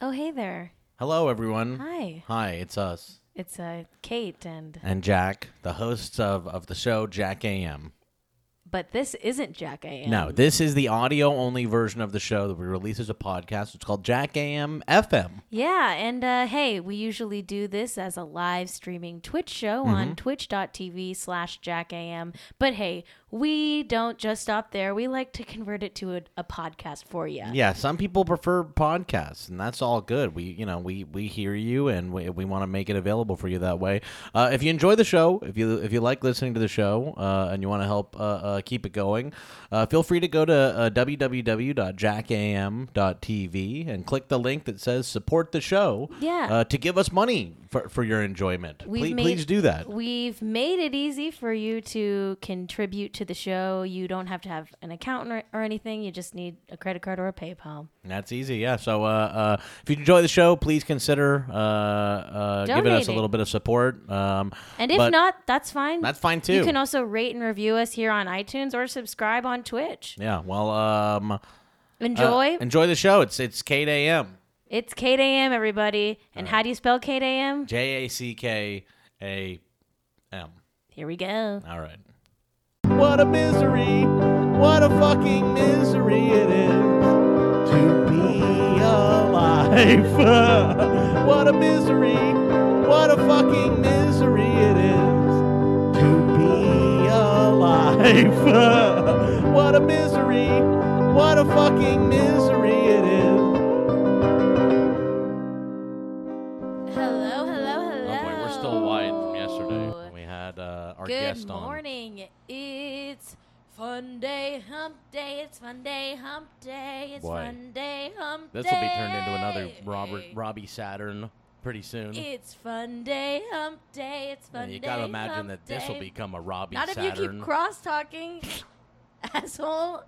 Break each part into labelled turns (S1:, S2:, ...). S1: Oh, hey there.
S2: Hello, everyone.
S1: Hi.
S2: Hi, it's us
S1: It's uh, Kate, and
S2: and Jack, the hosts of, of the show Jack AM.
S1: but this isn't Jack AM.
S2: No, this is the audio only version of the show that we release as a podcast. It's called Jack AM FM.
S1: Yeah, and uh, hey, we usually do this as a live streaming Twitch show
S2: Mm-hmm.
S1: on twitch.tv slash jackam. But hey, we don't just stop there. We like to convert it to a, a podcast for you.
S2: Yeah, some people prefer podcasts, and that's all good. We, you know, we we hear you, and we, we want to make it available for you that way. Uh, if you enjoy the show, if you if you like listening to the show, uh, and you want to help uh, uh, keep it going, uh, feel free to go to uh, www.jackam.tv and click the link that says "Support the Show."
S1: Yeah.
S2: uh, to give us money for for your enjoyment.
S1: We've
S2: Please,
S1: made-
S2: please do that.
S1: We've made it easy for you to contribute to the show. You don't have to have an account or, or anything. You just need a credit card or a PayPal.
S2: That's easy, yeah. So uh, uh, if you enjoy the show, please consider uh, uh, giving us a
S1: Donating.
S2: little bit of support. Um,
S1: And if
S2: but-
S1: not, that's fine.
S2: That's fine too.
S1: You can also rate and review us here on iTunes or subscribe on Twitch.
S2: yeah. Well, um, uh,
S1: Enjoy.
S2: enjoy the show. It's it's Kate AM.
S1: it's Kate AM, everybody. And how do you spell Kate AM?
S2: J A C K A M.
S1: Here we go.
S2: All right. What a misery! What a fucking misery it is to be alive. what a misery! What a fucking misery it is to be alive. what a misery! What a fucking misery it is.
S1: Hello, hello, hello.
S2: Oh boy, we're still wide from yesterday. We had uh, our
S1: Good
S2: guest
S1: morning. It's fun day, hump day. It's fun day, hump day. It's
S2: Boy.
S1: fun day, hump day.
S2: on. This will be turned into another Robert Robbie Saturn pretty soon.
S1: It's fun day, hump day. It's fun
S2: and you
S1: day.
S2: gotta imagine
S1: hump
S2: that this will
S1: day.
S2: become a Robbie
S1: Not
S2: Saturn.
S1: if you keep cross talking, asshole.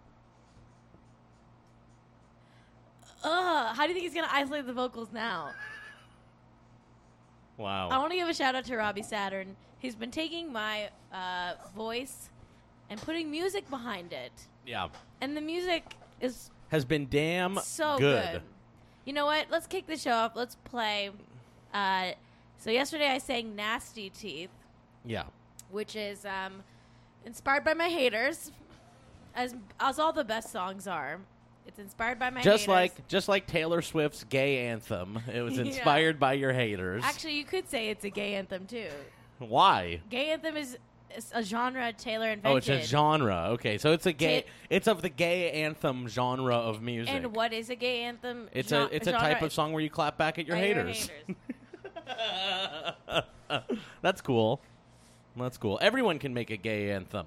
S1: Ugh, how do you think he's gonna isolate the vocals now? I
S2: wow.
S1: want to give a shout out to Robbie Saturn. He's been taking my uh, voice and putting music behind it,
S2: Yeah.
S1: and the music is
S2: Has been damn
S1: so good. You know what? Let's kick the show off. Let's play. Uh, so yesterday I sang "Nasty Teeth,"
S2: Yeah.
S1: which is um, inspired by my haters, as as all the best songs are. It's inspired by my
S2: Just
S1: haters.
S2: like just like Taylor Swift's gay anthem. It was
S1: Yeah.
S2: inspired by your haters.
S1: actually, you could say it's a gay anthem too.
S2: Why?
S1: Gay anthem is is a genre Taylor invented.
S2: Oh, it's a genre. Okay, so it's a gay.
S1: Ta-
S2: it's of the gay anthem genre of music.
S1: And what is a gay anthem?
S2: It's
S1: Gen-
S2: a it's a
S1: genre
S2: type of song where you clap back at your
S1: by your
S2: haters. That's cool. That's cool. Everyone can make a gay anthem.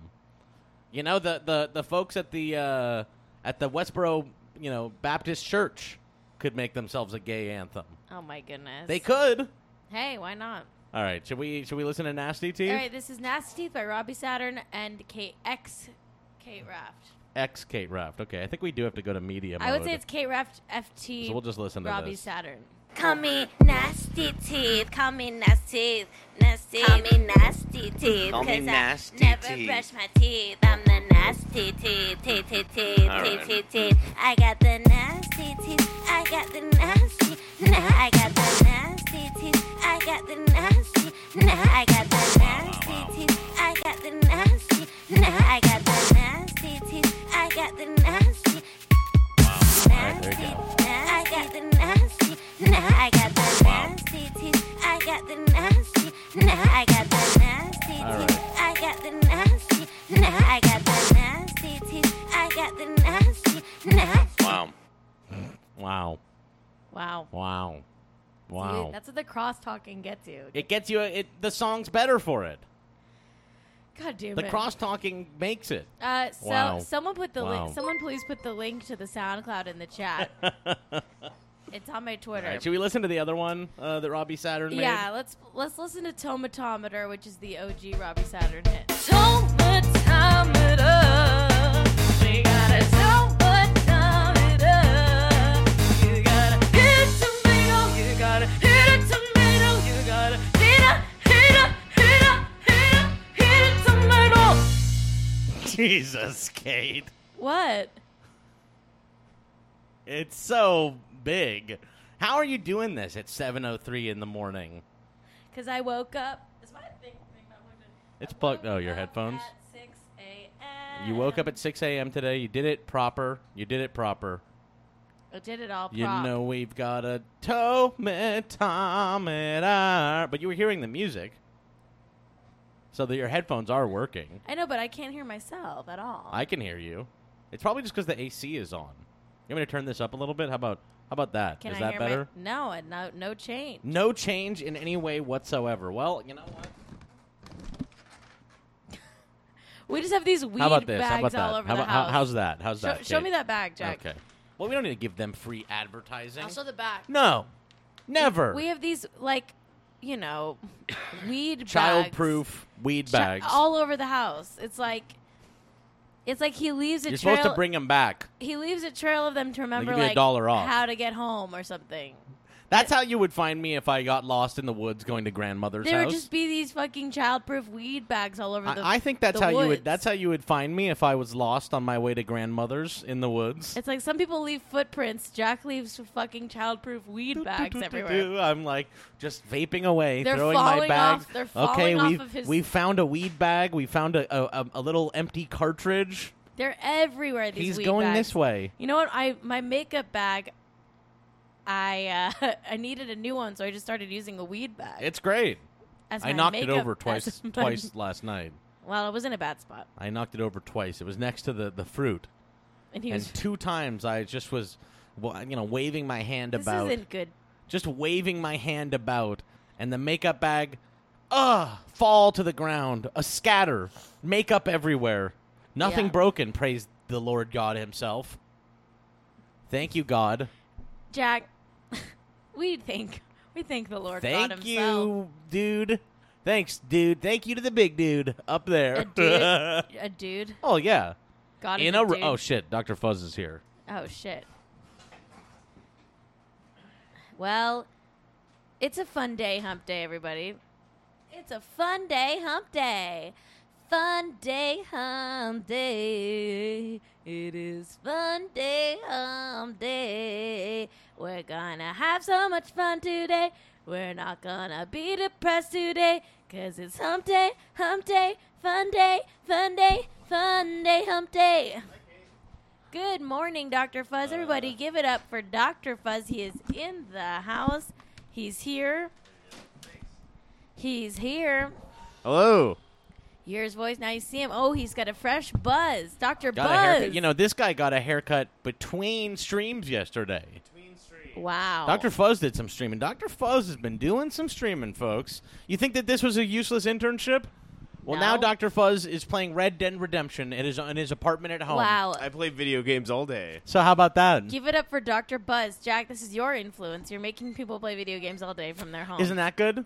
S2: You know the the, the folks at the uh, at the Westboro you know Baptist Church could make themselves a gay anthem.
S1: Oh my goodness.
S2: They could.
S1: Hey, why not?
S2: All right. Should we should we listen to Nasty Teeth?
S1: All right, this is Nasty Teeth by Robbie Saturn and Kate X Kate Raft.
S2: Ex Kate Raft. Okay, I think we do have to go to media
S1: I would
S2: mode.
S1: say it's Kate Raft FT.
S2: So we'll just listen to
S1: Robbie
S2: this.
S1: Saturn.
S3: Call me nasty teeth. Call me nasty, nasty. Call me nasty teeth.
S4: Call me
S3: 'cause
S4: nasty
S3: I never
S4: teeth.
S3: brush my teeth. I'm the nasty teeth, teeth, teeth, teeth,
S4: All
S3: teeth,
S4: right.
S3: teeth, teeth. I got the nasty teeth. I got the nasty. Nah, I got the nasty teeth. I got the nasty. Nah, I got the nasty teeth. I got the nasty. Nah, I got the nasty teeth. I got the nasty.
S2: right, there you go.
S3: I got the nasty. Nah, I got the nasty teeth. I got the nasty. Nah, I got the nasty teeth. I got the nasty. Nah, I got the nasty teeth. I got the nasty. Nah.
S4: Wow.
S2: Wow.
S1: Wow.
S2: Wow. Wow.
S1: Dude, that's what the cross talking gets you.
S2: it gets you. It the song's better for it.
S1: God damn
S2: The
S1: it.
S2: cross talking makes it.
S1: Uh, so
S2: Wow.
S1: someone put the
S2: Wow.
S1: link. Someone please put the link to the SoundCloud in the chat. it's on my Twitter.
S2: All right, should we listen to the other one uh, that Robbie Saturn made?
S1: yeah, let's let's listen to Tomatometer, which is the OG Robbie Saturn hit.
S2: Jesus, Kate.
S1: What?
S2: It's so big. How are you doing this at 7:03 in the morning?
S1: Because I woke up. Is my thing, thing not plugged in?
S2: It's
S1: I
S2: plugged-
S1: woke
S2: oh, your
S1: up
S2: headphones?
S1: At 6 a.m.
S2: You woke up at 6 a.m. today. You did it proper. You did it proper.
S1: I did it all.
S2: You
S1: prop.
S2: know we've got a tomatometer. But you were hearing the music, so that your headphones are working.
S1: I know, but I can't hear myself at all.
S2: I can hear you. It's probably just because the AC is on. You want me to turn this up a little bit? How about how about that?
S1: Can
S2: Is
S1: I
S2: that
S1: hear
S2: better?
S1: My, no, I- no, no change.
S2: No change in any way whatsoever. Well, you know what?
S1: We just have these weed
S2: How about this?
S1: bags
S2: How about
S1: all
S2: that?
S1: over
S2: How
S1: the
S2: about, how-
S1: house.
S2: how's that? How's
S1: Show,
S2: that?
S1: show
S2: Kate?
S1: me that bag, Jack.
S2: Okay. Well, we don't need to give them free advertising.
S1: I'll show the back.
S2: no, never.
S1: We have these like, you know, weed bags.
S2: Childproof weed
S1: Chi-
S2: bags.
S1: all over the house. It's like, it's like he leaves a
S2: You're
S1: trail.
S2: supposed to bring them back.
S1: he leaves a trail of them to remember,
S2: give you a
S1: like
S2: dollar off.
S1: how to get home or something.
S2: That's how you would find me if I got lost in the woods going to grandmother's
S1: There would
S2: house.
S1: just be these fucking childproof weed bags all over the.
S2: I, I think that's
S1: the
S2: how you
S1: woods.
S2: would. That's how you would find me if I was lost on my way to grandmother's in the woods.
S1: It's like some people leave footprints. Jack leaves fucking childproof weed bags
S2: Do, do, do,
S1: everywhere.
S2: do. I'm like just vaping away,
S1: They're
S2: throwing my
S1: falling
S2: bag.
S1: off- they're
S2: okay,
S1: falling off
S2: we've
S1: of his-
S2: we found a weed bag. We found a a, a, a little empty cartridge.
S1: They're everywhere. These
S2: He's
S1: weed
S2: going
S1: bags.
S2: this way.
S1: You know what? I my makeup bag. I uh, I needed a new one, so I just started using a weed bag.
S2: It's great.
S1: as
S2: I
S1: my
S2: knocked it
S1: makeup-
S2: over
S1: as
S2: twice
S1: my-
S2: twice last night.
S1: Well, it was in a bad spot,
S2: I knocked it over twice. It was next to the the fruit,
S1: and he
S2: and
S1: was.
S2: two times I just was, wa- you know, waving my hand
S1: This
S2: about.
S1: isn't good.
S2: just waving my hand about, and the makeup bag, ugh, fall to the ground, a scatter, makeup everywhere. Nothing
S1: Yeah.
S2: broken, praise the Lord God Himself. Thank you, God.
S1: Jack, we thank we thank the Lord God
S2: Thank
S1: Himself.
S2: you, dude. Thanks, dude. Thank you to the big dude up there.
S1: A dude, a dude,
S2: oh yeah.
S1: God
S2: In
S1: is
S2: a,
S1: a,
S2: ro-
S1: dude.
S2: oh shit, Doctor Fuzz is here.
S1: Oh shit. Well, it's a fun day, hump day, everybody. It's a fun day, hump day. Fun day, hump day. It is fun day, hump day. We're gonna have so much fun today. We're not gonna be depressed today. Cause it's hump day, hump day, fun day, fun day, fun day, hump day. Good morning, Dr. Fuzz.
S2: Uh.
S1: Everybody, give it up for Dr. Fuzz. He is in the house. He's here. He's here.
S2: Hello.
S1: You hear his voice. Now you see him. Oh, he's got a fresh buzz. Dr.
S2: Got a
S1: Buzz.
S2: haircut. You know, this guy got a haircut between streams yesterday.
S1: wow.
S2: Dr. Fuzz did some streaming. Dr. Fuzz has been doing some streaming, folks. You think that this was a useless internship? Well, now
S1: No.
S2: Dr. Fuzz is playing Red Dead Redemption in his, in his apartment at home.
S1: Wow.
S2: um,
S4: I play video games all day.
S2: So, how about that?
S1: Give it up for Dr. Buzz. Jack, this is your influence. You're making people play video games all day from their home.
S2: Isn't that good?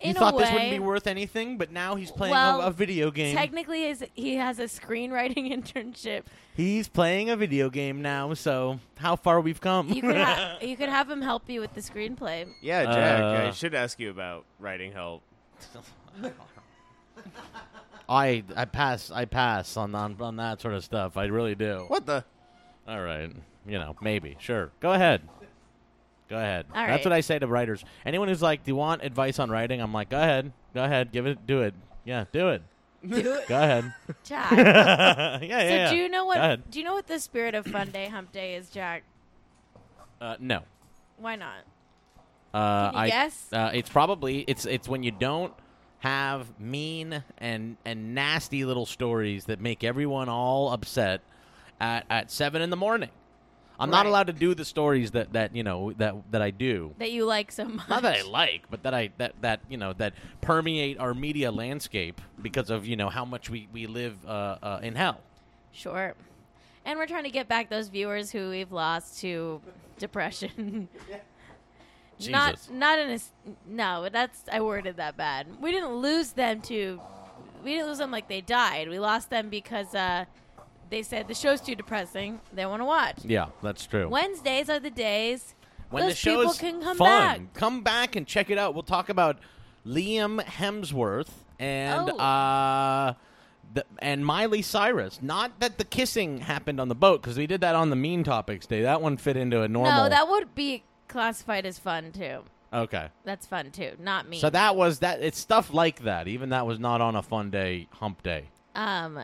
S1: In
S2: you
S1: a
S2: thought this
S1: way-
S2: wouldn't be worth anything, but now he's playing
S1: Well,
S2: a, a video game.
S1: Technically, is he has a screenwriting internship.
S2: he's playing a video game now, so how far we've come.
S1: You could ha- you could have him help you with the screenplay.
S4: Yeah, Jack,
S2: Uh.
S4: I should ask you about writing help.
S2: I I pass I pass on, on on that sort of stuff. I really do.
S4: What the?
S2: All right. You know, maybe. Sure. Go ahead. Go ahead.
S1: All
S2: That's
S1: right.
S2: what I say to writers. Anyone who's like, "Do you want advice on writing?" I'm like, "Go ahead. Go ahead. Give it. Do it. Yeah, do it.
S1: Do it,
S2: Go ahead."
S1: Jack.
S2: yeah, yeah.
S1: So
S2: yeah.
S1: do you know
S2: Go ahead.
S1: what? Do you know what the spirit of Fun Day Hump Day is, Jack?
S2: Uh, no.
S1: Why not?
S2: Uh,
S1: Can you
S2: I
S1: guess?
S2: Uh, it's probably it's it's when you don't have mean and and nasty little stories that make everyone all upset at at seven in the morning. I'm not
S1: Right.
S2: allowed to do the stories that that you know that that I do.
S1: That you like so much.
S2: not that I like, but that I that that you know that permeate our media landscape because of you know how much we we live uh, uh, in hell.
S1: Sure. And we're trying to get back those viewers who we've lost to depression. Not
S2: Jesus.
S1: not in a s- no, that's I worded that bad. We didn't lose them to we didn't lose them like they died. We lost them because uh, they said the show's too depressing. They want to watch.
S2: Yeah, that's true.
S1: Wednesdays are the days
S2: when
S1: those
S2: the show's
S1: people can come
S2: fun,
S1: back.
S2: come back and check it out. We'll talk about Liam Hemsworth and
S1: Oh.
S2: uh, the, and Miley Cyrus. Not that the kissing happened on the boat because we did that on the Mean Topics Day. That one fit into a normal.
S1: No, that would be Classified is fun too.
S2: Okay.
S1: That's fun too. Not me.
S2: So that was that. It's stuff like that. Even that was not on a fun day, hump day.
S1: um,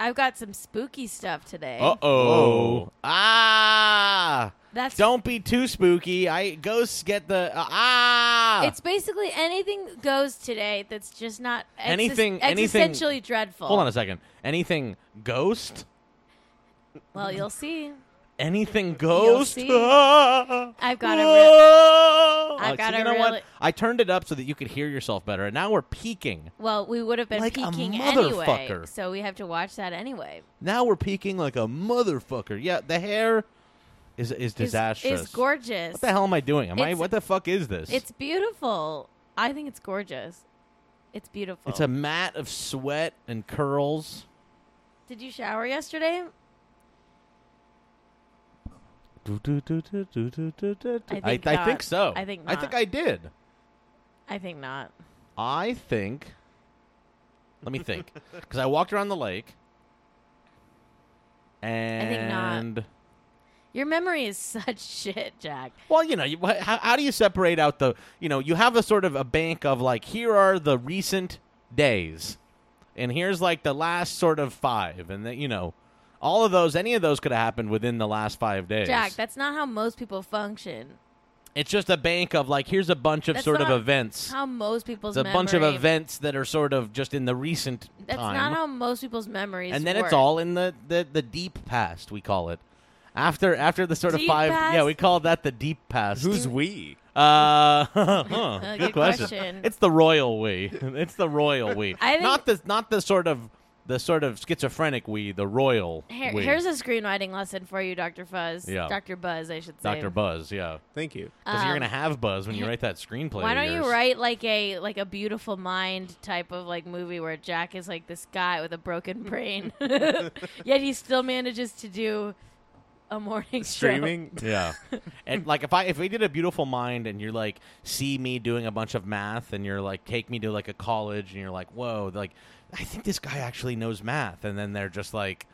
S1: I've got some spooky stuff today.
S2: Uh oh. Ah.
S1: That's
S2: Don't be too spooky. I go s- get the uh, ah.
S1: It's basically anything goes today that's just not exis-
S2: Anything- anything-
S1: existentially dreadful.
S2: Hold on a second. Anything ghost?
S1: Well, you'll see.
S2: Anything ghost?
S1: see.
S2: Ah.
S1: I've got a
S2: Ah.
S1: I've got
S2: So
S1: a
S2: you know
S1: really-
S2: what? I turned it up so that you could hear yourself better, and now we're peaking.
S1: Well, we would have been
S2: Like a
S1: peeking anyway,
S2: motherfucker.
S1: so we have to watch that anyway.
S2: Now we're peaking like a motherfucker. Yeah, the hair is is
S1: It's-
S2: disastrous.
S1: It's gorgeous.
S2: What the hell am I doing? Am I?
S1: It's-
S2: What the fuck is this?
S1: It's beautiful. I think it's gorgeous. It's beautiful.
S2: it's a mat of sweat and curls.
S1: Did you shower yesterday?
S2: I
S1: I think
S2: I, think
S1: not.
S2: so.
S1: I think
S2: I think
S1: not.
S2: I did.
S1: I think not.
S2: I think. Let me think, because I walked around the lake. And
S1: think not. Your memory is such shit, Jack.
S2: Well, you know, you, wha- how, how do you separate out the, you know, you have a sort of a bank of like, here are the recent days, and here's like the last sort of five, and then, you know, all of those, any of those could have happened within the last five days.
S1: Jack, that's not how most people function.
S2: it's just a bank of like, here's a bunch of
S1: That's
S2: sort of
S1: not
S2: events.
S1: How most people's
S2: It's a bunch of
S1: memory-
S2: events that are sort of just in the recent
S1: That's
S2: time.
S1: not how most people's memories.
S2: and then
S1: work.
S2: it's all in the, the, the deep past, we call it. After after the sort
S1: Deep
S2: of five, yeah,
S1: past?
S2: we call that the deep past.
S4: Who's we?
S2: Uh, huh,
S1: good
S2: good, question.
S1: question.
S2: It's the royal we. It's the royal we.
S1: I think-
S2: not the not the sort of the sort of schizophrenic we. The royal
S1: Here,
S2: we.
S1: here's a screenwriting lesson for you, Doctor Fuzz.
S2: Yeah.
S1: Doctor Buzz, I should say.
S2: Doctor Buzz. Yeah,
S4: Thank you.
S2: because you're
S1: Um,
S2: gonna have Buzz when you write that screenplay.
S1: Why
S2: of
S1: don't you
S2: yours.
S1: write like a like a beautiful mind type of like movie where Jack is like this guy with a broken brain, yet he still manages to do a morning show.
S4: Streaming.
S2: Yeah, and like if I if we did a beautiful mind and you're like see me doing a bunch of math and you're like take me to like a college and you're like whoa like I think this guy actually knows math and then they're just like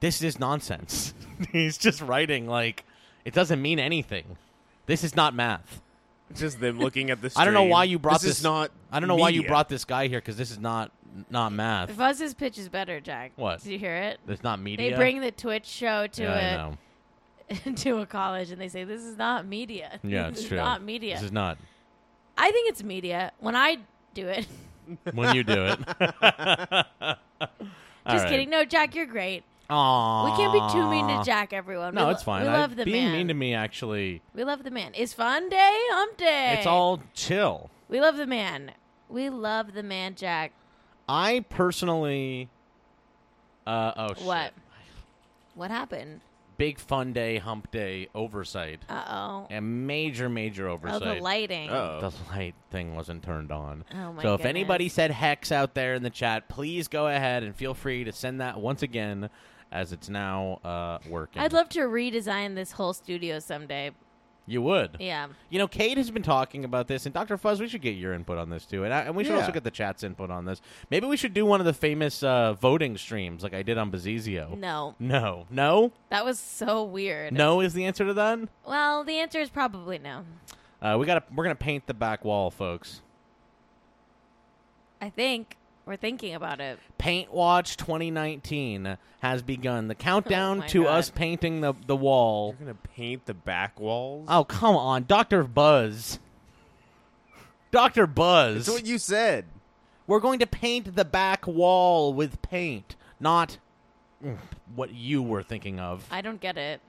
S2: this is nonsense. He's just writing like it doesn't mean anything. This is not math.
S4: Just them looking at the. Stream.
S2: I don't know why you brought this.
S4: Is not.
S2: I don't know why you
S4: media.
S2: brought this guy here because this is not not math.
S1: Fuzz's pitch is better, Jack.
S2: What?
S1: Did you hear it?
S2: It's not
S1: They
S2: media.
S1: bring the Twitch show to
S2: yeah, I
S1: a
S2: know.
S1: to a college, and they say this is not media.
S2: Yeah,
S1: This
S2: it's
S1: is
S2: true.
S1: Not media.
S2: This is not
S1: I think it's media when I do it.
S2: when you do it. Just
S1: Just kidding. No, Jack, you're great. We can't be too mean to Jack, everyone.
S2: No,
S1: we lo-
S2: it's fine.
S1: We
S2: I-
S1: love the
S2: being
S1: man.
S2: mean to me actually,
S1: we love the man. It's fun day, hump day.
S2: it's all chill.
S1: We love the man. We love the man, Jack.
S2: I personally, uh, oh shit.
S1: What? What happened?
S2: Big fun day, hump day, oversight,
S1: Uh oh.
S2: a major, major
S1: Oh,
S2: oversight.
S1: the lighting.
S4: Oh.
S2: The light thing wasn't turned on.
S1: Oh, my
S2: so if
S1: goodness.
S2: anybody said hex out there in the chat, please go ahead and feel free to send that once again, as it's now uh, working.
S1: I'd love to redesign this whole studio someday.
S2: you would.
S1: Yeah.
S2: You know, Kate has been talking about this, and Dr. Fuzz, we should get your input on this too, and, I, and we should
S4: Yeah.
S2: also get the chat's input on this. Maybe we should do one of the famous uh, voting streams, like I did on Bazizio.
S1: No,
S2: no, no,
S1: that was so weird.
S2: Oh. No is the answer to that.
S1: Well, the answer is probably no.
S2: Uh, we got. to We're gonna paint the back wall, folks.
S1: I think we're thinking about it.
S2: Paint Watch 2019 has begun. The countdown
S1: Oh my
S2: to
S1: God.
S2: us painting the the wall.
S4: You're gonna paint the back walls.
S2: Oh come on, Doctor Buzz. Doctor Buzz.
S4: that's what you said.
S2: We're going to paint the back wall with paint, not mm, what you were thinking of.
S1: I don't get it.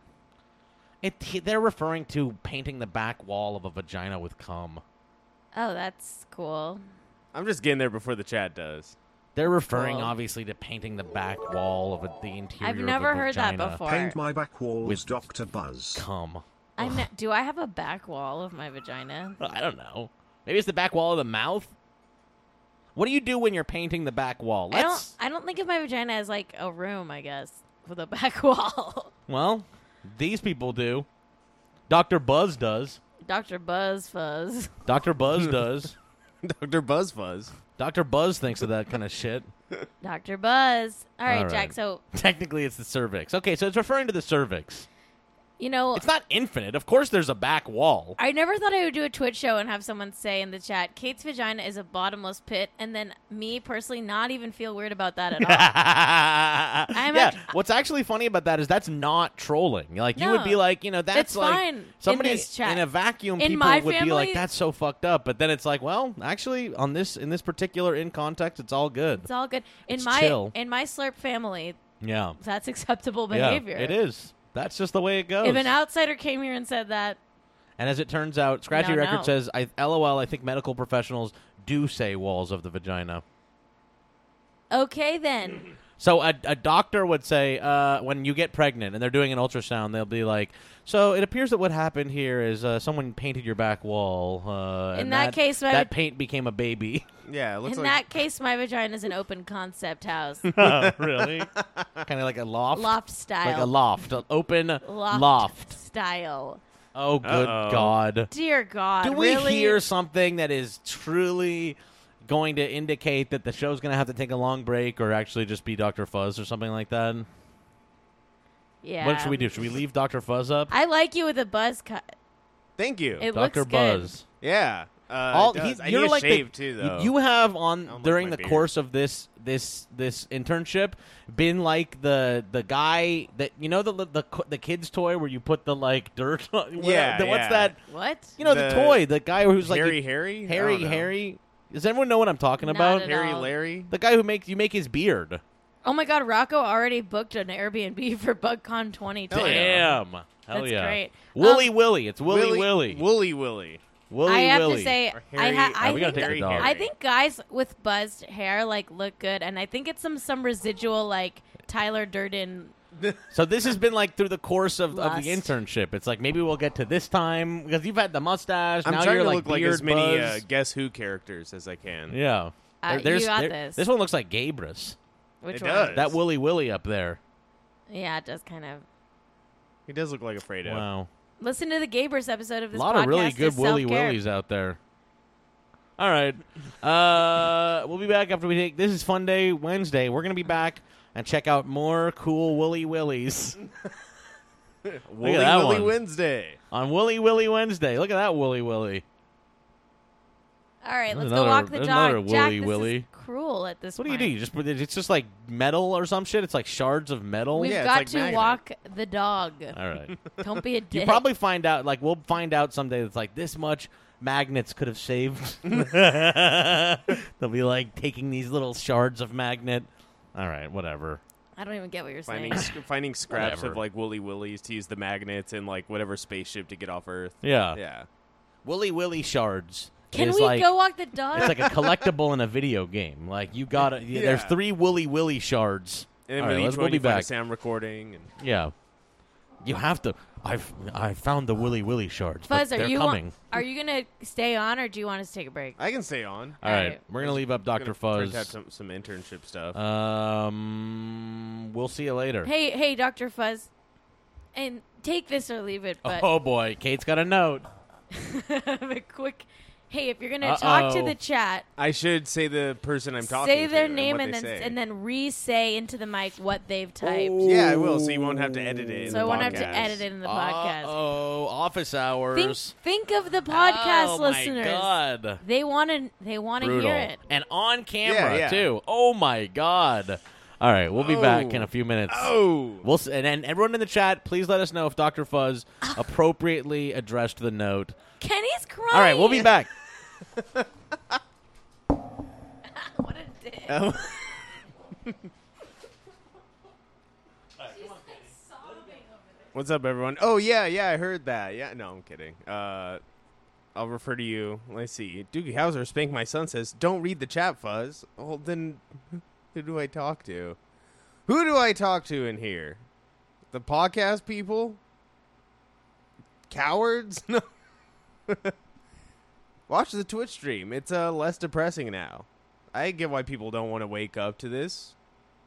S2: It, they're referring to painting the back wall of a vagina with cum.
S1: Oh, that's cool.
S4: I'm just getting there before the chat does.
S2: They're referring,
S1: Well-
S2: obviously, to painting the back wall of a, the interior.
S1: I've
S2: of a
S1: never heard that
S2: vagina.
S1: before.
S5: Paint my back walls,
S2: With-
S5: Dr. Buzz.
S2: Cum.
S1: I ne- do I have a back wall of my vagina?
S2: I don't know. Maybe it's the back wall of the mouth. What do you do when you're painting the back wall?
S1: I don't.
S2: Let's.
S1: I don't think of my vagina as like a room. I guess with a back wall.
S2: Well, these people do. Doctor Buzz does.
S1: Doctor Buzz Fuzz.
S2: Doctor Buzz does.
S4: Doctor Buzzfuzz.
S2: Doctor Buzz thinks of that kind of shit.
S1: Doctor Buzz. All right,
S2: All
S1: Jack.
S2: right.
S1: So
S2: Technically, it's the cervix. Okay, so it's referring to the cervix.
S1: You know,
S2: It's not infinite. Of course, there's a back wall.
S1: I never thought I would do a Twitch show and have someone say in the chat, Kate's vagina is a bottomless pit, and then me personally not even feel weird about that at all.
S2: I'm yeah.
S1: act-
S2: What's actually funny about that is that's not trolling. Like you would
S1: No.
S2: be like, you know, that's
S1: It's
S2: like
S1: fine in
S2: somebody
S1: this chat.
S2: in a vacuum.
S1: In
S2: people
S1: my
S2: would be like,
S1: family-
S2: that's so fucked up. But then it's like, well, actually, on this in this particular in context, it's all good.
S1: it's all good. In
S2: It's
S1: my
S2: chill.
S1: in my slurp family,
S2: yeah,
S1: that's acceptable
S2: Yeah,
S1: behavior.
S2: it is. That's just the way it goes.
S1: If an outsider came here and said that,
S2: and as it turns out, Scratchy
S1: No,
S2: Record
S1: no.
S2: says, I, "LOL." I think medical professionals do say walls of the vagina.
S1: okay then.
S2: So a, a doctor would say uh, when you get pregnant and they're doing an ultrasound, they'll be like, "So it appears that what happened here is uh, someone painted your back wall. Uh,
S1: In
S2: and
S1: that case, my-
S2: that paint became a baby.
S4: Yeah, it looks
S1: in
S4: like
S1: that case, my vagina is an open concept house,
S2: really? kind of like a loft,
S1: loft style,
S2: like a loft, an open loft.
S1: loft, style.
S2: Oh, good
S4: Uh-oh.
S2: God!
S1: Dear God,
S2: Do we
S1: really?
S2: hear something that is truly going to indicate that the show's going to have to take a long break, or actually just be Doctor Fuzz or something like that?
S1: yeah.
S2: What should we do? Should we leave Doctor Fuzz up?
S1: I like you with a buzz cut.
S4: thank you.
S1: It
S2: Doctor
S1: looks good.
S2: Buzz.
S4: yeah. Uh, it does. I need a
S2: the-
S4: shave too,
S2: y-
S4: though.
S2: You have on
S4: don't like
S2: during the
S4: my beard.
S2: course of this this this internship been like the the guy that you know the the the, co- the kids toy where you put the like dirt. on- what-
S4: Yeah,
S2: the- what's
S4: yeah.
S2: that?
S1: What?
S2: You know the,
S4: The
S2: toy, the guy who's like
S4: Harry,
S2: you-
S4: Harry, I
S2: Harry,
S4: don't know.
S2: Harry. Does everyone know what I'm talking
S1: Not
S2: about?
S1: at all.
S4: Harry,
S1: No.
S4: Larry.
S2: The guy who makes you make his beard.
S1: Oh my God, Rocco already booked an Airbnb for BugCon 2010.
S4: Hell yeah.
S2: Damn. Hell
S1: That's
S2: yeah.
S1: great. Um,
S2: Wooly Willy. It's Willy Willy.
S4: Willy, Willy, Willy.
S2: Willy
S1: I have
S2: Willy. uh,
S1: to say,
S4: Or
S1: I,
S4: Harry,
S1: ha- I,
S2: we gotta
S1: think,
S2: take
S4: Harry,
S2: the dog.
S4: Harry.
S1: I think guys with buzzed hair like look good, and I think it's some some residual like Tyler Durden.
S2: So this has been like through the course of, of
S1: Lust.
S2: the internship. It's like maybe we'll get to this time because you've had the mustache.
S4: I'm
S2: now
S4: trying
S2: you're
S4: to
S2: like
S4: look like
S2: beard
S4: as many uh,
S2: buzz.
S4: Guess Who characters as I can.
S2: yeah,
S1: Uh,
S2: There- there's-
S1: you got
S2: there-
S1: this.
S2: This one looks like Gabrus.
S1: Which
S4: It
S1: one?
S4: does.
S2: That Willy Willy up there.
S1: Yeah, it does kind of.
S4: He does look like a Fredo.
S2: Wow,
S1: Listen to the Gabers episode of
S2: a
S1: this.
S2: lot of really
S1: podcast
S2: good
S1: is
S2: Willy
S1: self-care.
S2: Willies out there. All right, uh, we'll be back after we take. This is Fun Day Wednesday. We're gonna be back and check out more cool Willy Willies
S4: Wooly
S2: that
S4: Willy
S2: one.
S4: Wednesday.
S2: on Willy Willy Wednesday. Look at that Willy Willy.
S1: All right,
S2: There's
S1: let's
S2: another-
S1: go walk the
S2: there's
S1: dog.
S2: another
S1: Jack,
S2: Willy
S1: this
S2: Willy.
S1: Is cruel at this
S2: What do you
S1: point.
S2: do? You just it's just like metal or some shit. It's like shards of metal.
S1: We've
S4: Yeah, it's
S1: got
S4: like
S1: to
S4: magnet.
S1: walk the dog.
S2: All right.
S1: Don't be a dick.
S2: You probably find out like we'll find out someday that's like this much magnets could have saved. They'll be like taking these little shards of magnet. All right, whatever.
S1: I don't even get what you're saying.
S4: Finding sc- finding scraps
S2: Whatever.
S4: of like Wooly Willies to use the magnets and like whatever spaceship to get off Earth.
S2: Yeah.
S4: Yeah.
S2: Willy Willy shards.
S1: Can
S2: is
S1: we
S2: like,
S1: go walk the dog?
S2: It's like a collectible in a video game. Like you got to
S4: Yeah.
S2: There's three Willy Willy shards.
S4: And then
S2: All
S4: with
S2: right,
S4: each
S2: let's-
S4: one
S2: we'll be
S4: you find
S2: back.
S4: a sound recording. And
S2: Yeah. You have to. I've I found the Willy Willy shards. but
S1: Fuzz, are
S2: they're
S1: you
S2: coming. Uh,
S1: want- are you gonna stay on or do you want us to take a break?
S4: I can stay on.
S2: All right,
S1: All right.
S2: we're gonna leave up Doctor
S4: Gonna print out
S2: Fuzz. Uh,
S4: some, some internship stuff.
S2: Um, we'll see you later.
S1: Hey, hey, Doctor Fuzz, and take this or leave it, but
S2: Oh boy, Kate's got a note.
S1: but quick. Hey, if you're gonna talk to
S2: Uh-oh.
S1: the chat,
S4: I should say the person I'm talking
S1: say
S4: to
S1: their name and,
S4: and, what
S1: then
S4: they say.
S1: and then re-say into the mic what they've typed,
S2: Oh,
S4: yeah, I will. So you won't have to edit it. in
S1: so I
S4: the
S1: won't have to
S4: podcast.
S1: edit it in the podcast.
S2: Oh, office
S1: Think,
S2: hours.
S1: think of the podcast
S2: oh,
S1: listeners.
S2: My God.
S1: They want to. They want to
S2: Brutal.
S1: hear it.
S2: And on camera
S4: Yeah, yeah.
S2: too. Oh my God. All right, we'll be back in a few minutes.
S4: Oh,
S2: We'll s- and, and everyone in the chat, please let us know if Doctor Fuzz
S1: Ah.
S2: appropriately addressed the note.
S1: Kenny's crying.
S2: All right, we'll be back.
S1: What a dick.
S4: what's up, everyone? Oh yeah, yeah, I heard that. Yeah, no, I'm kidding. Uh, I'll refer to you. Let's see. Doogie Howser spank my son says, "Don't read the chat, Fuzz." Well, then, who do I talk to? Who do I talk to in here? The podcast people? Cowards? No. Watch the Twitch stream. It's uh, less depressing now. I get why people don't want to wake up to this,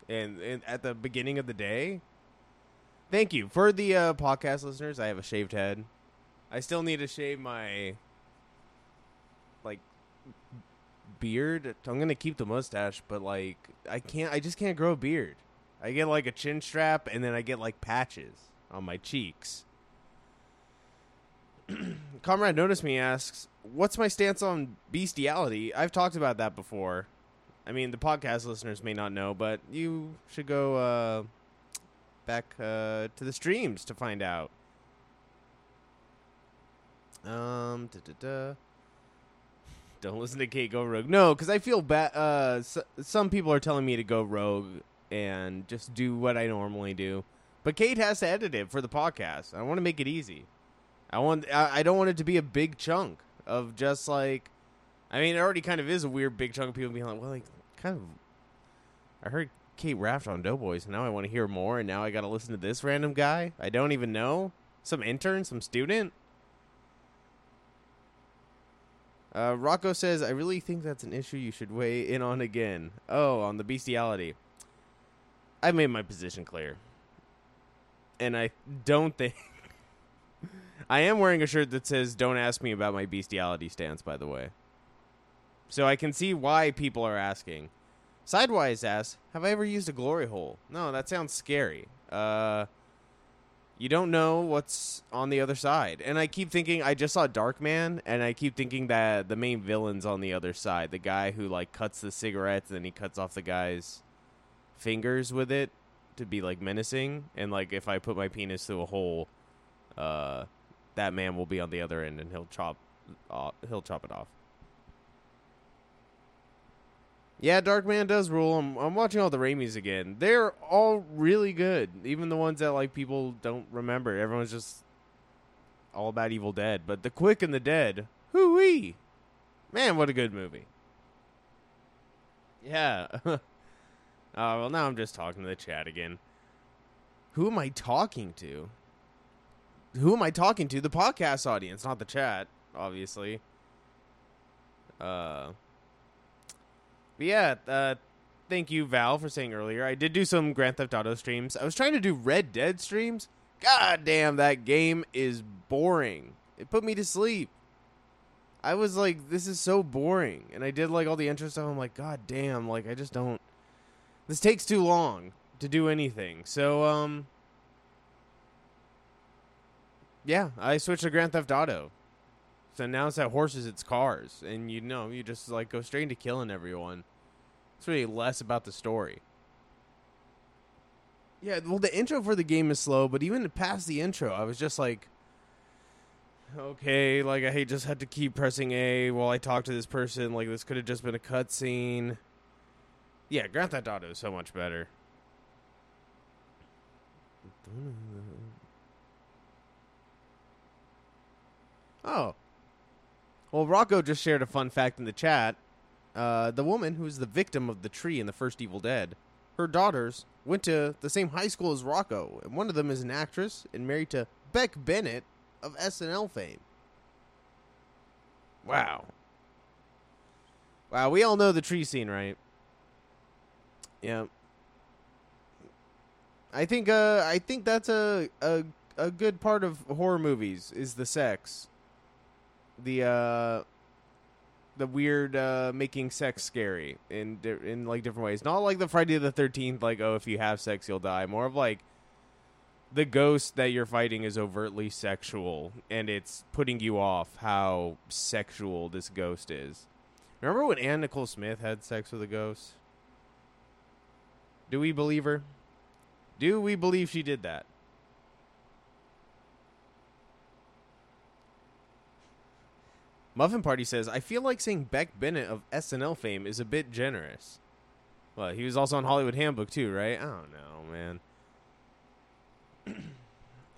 S4: and, and at the beginning of the day. Thank you for the uh, podcast listeners. I have a shaved head. I still need to shave my like beard. I'm gonna keep the mustache, but like I can't. I just can't grow a beard. I get like a chin strap, and then I get like patches on my cheeks. Comrade Notice Me asks, What's my stance on bestiality? I've talked about that before. I mean, the podcast listeners may not know, but you should go uh, back uh, to the streams to find out. Um, duh, duh, duh. Don't listen to Kate go rogue. No, because I feel bad. Uh, s some people are telling me to go rogue and just do what I normally do, but Kate has to edit it for the podcast. I want to make it easy. I want. I, I don't want it to be a big chunk of just like. I mean, it already kind of is a weird big chunk of people being like, "Well, like, kind of." I heard Kate Raft on Doughboys, and now I want to hear more, and now I got to listen to this random guy I don't even know, some intern, some student. Uh, Rocco says, I really think that's an issue you should weigh in on again. Oh, on the bestiality. I made my position clear. And I don't think. I am wearing a shirt that says, Don't ask me about my bestiality stance, by the way. So I can see why people are asking. Sidewise asks, Have I ever used a glory hole? No, that sounds scary. Uh. You don't know what's on the other side. And I keep thinking I just saw Darkman and I keep thinking that the main villain's on the other side. The guy who like cuts the cigarettes and then he cuts off the guy's fingers with it to be like menacing and like if I put my penis through a hole, uh that man will be on the other end and he'll chop uh, he'll chop it off. Yeah, Darkman does rule. I'm, I'm watching all the Raimis again. They're all really good, even the ones that like people don't remember. Everyone's just all about Evil Dead, but The Quick and the Dead, hoo-wee. Man, what a good movie. Yeah. uh, well, now I'm just talking to the chat again. Who am I talking to? Who am I talking to? The podcast audience, not the chat, obviously. Uh but yeah, uh, thank you, Val, for saying earlier. I did do some Grand Theft Auto streams. I was trying to do Red Dead streams. God damn, that game is boring. It put me to sleep. I was like, this is so boring. And I did like all the intro stuff. I'm like, God damn, like I just don't. This takes too long to do anything. So, um. Yeah, I switched to Grand Theft Auto. So now it's at horses, it's cars, and you know you just like go straight into killing everyone. It's really less about the story. Yeah, well, the intro for the game is slow, but even past the intro, I was just like, okay, like I just had to keep pressing A while I talk to this person. Like this could have just been a cutscene. Yeah, Grand Theft Auto is so much better. Oh, well, Rocco just shared a fun fact in the chat. Uh, the woman who was the victim of the tree in the first Evil Dead, her daughters went to the same high school as Rocco, and one of them is an actress and married to Beck Bennett of SNL fame. Wow. Wow, we all know the tree scene, right? Yeah. I think uh I think that's a a a good part of horror movies is the sex the uh the weird uh making sex scary in di- in like different ways not like the friday the 13th like oh if you have sex you'll die more of like the ghost that you're fighting is overtly sexual and it's putting you off how sexual this ghost is remember when anna nicole smith had sex with a ghost do we believe her do we believe she did that Muffin Party says, I feel like saying Beck Bennett of SNL fame is a bit generous. Well, he was also on Hollywood Handbook, too, right? I don't know, man.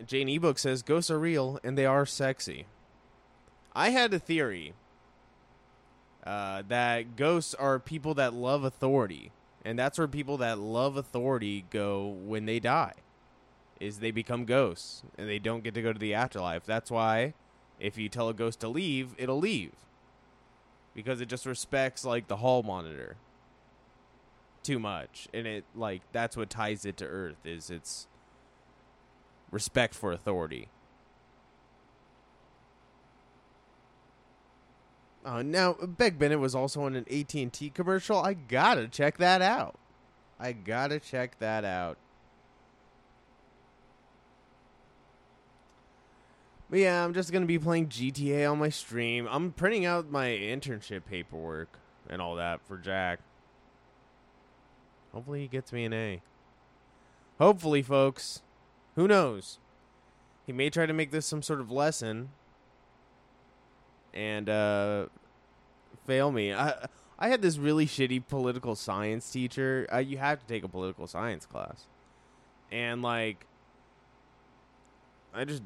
S4: Jane Ebook says, Ghosts are real and they are sexy. I had a theory uh, that ghosts are people that love authority. And that's where people that love authority go when they die, is they become ghosts and they don't get to go to the afterlife. That's why if you tell a ghost to leave, it'll leave because it just respects like the hall monitor too much, and it like that's what ties it to Earth is its respect for authority. Uh, now, Beck Bennett was also on an AT and T commercial. I gotta check that out. I gotta check that out. But yeah, I'm just gonna be playing GTA on my stream. I'm printing out my internship paperwork and all that for Jack. Hopefully he gets me an A. Hopefully, folks. Who knows? He may try to make this some sort of lesson and uh, fail me. I I had this really shitty political science teacher. Uh, you have to take a political science class, and like, I just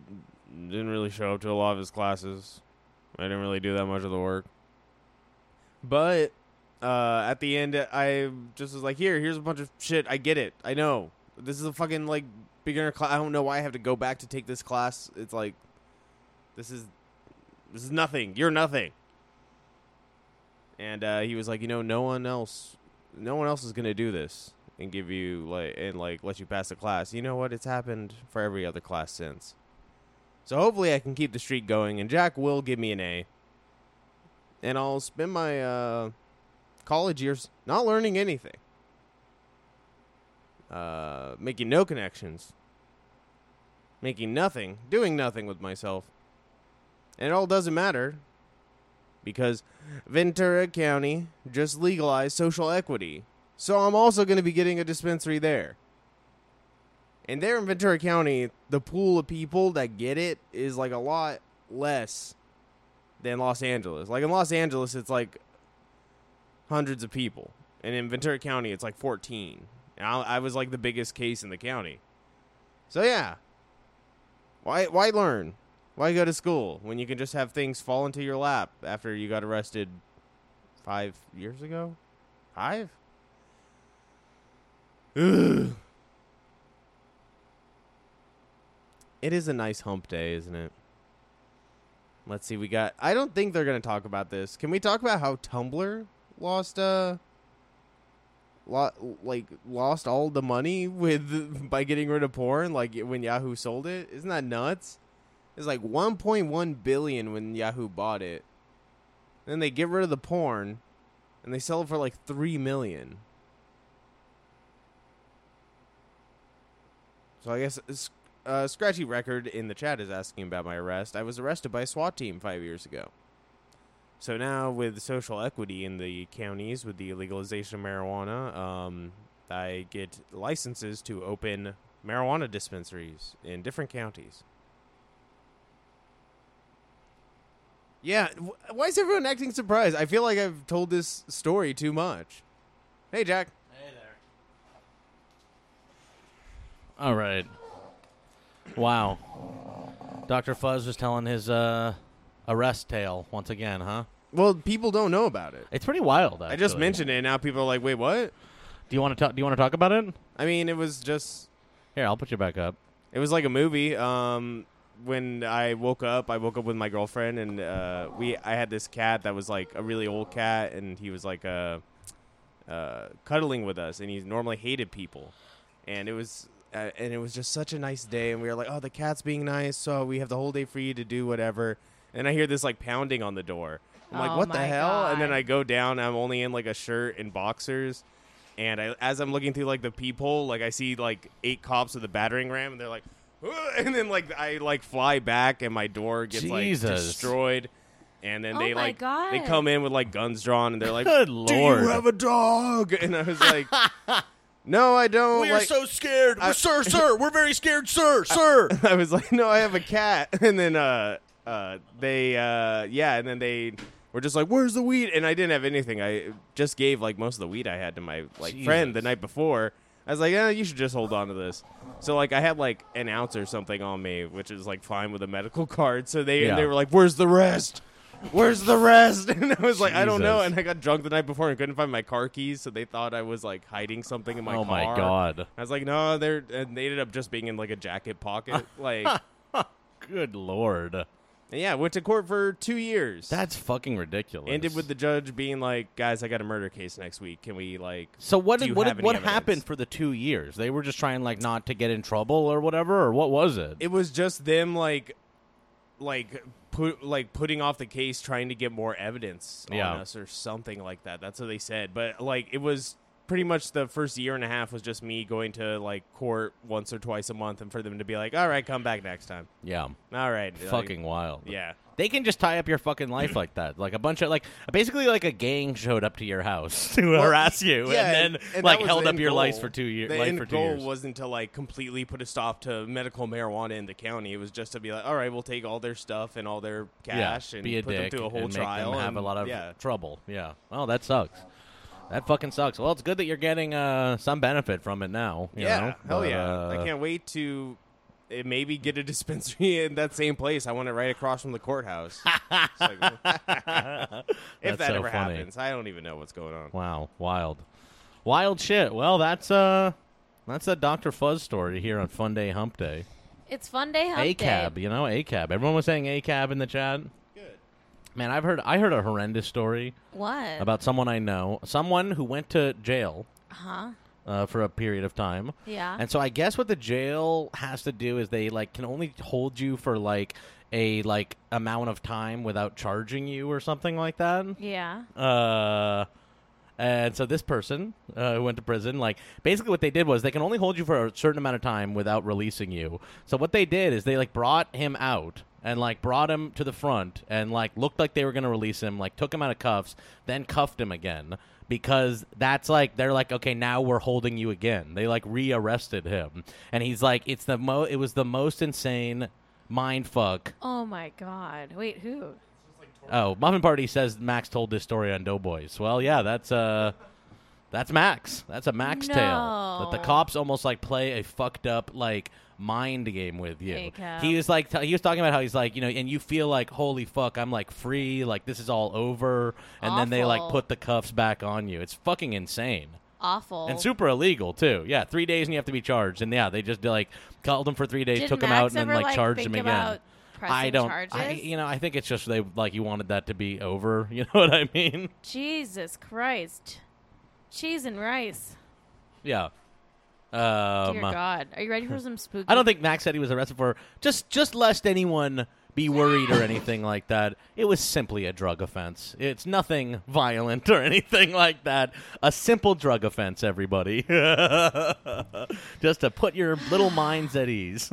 S4: didn't really show up to a lot of his classes. I didn't really do that much of the work, but uh, at the end, I just was like, "Here, here's a bunch of shit. I get it. I know this is a fucking like beginner class. I don't know why I have to go back to take this class. It's like, this is this is nothing. You're nothing." And uh, he was like, "You know, no one else, no one else is gonna do this and give you like and like let you pass the class. You know what? It's happened for every other class since." So hopefully I can keep the streak going, and Jack will give me an A. And I'll spend my uh, college years not learning anything, uh, making no connections, making nothing, doing nothing with myself. And it all doesn't matter because Ventura County just legalized social equity. So I'm also going to be getting a dispensary there. And there in Ventura County, the pool of people that get it is like a lot less than Los Angeles. Like in Los Angeles, it's like hundreds of people, and in Ventura County, it's like 14. And I, I was like the biggest case in the county. So yeah, why why learn? Why go to school when you can just have things fall into your lap after you got arrested five years ago? Five? Ugh. It is a nice hump day, isn't it? Let's see, we got. I don't think they're going to talk about this. Can we talk about how Tumblr lost, uh, lo- like lost all the money with by getting rid of porn? Like when Yahoo sold it, isn't that nuts? It's like 1.1 billion when Yahoo bought it. Then they get rid of the porn, and they sell it for like three million. So I guess it's uh, Scratchy Record in the chat is asking about my arrest. I was arrested by a SWAT team five years ago. So now, with social equity in the counties, with the legalization of marijuana, um, I get licenses to open marijuana dispensaries in different counties. Yeah, wh- why is everyone acting surprised? I feel like I've told this story too much. Hey, Jack.
S2: All right. Wow. Dr. Fuzz was telling his uh, arrest tale once again, huh?
S4: Well, people don't know about it.
S2: It's pretty wild.
S4: I just
S2: actually.
S4: mentioned it, and now people are like, wait, what?
S2: Do you want to talk? Do you want to talk about it?
S4: I mean, it was just
S2: Here, I'll put you back up.
S4: It was like a movie. Um, when I woke up, I woke up with my girlfriend, and uh, we I had this cat that was like a really old cat, and he was like uh, uh, cuddling with us, and he normally hated people, and it was. Uh, and it was just such a nice day, and we were like, "Oh, the cat's being nice, so we have the whole day for you to do whatever." And I hear this like pounding on the door. I'm like,
S1: Oh
S4: "What the
S1: my
S4: hell?" And then
S1: God.
S4: I go down. I'm only in like a shirt and boxers, and I, as I'm looking through like the peephole, like I see like eight cops with a battering ram, and they're like, "Ugh," and then like I like fly back, and my door gets like
S2: Jesus.
S4: destroyed, and then
S1: Oh
S4: they
S1: my
S4: like
S1: God.
S4: they come in with like guns drawn, and they're like,
S2: Good
S4: "Do
S2: Lord.
S4: you have a dog?" And I was like, "No, I don't." like,
S2: scared,
S4: I-
S2: sir, sir. We're very scared, sir, sir.
S4: I was like, no, I have a cat. And then uh, uh, they, uh, yeah, and then they were just like, where's the weed? And I didn't have anything. I just gave like most of the weed I had to my like friend the
S2: Jesus.
S4: night before. I was like, eh, you should just hold on to this. So like, I had like an ounce or something on me, which is like fine with a medical card. So they
S2: Yeah.
S4: and they were like, where's the rest? Where's the rest? And I was like, I don't know.
S2: Jesus.
S4: And I got drunk the night before and couldn't find my car keys, so they thought I was like hiding something in my
S2: oh
S4: car.
S2: my God.
S4: I was like, no, they're and they ended up just being in like a jacket pocket. like
S2: Good Lord.
S4: and yeah, went to court for two years.
S2: That's fucking ridiculous.
S4: ended with the judge being like, guys, I got a murder case next week. Can we like
S2: So what
S4: Do
S2: did,
S4: you
S2: what
S4: have
S2: did, what
S4: any
S2: happened
S4: evidence?
S2: for the two years? They were just trying like not to get in trouble or whatever, or what was it?
S4: it was just them like like put like putting off the case trying to get more evidence
S2: Yeah.
S4: on us or something like that. That's what they said. But like it was pretty much the first year and a half was just me going to like court once or twice a month, and for them to be like, "All right, come back next time."
S2: Yeah.
S4: All right, like,
S2: Fucking wild.
S4: yeah.
S2: They can just tie up your fucking life like that. Like a bunch of like basically like a gang showed up to your house to harass you
S4: Yeah,
S2: and then
S4: that
S2: like
S4: was
S2: held
S4: the
S2: up
S4: end
S2: your life
S4: goal.
S2: for two years.
S4: The
S2: Life
S4: end
S2: for two
S4: goal
S2: years.
S4: wasn't to like completely put a stop to medical marijuana in the county. It was just to be like, all right, we'll take all their stuff and all their cash and
S2: be a
S4: put them
S2: dick
S4: through a whole
S2: and make
S4: trial
S2: them have
S4: and,
S2: a lot of
S4: yeah.
S2: trouble. Yeah. Oh, that sucks. That fucking sucks. Well, it's good that you're getting uh, some benefit from it now. you
S4: yeah,
S2: know?
S4: hell
S2: But,
S4: yeah!
S2: uh,
S4: I can't wait to uh, maybe get a dispensary in that same place. I want it right across from the courthouse. It's like, if
S2: That's
S4: that
S2: so
S4: ever
S2: funny.
S4: happens, I don't even know what's going on.
S2: Wow, wild, wild shit. Well, that's uh, that's a Doctor Fuzz story here on Fun Day Hump Day.
S1: It's fun day hump
S2: A cab,
S1: day.
S2: you know, a cab. Everyone was saying a cab in the chat.
S4: Good.
S2: Man, I've heard I heard a horrendous story
S1: What?
S2: about someone I know, someone who went to jail
S1: huh?
S2: uh, for a period of time.
S1: Yeah.
S2: And so I guess what the jail has to do is they like can only hold you for like a like amount of time without charging you or something like that.
S1: yeah.
S2: Uh, and so this person uh, who went to prison, like basically what they did was they can only hold you for a certain amount of time without releasing you. So what they did is they like brought him out and like brought him to the front and like looked like they were gonna release him, like took him out of cuffs, then cuffed him again because that's like they're like okay now we're holding you again. They like rearrested him and he's like it's the mo it was the most insane mind fuck
S1: Oh my god. Wait, who?
S2: Oh, Muffin Party says Max told this story on Doughboys. Well, yeah, that's uh that's Max. That's a Max tale. That the
S1: No.
S2: cops almost like play a fucked up like mind game with you.
S1: Hey, Cap.
S2: He was like t- he was talking about how he's like, you know, and you feel like holy fuck, I'm like free, like this is all over, and then they like
S1: Awful.
S2: put the cuffs back on you. It's fucking insane.
S1: Awful.
S2: And super illegal too. Yeah, three days and you have to be charged. And yeah, they just like called him for three days,
S1: Did
S2: took him
S1: Max
S2: out, and then
S1: ever,
S2: like,
S1: like,
S2: charged
S1: think
S2: him again.
S1: about pressing
S2: I don't. I,
S1: charges?
S2: you know, I think it's just they like you wanted that to be over. You know what I mean?
S1: Jesus Christ. Cheese and rice.
S2: Yeah.
S1: Dear
S2: Um,
S1: God. Are you ready for some spooky?
S2: I don't think Max said he was arrested for just just lest anyone be worried or anything like that. It was simply a drug offense. It's nothing violent or anything like that. A simple drug offense, everybody. just to put your little minds at ease.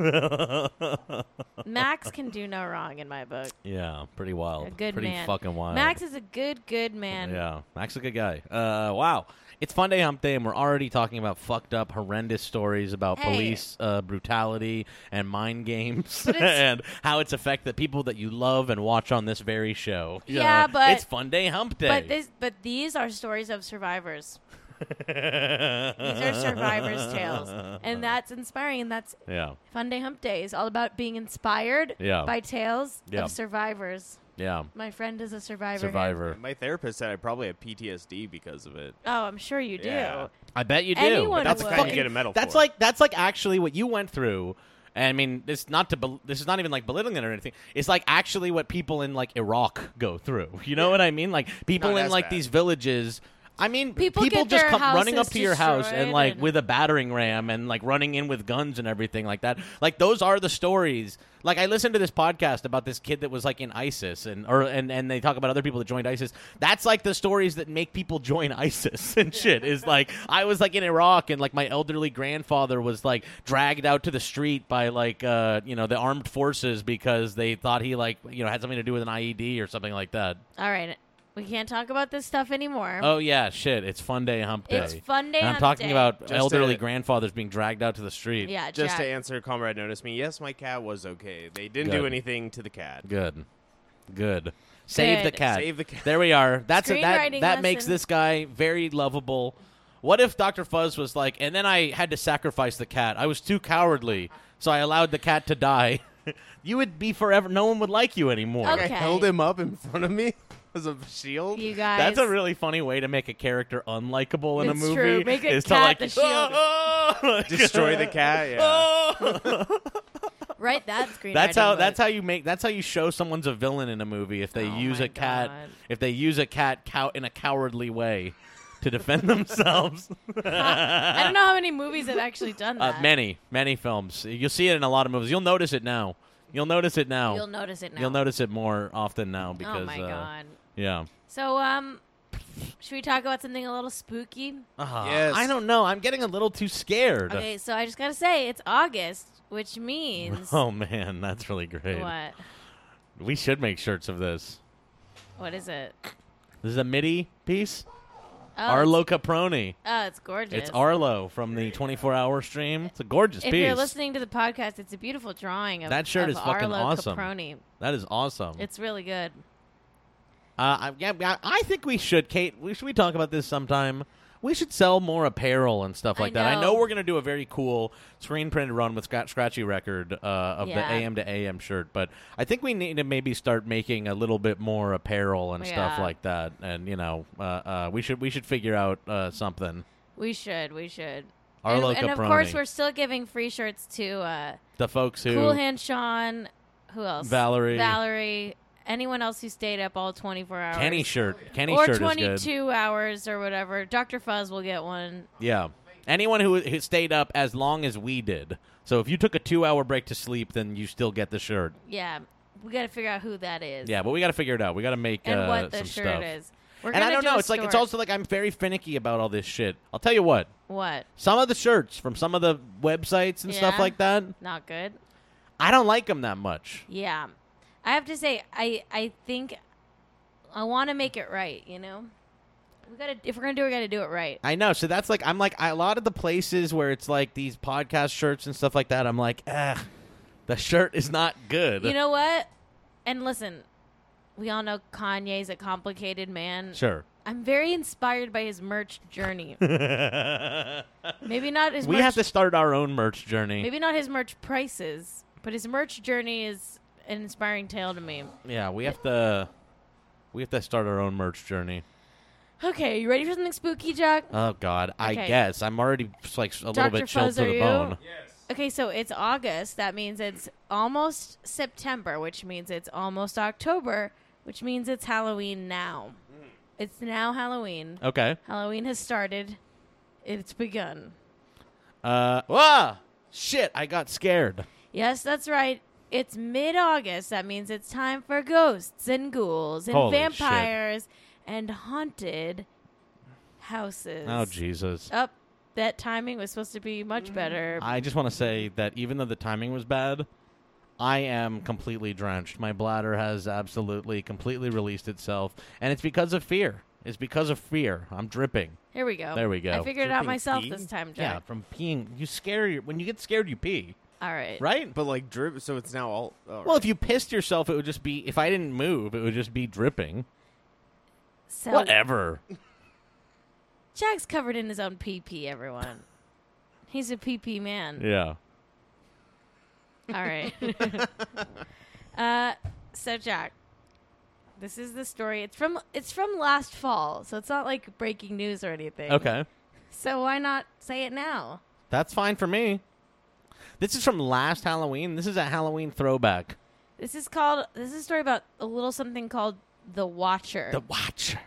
S1: Max can do no wrong in my book.
S2: yeah, pretty wild.
S1: A good
S2: pretty
S1: man.
S2: fucking wild.
S1: Max is a good, good man.
S2: Yeah, Max is a good guy. Uh, wow. It's Fun Day Hump Day, and we're already talking about fucked up, horrendous stories about
S1: Hey.
S2: police uh, brutality and mind games
S1: But it's-
S2: and how it's affect the people that you love and watch on this very show.
S1: Yeah, but-
S2: It's Fun Day Hump Day.
S1: But this, but these are stories of survivors. These are survivors' tales, and that's inspiring. And that's
S2: Yeah,
S1: Fun Day Hump Day is all about being inspired
S2: Yeah.
S1: by tales
S2: Yeah.
S1: of survivors.
S2: yeah.
S1: My friend is a survivor. here.
S2: Survivor.
S4: My therapist said I probably have PTSD because of it.
S1: Oh, I'm sure you do.
S4: Yeah.
S2: I bet you do.
S1: Anyone
S2: that's
S1: would.
S2: fucking-
S1: You get
S4: a medal
S2: That's
S4: for it.
S2: like that's like actually what you went through. And I mean, it's not to bel this is not even like belittling it or anything. It's like actually what people in like Iraq go through. You know what I mean? Like people
S4: Not
S2: in
S4: as
S2: like
S4: bad.
S2: these villages. I mean,
S1: People get
S2: just
S1: their
S2: come running up
S1: houses
S2: to your house and
S1: destroyed
S2: like
S1: and-
S2: with a battering ram and like running in with guns and everything like that. Like those are the stories. Like I listened to this podcast about this kid that was like in ISIS and or and and they talk about other people that joined ISIS. That's like the stories that make people join ISIS and shit. Is like I was like in Iraq and like my elderly grandfather was like dragged out to the street by like uh you know the armed forces because they thought he like you know had something to do with an IED or something like that.
S1: All right, we can't talk about this stuff anymore.
S2: Oh yeah, shit! It's fun day hump day.
S1: It's fun day
S2: And I'm
S1: hump
S2: talking
S1: day.
S2: about
S4: Just
S2: elderly
S4: to-
S2: grandfathers being dragged out to the street.
S1: yeah, Jack.
S4: Just to answer, comrade noticed me. Yes, my cat was okay. They didn't
S2: Good.
S4: do anything to the cat.
S2: Good. Good. Save the
S1: Good.
S2: cat.
S4: Save the cat.
S2: There we are. That's a, that.
S1: Screenwriting
S2: That makes
S1: lesson.
S2: this guy very lovable. What if Dr. Fuzz was like, and then I had to sacrifice the cat. I was too cowardly, so I allowed the cat to die. you would be forever. No one would like you anymore.
S1: Okay.
S4: I held him up in front of me as a shield.
S1: you guys.
S2: That's a really funny way to make a character unlikable in a
S1: It's
S2: movie.
S1: true. Make a
S2: is to
S1: cat
S2: like
S1: the shield.
S4: Destroy the cat.
S1: Oh.
S4: Yeah.
S1: right. That screen.
S2: That's how. That's how you make. That's how you show someone's a villain in a movie if they
S1: Oh
S2: use
S1: my
S2: a cat.
S1: God.
S2: If they use a cat cow in a cowardly way to defend themselves.
S1: I don't know how many movies have actually done
S2: Uh,
S1: that.
S2: many, many films. You'll see it in a lot of movies. You'll notice it now. You'll notice it now.
S1: You'll notice it now.
S2: uh, You'll notice it more often now because.
S1: oh my
S2: uh,
S1: god.
S2: Yeah.
S1: So um, Should we talk about something a little spooky?
S2: Uh,
S4: Yes.
S2: I don't know. I'm getting a little too scared.
S1: Okay, so I just gotta say it's August, which means
S2: Oh man, that's really great.
S1: what?
S2: We should make shirts of this.
S1: What is it?
S2: This is a MIDI piece.
S1: Oh,
S2: Arlo Caproni.
S1: It's, oh, it's gorgeous.
S2: It's Arlo from the 24-hour stream. It's a gorgeous
S1: If
S2: piece.
S1: you're listening to the podcast, it's a beautiful drawing of
S2: That shirt
S1: of
S2: is fucking
S1: Arlo
S2: awesome.
S1: Caproni.
S2: That is awesome.
S1: It's really good.
S2: Uh, I, yeah, I- I think we should, Kate. We, should we talk about this sometime? We should sell more apparel and stuff
S1: I
S2: like that. I
S1: know.
S2: know we're gonna do a very cool screen printed run with Scratch, Scratchy Record uh, of the
S1: Yeah.
S2: AM to AM shirt, but I think we need to maybe start making a little bit more apparel and stuff
S1: Yeah.
S2: like that. And you know, uh, uh, we should we should figure out uh, something.
S1: We should. We should.
S2: Arlo
S1: and, and of
S2: Caproni.
S1: course, we're still giving free shirts to uh,
S2: The folks who
S1: Cool Hand Sean. Who else?
S2: Valerie.
S1: Valerie. Anyone else who stayed up all 24 hours?
S2: Kenny shirt, Kenny
S1: or
S2: shirt is good.
S1: 22 hours or whatever. Dr. Fuzz will get one.
S2: Yeah. Anyone who, who stayed up as long as we did. So if you took a two hour break to sleep, then you still get the shirt.
S1: Yeah. We got to figure out who that is.
S2: Yeah, but we got to figure it out. We got to make
S1: And
S2: uh,
S1: what the
S2: some
S1: shirt
S2: stuff.
S1: is. We're
S2: and I
S1: gonna
S2: don't
S1: do
S2: know.
S1: a
S2: It's like it's
S1: store.
S2: also like I'm very finicky about all this shit. I'll tell you what.
S1: What?
S2: Some of the shirts from some of the websites and stuff
S1: Yeah.
S2: like that,
S1: Not good?
S2: I don't like them that much.
S1: Yeah. I have to say, I, I think I want to make it right, you know? We gotta, if we're going to do it, we got to do it right.
S2: I know. So that's like I'm like I, a lot of the places where it's like these podcast shirts and stuff like that. I'm like, ah, the shirt is not good.
S1: You know what? And listen, we all know Kanye's a complicated man.
S2: sure.
S1: I'm very inspired by his merch journey. maybe not his
S2: we
S1: merch
S2: have to start our own merch journey.
S1: Maybe not his merch prices, but his merch journey is an inspiring tale to me.
S2: Yeah, we have to we have to start our own merch journey.
S1: Okay, you ready for something spooky, Jack?
S2: Oh God, I
S1: Okay.
S2: guess I'm already just, like a little
S1: Dr.
S2: bit chilled
S1: Fuzz,
S2: to
S1: are
S2: the
S1: you?
S2: bone.
S1: Okay, so it's August. That means it's almost September, which means it's almost October, which means it's Halloween now.
S2: Mm.
S1: It's now Halloween.
S2: Okay.
S1: Halloween has started. It's begun.
S2: Uh, wah! Shit, I got scared.
S1: Yes, that's right. It's mid August. That means it's time for ghosts and ghouls and
S2: Holy shit.
S1: vampires and haunted houses.
S2: Oh Jesus.
S1: Up. that timing was supposed to be much better.
S2: I just want to say that even though the timing was bad, I am completely drenched. My bladder has absolutely completely released itself, and it's because of fear. It's because of fear. I'm dripping.
S1: Here we go.
S2: There we go.
S1: I figured it out
S4: Dripping
S1: myself
S4: pee?
S1: this time,
S2: Yeah,
S1: Jack.
S2: from peeing. You scare your, when you get scared, you pee,
S1: All right.
S2: right?
S4: But like drip, so it's now all. all
S2: Well,
S4: right.
S2: if you pissed yourself, it would just be. If I didn't move, it would just be dripping.
S1: So
S2: Whatever.
S1: Jack's covered in his own pee pee, everyone. He's a pee pee man.
S2: Yeah.
S1: All right. uh, so Jack, this is the story. It's from it's from last fall, so it's not like breaking news or anything.
S2: Okay.
S1: So why not say it now?
S2: That's fine for me. This is from last Halloween. This is a Halloween throwback.
S1: This is called this is a story about a little something called the Watcher.
S2: The Watcher.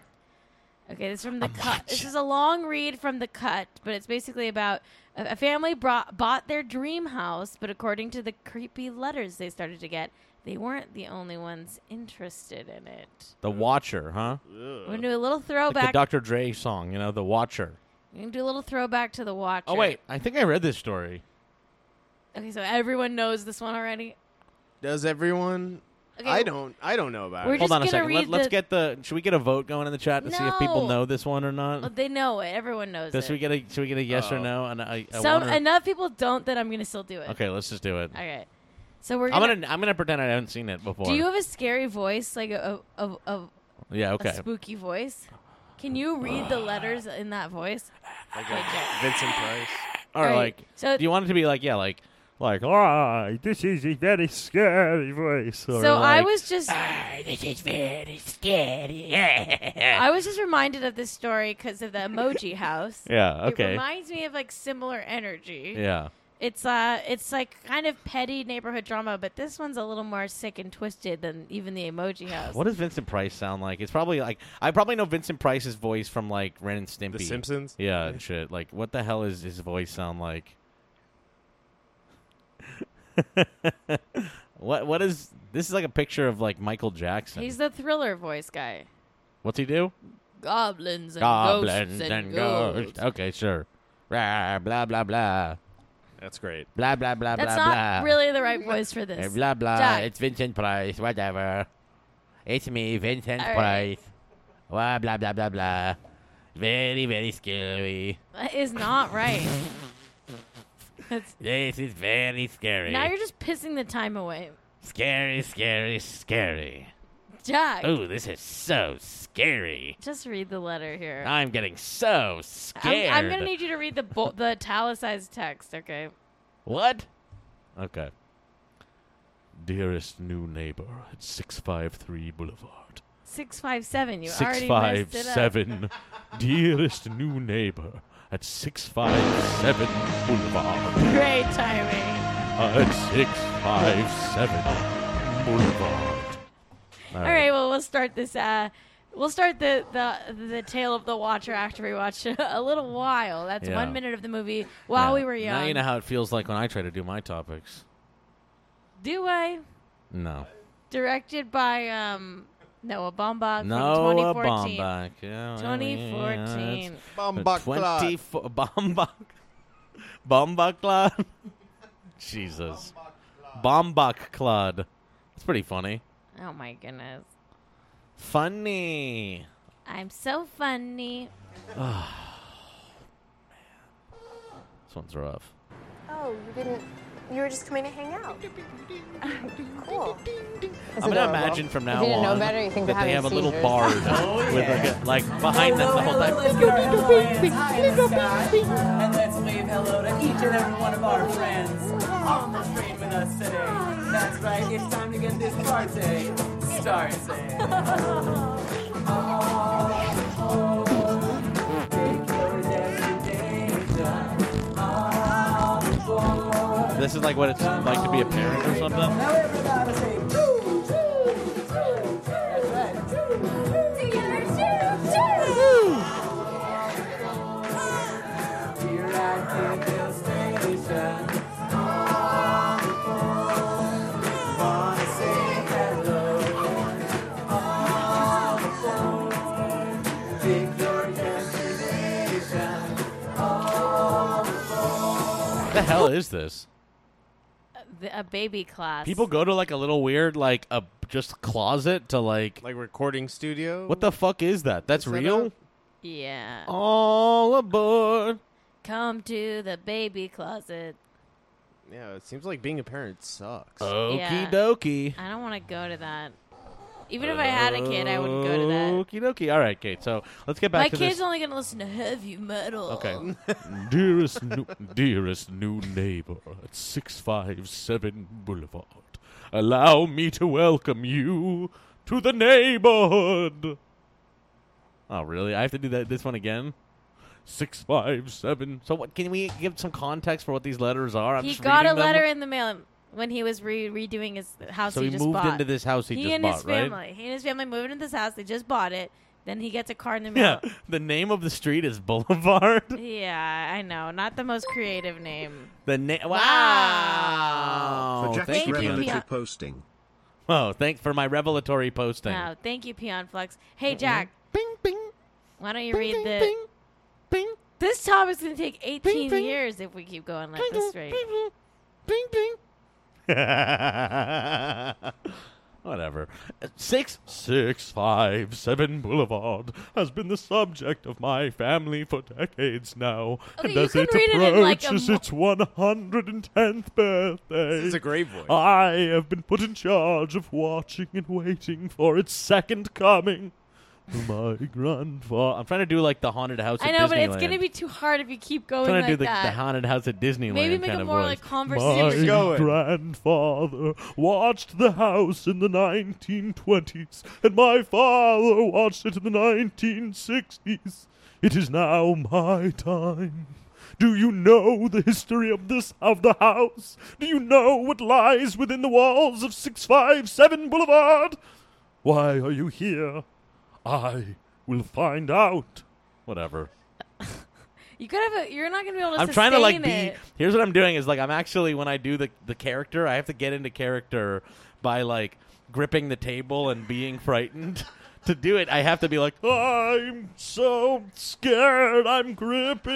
S1: Okay, this is from the
S2: A
S1: cut. This
S2: watch.
S1: is a long read from the cut, but it's basically about a, a family brought, bought their dream house, but according to the creepy letters they started to get, they weren't the only ones interested in it.
S2: The Watcher, huh?
S1: We're gonna do a little
S2: Like the
S1: throwback.
S2: Dr. Dre song, you know, The Watcher.
S1: We're gonna do a little throwback to the watch.
S2: Oh wait, I think I read this story.
S1: Okay, so everyone knows this one already.
S4: does everyone?
S1: Okay,
S4: I don't. I don't know about
S1: We're
S4: it.
S1: just
S2: Hold on a
S1: gonna
S2: second. Let,
S1: read
S2: us
S1: the-
S2: get the. Should we get a vote going in the chat to see if people
S1: No.
S2: know this one or not?
S1: Well, they know it. Everyone knows
S2: Does
S1: it.
S2: we get a? Should we get a yes or
S4: Oh.
S2: no? And I. I
S1: Some
S2: wanna-
S1: enough people don't that I'm gonna still do it.
S2: okay, let's just do it.
S1: All right. So we're
S2: I'm
S1: gonna.
S2: gonna. I'm gonna pretend I haven't seen it before.
S1: do you have a scary voice, like a a, a, a
S2: yeah.
S1: a
S2: Okay.
S1: spooky voice. Can you read the letters in that voice?
S4: Like
S1: Okay,
S4: a
S1: Jack.
S4: Vincent Price.
S2: or
S1: Right.
S2: like.
S1: So-
S2: do you want it to be like yeah, like like ah, this is a very scary voice. Or
S1: So I
S2: like,
S1: was just
S2: This is very scary.
S1: I was just reminded of this story because of the emoji house.
S2: yeah.
S1: It
S2: Okay.
S1: reminds me of like similar energy.
S2: Yeah.
S1: It's uh it's like kind of petty neighborhood drama, but this one's a little more sick and twisted than even the emoji house.
S2: What does Vincent Price sound like? It's probably like I probably know Vincent Price's voice from like Ren and Stimpy.
S4: The Simpsons.
S2: Yeah, and shit. Like, what the hell is his voice sound like? what What is this? Is like a picture of like Michael Jackson.
S1: He's the thriller voice guy.
S2: What's he do?
S5: goblins and
S2: Goblins
S5: ghosts
S2: and
S5: and,
S2: ghosts.
S5: ghouls.
S2: Okay, sure. Rah, blah blah blah.
S4: That's great.
S2: Blah blah blah
S1: That's
S2: blah
S1: not
S2: blah.
S1: really the right voice for
S2: Eh,
S1: this.
S2: Blah blah.
S1: Jack.
S2: It's Vincent Price. Whatever. It's me, Vincent
S1: All right.
S2: Price. Blah blah blah blah blah. Very very scary.
S1: That is not right. That's,
S2: This is very scary.
S1: now you're just pissing the time away.
S2: scary, scary, scary.
S1: Jack,
S2: Ooh, this is so scary.
S1: just read the letter here.
S2: I'm getting so scared.
S1: I'm, I'm gonna need you to read the bo- the italicized text, okay?
S2: What? Okay. Dearest new neighbor at 653 Boulevard.
S1: Six five seven. You already messed it up.
S2: 657. Dearest new neighbor at 657 Boulevard.
S1: Great timing.
S2: At 657 Boulevard.
S1: All right, well we'll start this. Uh, we'll start the the the tale of the Watcher after we watch a little while. That's
S2: Yeah.
S1: one minute of the movie while we were young.
S2: Now you know how it feels like when I try to do my topics.
S1: Do I?
S2: No.
S1: Directed by um Noah Baumbach from
S2: No, a
S1: 2014.
S2: Bombach. Yeah, well, yeah, yeah, that's-
S1: 2014.
S4: Bombakla.
S2: 24 Bombach. Bombach Clod. Jesus. Bombach Clod. It's pretty funny.
S1: Oh my goodness.
S2: Funny.
S1: I'm so funny.
S2: This one's rough.
S6: Oh, you didn't. You were just coming to hang out. cool.
S2: I'm gonna imagine from now
S7: If you didn't know
S2: on
S7: better, you think
S2: that
S7: we're
S2: they have
S7: having
S2: a little
S7: seizures. Oh,
S2: bar with like, a- like behind them the whole time.
S8: And let's wave hello to each and every one of our friends off the train with us today. That's right, it's time to get this party started. Oh, oh,
S2: This is like what it's like to be a parent or something.
S8: Now everybody say, "Choo, choo, choo, choo." That's right. Here at Hill Station. Wanna say hello. All aboard. Take your destination.
S2: The hell is this?
S1: The, a baby class.
S2: People go to like a little weird like a just closet to like
S4: Like recording studio.
S2: what the fuck is that? That's
S4: Set
S2: real.
S4: up.
S1: Yeah.
S2: All aboard.
S1: Come to the baby closet.
S4: Yeah, it seems like being a parent sucks.
S2: Okie
S1: Yeah.
S2: dokie.
S1: I don't want to go to that. Even if I had a kid, I wouldn't go to that.
S2: Okie dokie. All right, Kate. So let's get Oh, back
S1: My
S2: to
S1: kid's
S2: this.
S1: only gonna listen to heavy metal.
S2: okay. dearest, new, dearest new neighbor at six five seven Boulevard, allow me to welcome you to the neighborhood. Oh, really? I have to do that. This one again. Six five seven. So, what? Can we give some context for what these letters are? I'm
S1: He
S2: just
S1: got a
S2: reading them.
S1: letter in the mail when he was re- redoing his house.
S2: So
S1: he,
S2: he
S1: just
S2: moved
S1: bought.
S2: into this house he just
S1: and
S2: bought,
S1: his
S2: right?
S1: family. He and his family moved into this house. They just bought it. Then he gets a car in the
S2: Yeah.
S1: mail.
S2: The name of the street is Boulevard.
S1: Yeah, I know. Not the most creative name.
S2: The na-
S1: Wow.
S2: wow.
S9: For Jack's
S1: thank you, Pia.
S9: revelatory posting.
S2: Oh, thanks for my revelatory posting.
S1: Wow. Oh, Thank you, Peon Flux. Hey, Jack.
S2: Mm-hmm. Bing bing.
S1: Why don't you
S2: bing,
S1: read
S2: bing,
S1: the?
S2: bing bing
S1: This topic's gonna take 18
S2: Bing, bing.
S1: years if we keep going like
S2: bing
S1: this
S2: bing
S1: rate.
S2: bing bing bing. Whatever. Six six five seven Boulevard has been the subject of my family for decades now,
S1: Okay,
S2: and
S1: you
S2: as
S1: can
S2: it
S1: read it in, like, a
S2: approaches
S1: mo-
S2: its one hundred and tenth birthday,
S4: This is a great voice.
S2: I have been put in charge of watching and waiting for its second coming. My grandfather. I'm trying to do like the haunted house.
S1: I
S2: at
S1: know, but it's
S2: Disneyland.
S1: gonna be too hard if you keep
S2: I'm
S1: going
S2: trying
S1: like
S2: to do the,
S1: that.
S2: the haunted house at Disneyland.
S1: Maybe make
S2: kind
S1: it
S2: of
S1: more
S2: voice.
S1: like
S4: Keep
S1: conversation.
S2: My
S4: going.
S2: grandfather watched the house in the 1920s, and my father watched it in the 1960s. It is now my time. Do you know the history of this of the house? Do you know what lies within the walls of 657 Boulevard? Why are you here? I will find out. Whatever.
S1: You could have. A, you're not gonna be able to.
S2: I'm trying to like
S1: sustain
S2: be.
S1: it.
S2: Here's what I'm doing is like I'm actually when I do the the character, I have to get into character by like gripping the table and being frightened to do it, I have to be like, I'm so scared, I'm gripping.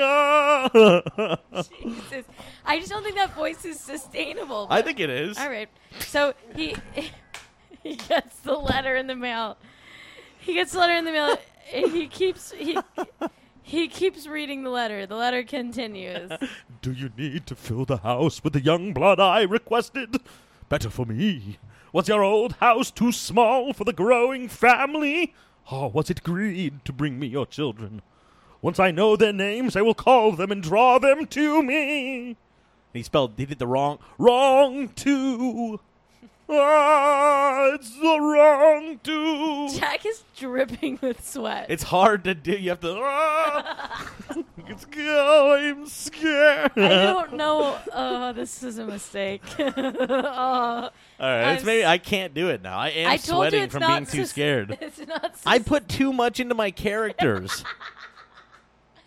S2: ah."
S1: Jesus. I just don't think that voice is sustainable.
S2: I think it is.
S1: All right. So he he gets the letter in the mail. He gets the letter in the mail. and he keeps he he keeps reading the letter. The letter continues.
S2: Do you need to fill the house with the young blood I requested? Better for me. Was your old house too small for the growing family? Or was it greed to bring me your children? Once I know their names, I will call them and draw them to me. He spelled, he did the wrong, wrong two. Ah, it's the wrong two.
S1: Jack is dripping with sweat.
S2: It's hard to do. You have to. Ah, it's, oh, I'm scared.
S1: I don't know. Oh, this is a mistake. oh,
S2: All right, it's
S1: I'm
S2: maybe
S1: s-
S2: I can't do it now. I am
S1: I told
S2: sweating
S1: you it's
S2: from
S1: not
S2: being too
S1: sus-
S2: scared.
S1: It's not. Sus-
S2: I put too much into my characters.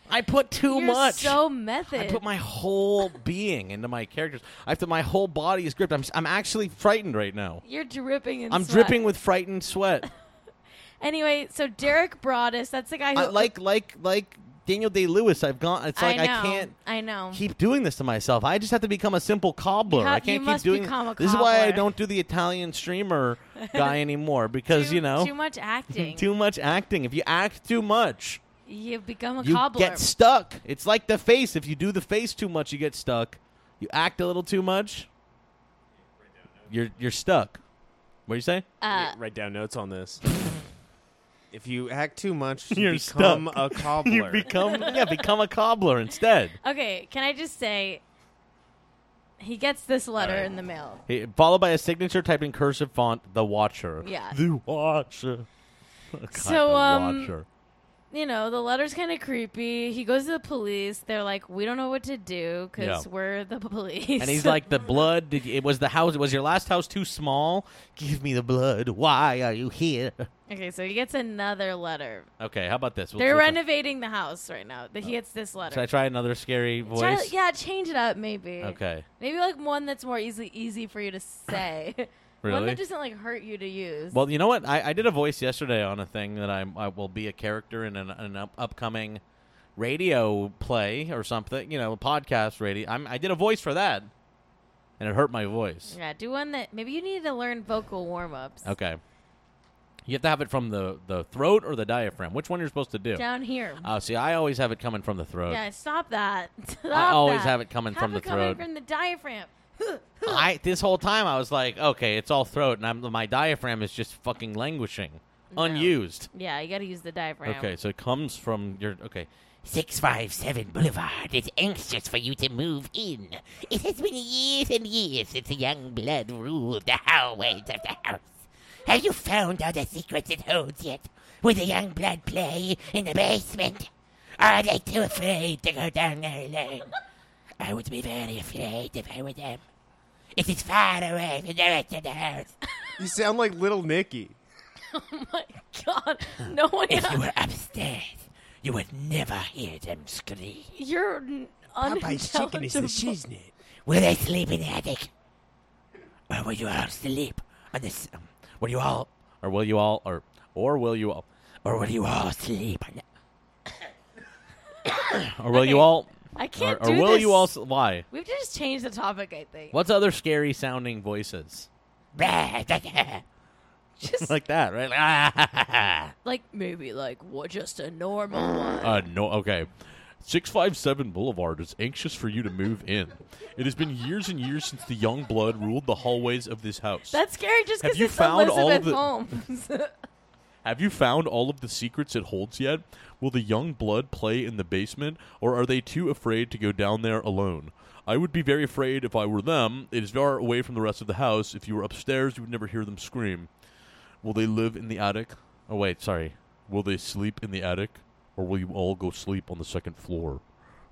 S2: I put too
S1: You're
S2: much.
S1: So method.
S2: I put my whole being into my characters. I have to. My whole body is gripped. I'm. s- I'm actually frightened right now.
S1: You're dripping in.
S2: I'm
S1: sweat.
S2: dripping with frightened sweat.
S1: Anyway, so Derek Broadus. That's the guy who
S2: I, like like like Daniel Day Lewis. I've gone. It's like
S1: I,
S2: I,
S1: know,
S2: can't
S1: I know.
S2: keep doing this to myself. I just have to become a simple cobbler.
S1: You ha-
S2: I can't
S1: you
S2: keep
S1: must
S2: doing.
S1: become a
S2: this is why I
S1: cobbler.
S2: don't do the Italian streamer guy anymore because
S1: too,
S2: you know
S1: too much acting.
S2: too much acting. If you act too much,
S1: you become a
S2: you
S1: cobbler.
S2: get stuck. It's like the face. If you do the face too much, you get stuck. You act a little too much, you're you're stuck. What do you say?
S1: uh,
S4: write down notes on this. if you act too much, you
S2: You're
S4: become
S2: stuck.
S4: a cobbler.
S2: You become yeah, become a cobbler instead.
S1: okay, can I just say? He gets this letter in the mail.
S2: Hey, Followed by a signature typed in cursive font, the Watcher.
S1: Yeah.
S2: the Watcher. God,
S1: So,
S2: The
S1: um,
S2: Watcher.
S1: you know, the letter's kind of creepy. He goes to the police. They're like, we don't know what to do because
S2: Yeah.
S1: we're the police.
S2: and he's like, the blood. Did you, it was the house. Was your last house too small? Give me the blood. Why are you here?
S1: okay, so he gets another letter.
S2: Okay, how about this? We'll
S1: They're
S2: switch up.
S1: renovating the house right now. That he gets this
S2: Should I
S1: letter.
S2: try another scary voice?
S1: Try- yeah, change it up maybe.
S2: Okay.
S1: Maybe like one that's more easily easy for you to say. One
S2: Really?
S1: that doesn't like hurt you to use.
S2: Well, you know what? I, I did a voice yesterday on a thing that I'm, I will be a character in an, an up- upcoming radio play or something. You know, a podcast radio. I'm, I did a voice for that, and it hurt my voice.
S1: yeah, do one that maybe you need to learn vocal warm ups.
S2: Okay. You have to have it from the, the throat or the diaphragm. Which one you're supposed to do?
S1: Down here.
S2: Oh, see, I always have it coming from the throat.
S1: yeah, stop that. Stop
S2: I always
S1: that.
S2: have it coming
S1: Have
S2: from
S1: it
S2: the
S1: coming
S2: throat.
S1: from the diaphragm.
S2: I this whole time I was like, okay, it's all throat, and I'm, my diaphragm is just fucking languishing, unused.
S1: Yeah, you got to use the diaphragm.
S2: Okay, so it comes from your okay.
S5: 657 Boulevard is anxious for you to move in. It has been years and years since the young blood ruled the hallways of the house. Have you found all the secrets it holds yet? Will the young blood play in the basement? Are they too afraid to go down there alone? I would be very afraid if I were them. It is far away from the rest of the house.
S4: You sound like Little Nicky.
S1: Oh my god. No one.
S5: If you were upstairs, you would never hear them scream.
S1: You're n- unintelligible.
S5: Will they sleep in the attic? Or will you all sleep on this? Um, will you all?
S2: Or will you all? Or or will you all?
S5: Or will you all sleep on the?
S2: Or will you all?
S1: I
S2: Or,
S1: can't
S2: or
S1: do
S2: will
S1: this.
S2: you all? s- Why?
S1: We have to just change the topic, I think.
S2: What's other scary sounding voices
S1: Just like,
S2: like that? Right? Like,
S1: maybe like what just a normal one.
S2: Uh, no, okay. 657 Boulevard is anxious for you to move in. It has been years and years since the young blood ruled the hallways of this house.
S1: That's scary just
S2: Have
S1: because
S2: you
S1: it's
S2: found all of
S1: Elizabeth Holmes.
S2: Have you found all of the secrets it holds yet? Will the young blood play in the basement, or are they too afraid to go down there alone? I would be very afraid if I were them. It is far away from the rest of the house. If you were upstairs, you would never hear them scream. Will they live in the attic? Oh, wait, sorry. Will they sleep in the attic, or will you all go sleep on the second floor?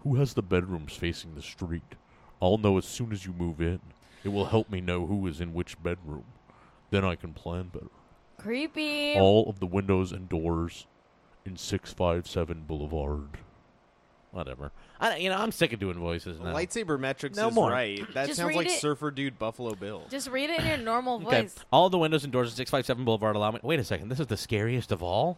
S2: Who has the bedrooms facing the street? I'll know as soon as you move in. It will help me know who is in which bedroom. Then I can plan better
S1: Creepy.
S2: all of the windows and doors in 657 Boulevard Whatever. I, you know, I'm sick of doing voices now.
S4: Lightsaber metrics
S2: No
S4: is
S2: more.
S4: right. That
S1: Just
S4: sounds
S1: read
S4: like
S1: it.
S4: Surfer Dude Buffalo Bill.
S1: Just read it in your normal
S2: Okay.
S1: voice.
S2: All the windows and doors at 657 Boulevard allow me. Wait a second. This is the scariest of all.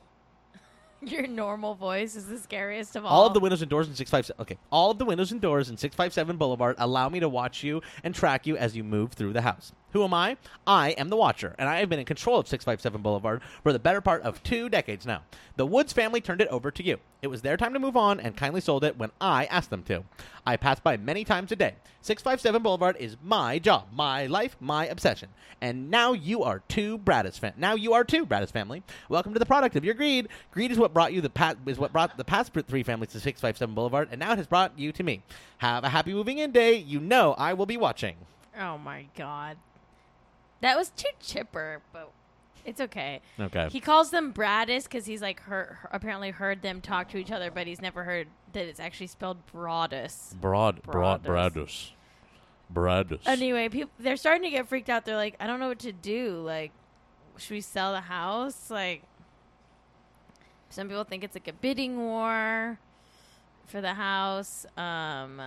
S1: Your normal voice is the scariest of all.
S2: All of the windows and doors in 657. Okay. All of the windows and doors in 657 Boulevard allow me to watch you and track you as you move through the house. Who am I? I am the Watcher, and I have been in control of 657 Boulevard for the better part of two decades now. The Woods family turned it over to you. It was their time to move on and kindly sold it when I asked them to. I pass by many times a day. 657 Boulevard is my job, my life, my obsession. And now you are two Bratis fam- now you are two Bratis family. Welcome to the product of your greed. Greed is what brought you the pat is what brought the past three families to 657 Boulevard and now it has brought you to me. Have a happy moving in day. You know I will be watching.
S1: oh my god, that was too chipper, but it's okay.
S2: Okay.
S1: He calls them Bradis because he's like heard, apparently heard them talk to each other, but he's never heard that it's actually spelled Broadus.
S2: Broad
S1: broad-
S2: Bradus.
S1: Bradus.
S2: Bradus.
S1: Anyway, people they're starting to get freaked out. They're like, I don't know what to do. Like, should we sell the house? Like, some people think it's like a bidding war for the house. Um,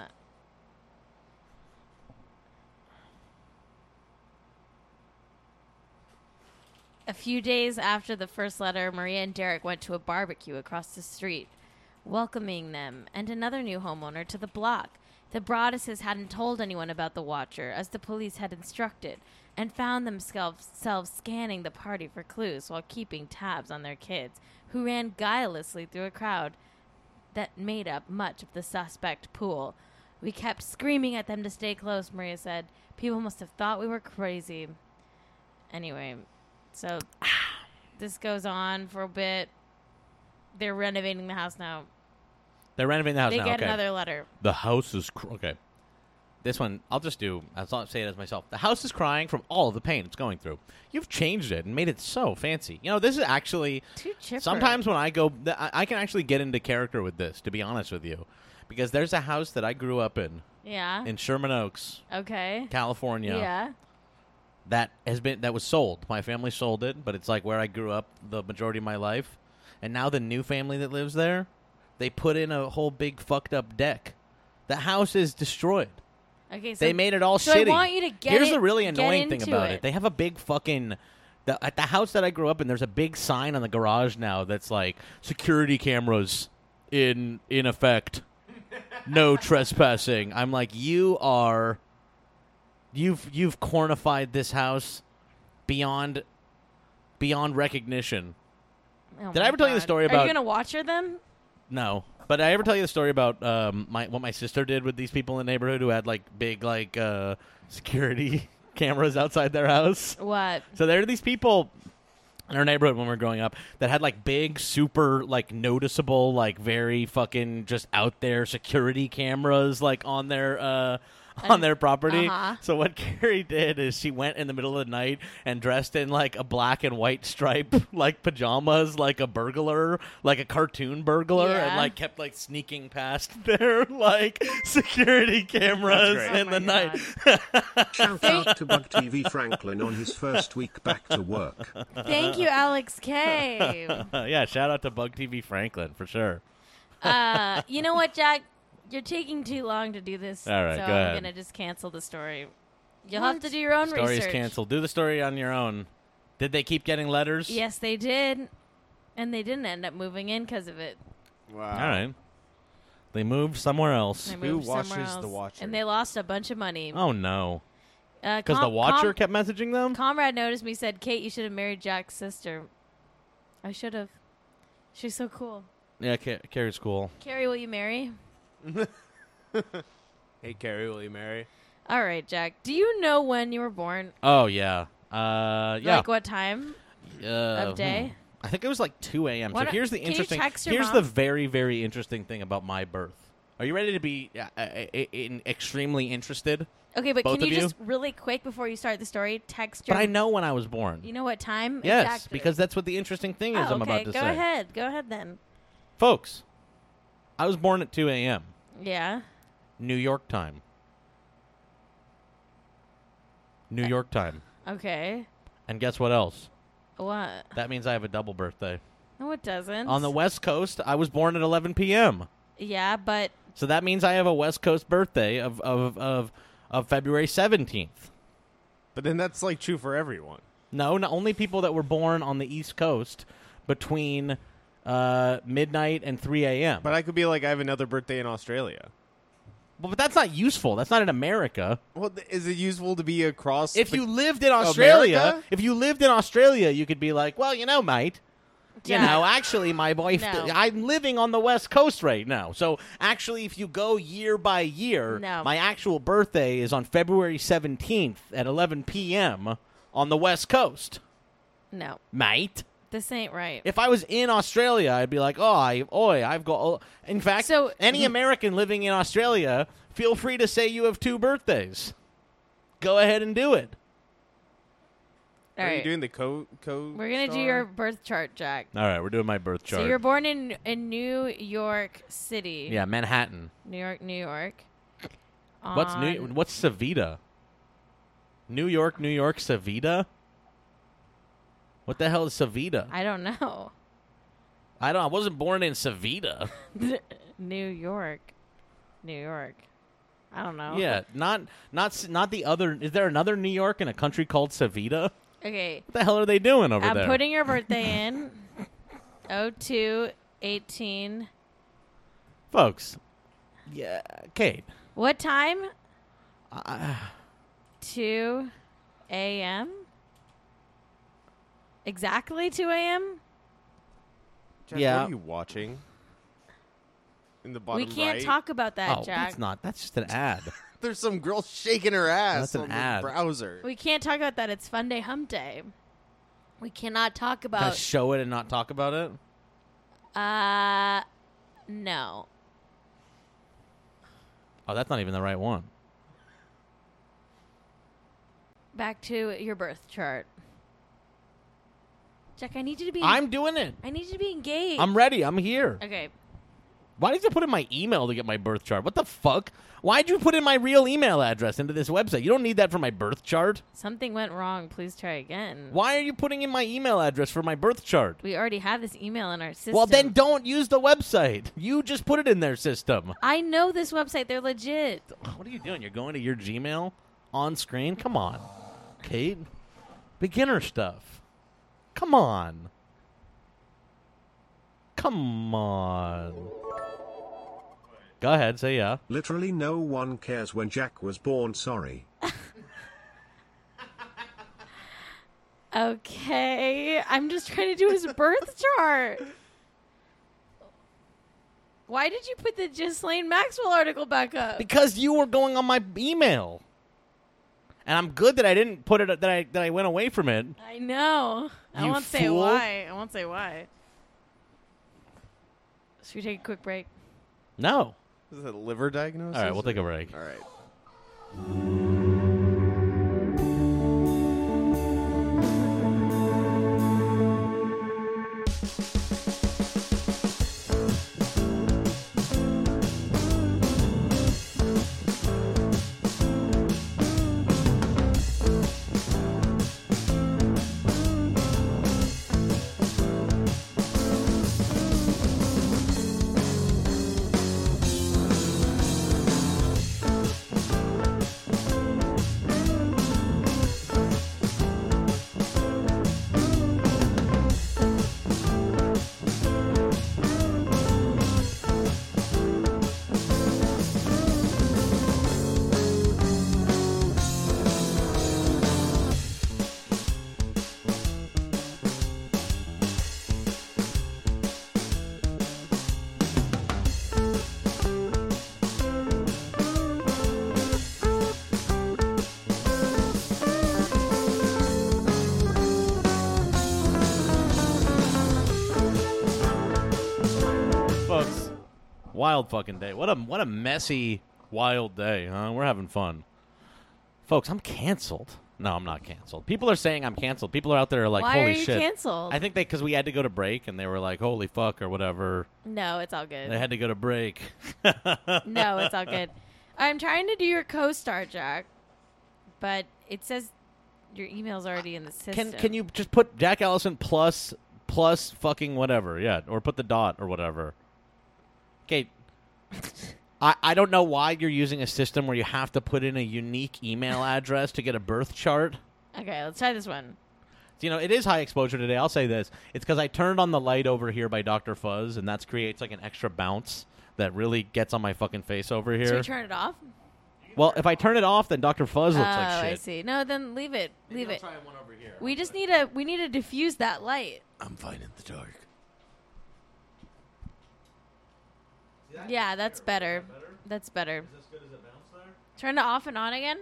S1: a few days after the first letter, Maria and Derek went to a barbecue across the street, welcoming them and another new homeowner to the block. The Broaduses hadn't told anyone about the Watcher, as the police had instructed, and found themselves selves scanning the party for clues while keeping tabs on their kids, who ran guilelessly through a crowd that made up much of the suspect pool. We kept screaming at them to stay close, Maria said. People must have thought we were crazy. Anyway, so this goes on for a bit. They're renovating the house now.
S2: They're renovating the house
S1: They
S2: now.
S1: get
S2: okay.
S1: another letter.
S2: The house is cr- okay. This one, I'll just do. I'll not say it as myself. The house is crying from all of the pain it's going through. You've changed it and made it so fancy. You know, this is actually
S1: Too chipper.
S2: sometimes when I go, th- I I can actually get into character with this. To be honest with you, because there's a house that I grew up in
S1: Yeah.
S2: in Sherman Oaks,
S1: okay.
S2: California.
S1: Yeah.
S2: That has been that was sold. My family sold it, but it's like where I grew up the majority of my life, and now the new family that lives there, they put in a whole big fucked up deck. The house is destroyed.
S1: Okay. So
S2: They made it all
S1: so
S2: shitty.
S1: I want you to get.
S2: Here's
S1: it-
S2: the really
S1: get
S2: annoying thing
S1: into
S2: about it. They have a big fucking the, at the house that I grew up in. There's a big sign on the garage now that's like security cameras in in effect. No trespassing. I'm like you are. You've you've cornified this house beyond beyond recognition.
S1: Oh
S2: Did I
S1: my
S2: ever tell you the
S1: God.
S2: story
S1: Are
S2: about-
S1: you gonna watch her then?
S2: No. But did I ever tell you the story about um, my what my sister did with these people in the neighborhood who had like big like uh, security cameras outside their house?
S1: What?
S2: So there are these people in our neighborhood when we were growing up that had like big, super, like noticeable, like very fucking just out there security cameras like on their uh on their property.
S1: Uh-huh.
S2: So what Carrie did is she went in the middle of the night and dressed in like a black and white stripe like pajamas, like a burglar, like a cartoon burglar, and
S1: Yeah.
S2: like kept like sneaking past their like security cameras
S4: great.
S2: in
S1: Oh
S2: the
S1: my
S2: night.
S1: God.
S7: Shout out to Bug TV Franklin on his first week back to work.
S1: Thank you, Alex K.
S2: Uh, yeah, shout out to Bug TV Franklin for sure.
S1: uh, you know what, Jack? You're taking too long to do this.
S2: All right,
S1: so
S2: go
S1: I'm
S2: ahead.
S1: gonna just cancel the story. You'll have to do your own
S2: Story's
S1: research.
S2: canceled. Do the story on your own. Did they keep getting letters?
S1: Yes, they did, and they didn't end up moving in because of it.
S4: Wow.
S2: All right. They moved somewhere else.
S1: They
S4: Who
S1: moved somewhere
S4: watches The
S1: else,
S4: Watcher?
S1: And they lost a bunch of money. Uh,
S2: Oh no!
S1: Because
S2: Because the watcher kept messaging them.
S1: Comrade noticed me. Said, "Kate, you should have married Jack's sister. I should have. She's so cool.
S2: yeah, Ca- Carrie's cool.
S1: Carrie, will you marry?
S4: Hey, Carrie, will you marry?
S1: All right, Jack. Do you know when you were born?
S2: Oh yeah. Uh yeah.
S1: Like what time?
S2: Uh,
S1: of day?
S2: hmm. I think it was like 2 a.m. So
S1: Why don't-
S2: here's the
S1: can you
S2: interesting.
S1: text your
S2: here's
S1: mom?
S2: the very very interesting thing about my birth. Are you ready to be uh, uh, uh, in extremely interested?
S1: Okay, but
S2: Both
S1: can you,
S2: of you?
S1: just really quick before you start the story text your?
S2: But I know when I was born.
S1: You know what time?
S2: yes,
S1: exactly.
S2: because that's what the interesting thing is.
S1: Oh,
S2: I'm
S1: okay.
S2: about to
S1: Go
S2: say,
S1: ahead. Go ahead then.
S2: folks. I was born at 2 a.m.
S1: Yeah.
S2: New York time. New York time.
S1: Okay.
S2: And guess what else?
S1: What?
S2: That means I have a double birthday.
S1: No, it doesn't.
S2: On the West Coast, I was born at 11 p.m.
S1: Yeah, but
S2: So that means I have a West Coast birthday of of of, of February seventeenth.
S4: But then that's like true for everyone.
S2: No, not only people that were born on the East Coast between uh, midnight and three a.m.
S4: But I could be like, I have another birthday in Australia.
S2: But, but that's not useful. That's not in America.
S4: Well, th- is it useful to be across?
S2: If
S4: the-
S2: you lived in Australia,
S4: America?
S2: if you lived in Australia, you could be like, well, you know, mate. You
S1: Yeah.
S2: know, actually, my wife,
S1: No.
S2: I'm living on the West Coast right now. So, actually, if you go year by year,
S1: No.
S2: my actual birthday is on February 17th at 11 p.m. on the West Coast,
S1: no,
S2: mate.
S1: this ain't right.
S2: If I was in Australia, I'd be like, oh, I, oi, I've got. oh." In fact,
S1: So-
S2: any American living in Australia, feel free to say you have two birthdays. Go ahead and do it.
S1: All
S4: are you
S1: right,
S4: doing the co co?
S1: we're gonna do
S4: star?
S1: your birth chart, Jack.
S2: All right, we're doing my birth chart.
S1: So you're born in in New York City.
S2: yeah, Manhattan.
S1: New York, New York.
S2: What's New?
S1: On-
S2: What's Savita? New York, New York, Savita. What the hell is Savita?
S1: I don't know.
S2: I don't. I wasn't born in Savita.
S1: New York, New York. I don't know.
S2: Yeah, not not s- not the other. Is there another New York in a country called Savita?
S1: Okay.
S2: What the hell are they doing over
S1: I'm
S2: there?
S1: putting your birthday in. 02, 18.
S2: Folks, yeah, Kate,
S1: What time?
S2: Uh,
S1: 2 a.m. Exactly 2 a.m.
S4: Jack,
S2: Yeah.
S4: What are you watching? In the bottom
S1: We can't
S4: right?
S1: talk about that,
S2: oh,
S1: Jack.
S2: that's not. That's just an ad.
S4: There's some girl shaking her ass
S2: That's an
S4: on
S2: ad.
S4: the browser.
S1: we can't talk about that. It's Fun Day Hump Day. We cannot talk
S2: Gotta
S1: about.
S2: show it and not talk about it.
S1: uh, no.
S2: Oh, that's not even the right one.
S1: Back to your birth chart. Jack, I need you to be.
S2: I'm doing it.
S1: I need you to be engaged.
S2: I'm ready. I'm here.
S1: okay.
S2: Why did you put in my email to get my birth chart? What the fuck? Why'd you put in my real email address into this website? You don't need that for my birth chart.
S1: Something went wrong. Please try again.
S2: Why are you putting in my email address for my birth chart?
S1: We already have this email in our system.
S2: Well, then don't use the website. You just put it in their system.
S1: I know this website. They're legit.
S2: What are you doing? You're going to your Gmail on screen? Come on, Kate. Beginner stuff. Come on. Come on. Go ahead, say yeah.
S7: Literally no one cares when Jack was born, sorry.
S1: Okay. I'm just trying to do his birth chart. Why did you put the Ghislaine Maxwell article back up?
S2: Because you were going on my email. And I'm good that I didn't put it that I that I went away from it.
S1: I know. I
S2: You
S1: won't say
S2: fool.
S1: why. I won't say why. Should we take a quick break?
S2: No.
S4: Is that a liver diagnosis?
S2: All right, we'll take a break.
S4: All right.
S2: Folks, wild fucking day. What a what a messy wild day, huh? We're having fun. Folks, I'm canceled. No, I'm not canceled. People are saying I'm canceled. People are out there like,
S1: Why
S2: "Holy
S1: are you
S2: shit."
S1: canceled?
S2: I think they cuz we had to go to break and they were like, "Holy fuck" or whatever.
S1: No, it's all good.
S2: They had to go to break.
S1: No, it's all good. I'm trying to do your co-star, Jack, but it says your email's already in the system.
S2: Can can you just put Jack Allison plus plus fucking whatever? Yeah, or put the dot or whatever. Kate, I, I don't know why you're using a system where you have to put in a unique email address to get a birth chart.
S1: Okay, let's try this one.
S2: You know, it is high exposure today. I'll say this. It's because I turned on the light over here by Dr. Fuzz, and that creates like an extra bounce that really gets on my fucking face over
S1: Should
S2: here.
S1: we turn it off?
S2: well, if I turn it off, then Dr. Fuzz looks
S1: oh,
S2: like shit.
S1: I see. No, then leave it. Leave it. We just need to we need to diffuse that light.
S4: I'm fine in the dark.
S1: Yeah, that's better. That's better. Turn it off and on again.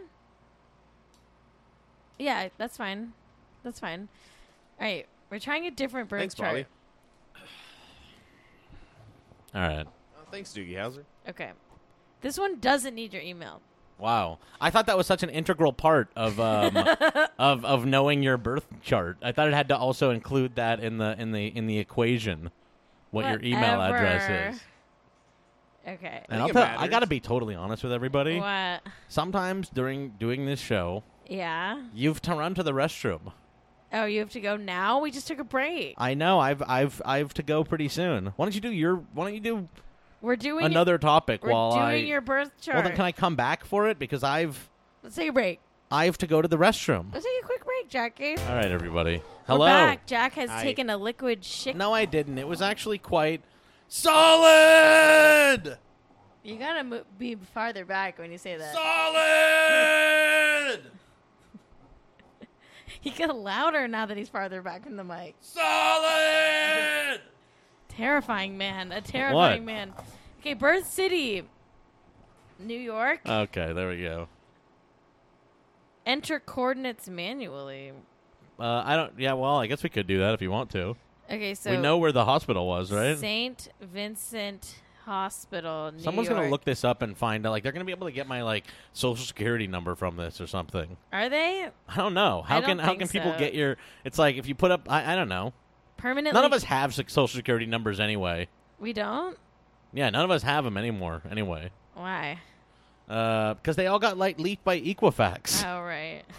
S1: Yeah, that's fine. That's fine. All right, we're trying a different birth
S4: Thanks,
S1: chart.
S4: Molly.
S2: All right.
S4: Oh, thanks, Doogie Howser.
S1: Okay, this one doesn't need your email.
S2: Wow. I thought that was such an integral part of um, of of knowing your birth chart. I thought it had to also include that in the in the in the equation what your email
S1: Whatever.
S2: address is.
S1: Okay.
S2: And
S4: I
S2: I'll
S4: think it
S2: tell, I
S4: matters.
S2: got to be totally honest with everybody.
S1: What?
S2: Sometimes during doing this show,
S1: Yeah.
S2: you've to run to the restroom.
S1: Oh, you have to go now. We just took a break.
S2: I know. I've I've I've to go pretty soon. Why don't you do your Why don't you do
S1: We're doing
S2: another topic
S1: We're
S2: while
S1: doing
S2: I
S1: your birth chart.
S2: Well, then can I come back for it because I've
S1: Let's take a break.
S2: I've to go to the restroom.
S1: Let's take a quick break, Jackie.
S2: All right, everybody. Hello.
S1: We're back. Jack has
S2: I-
S1: taken a liquid shit.
S2: No, I didn't. It was actually quite solid.
S1: You gotta mo- be farther back when you say that.
S2: Solid.
S1: He got louder now that he's farther back from the mic.
S2: Solid.
S1: Terrifying man. A terrifying
S2: What?
S1: man. Okay, Birth City, New York.
S2: Okay, there we go.
S1: Enter coordinates manually.
S2: Uh, I don't. Yeah, well, I guess we could do that if you want to.
S1: Okay, so
S2: we know where the hospital was, right?
S1: Saint Vincent Hospital, New
S2: Someone's
S1: York.
S2: gonna look this up and find out. Like, they're gonna be able to get my like social security number from this or something.
S1: Are they
S2: I don't know. How
S1: I don't
S2: can how
S1: think
S2: can people
S1: so.
S2: get your? It's like if you put up. I, I don't know.
S1: permanently?
S2: None of us have s- social security numbers anyway.
S1: We don't.
S2: Yeah, none of us have them anymore. Anyway.
S1: Why?
S2: because they all got like leaked by Equifax.
S1: Oh right.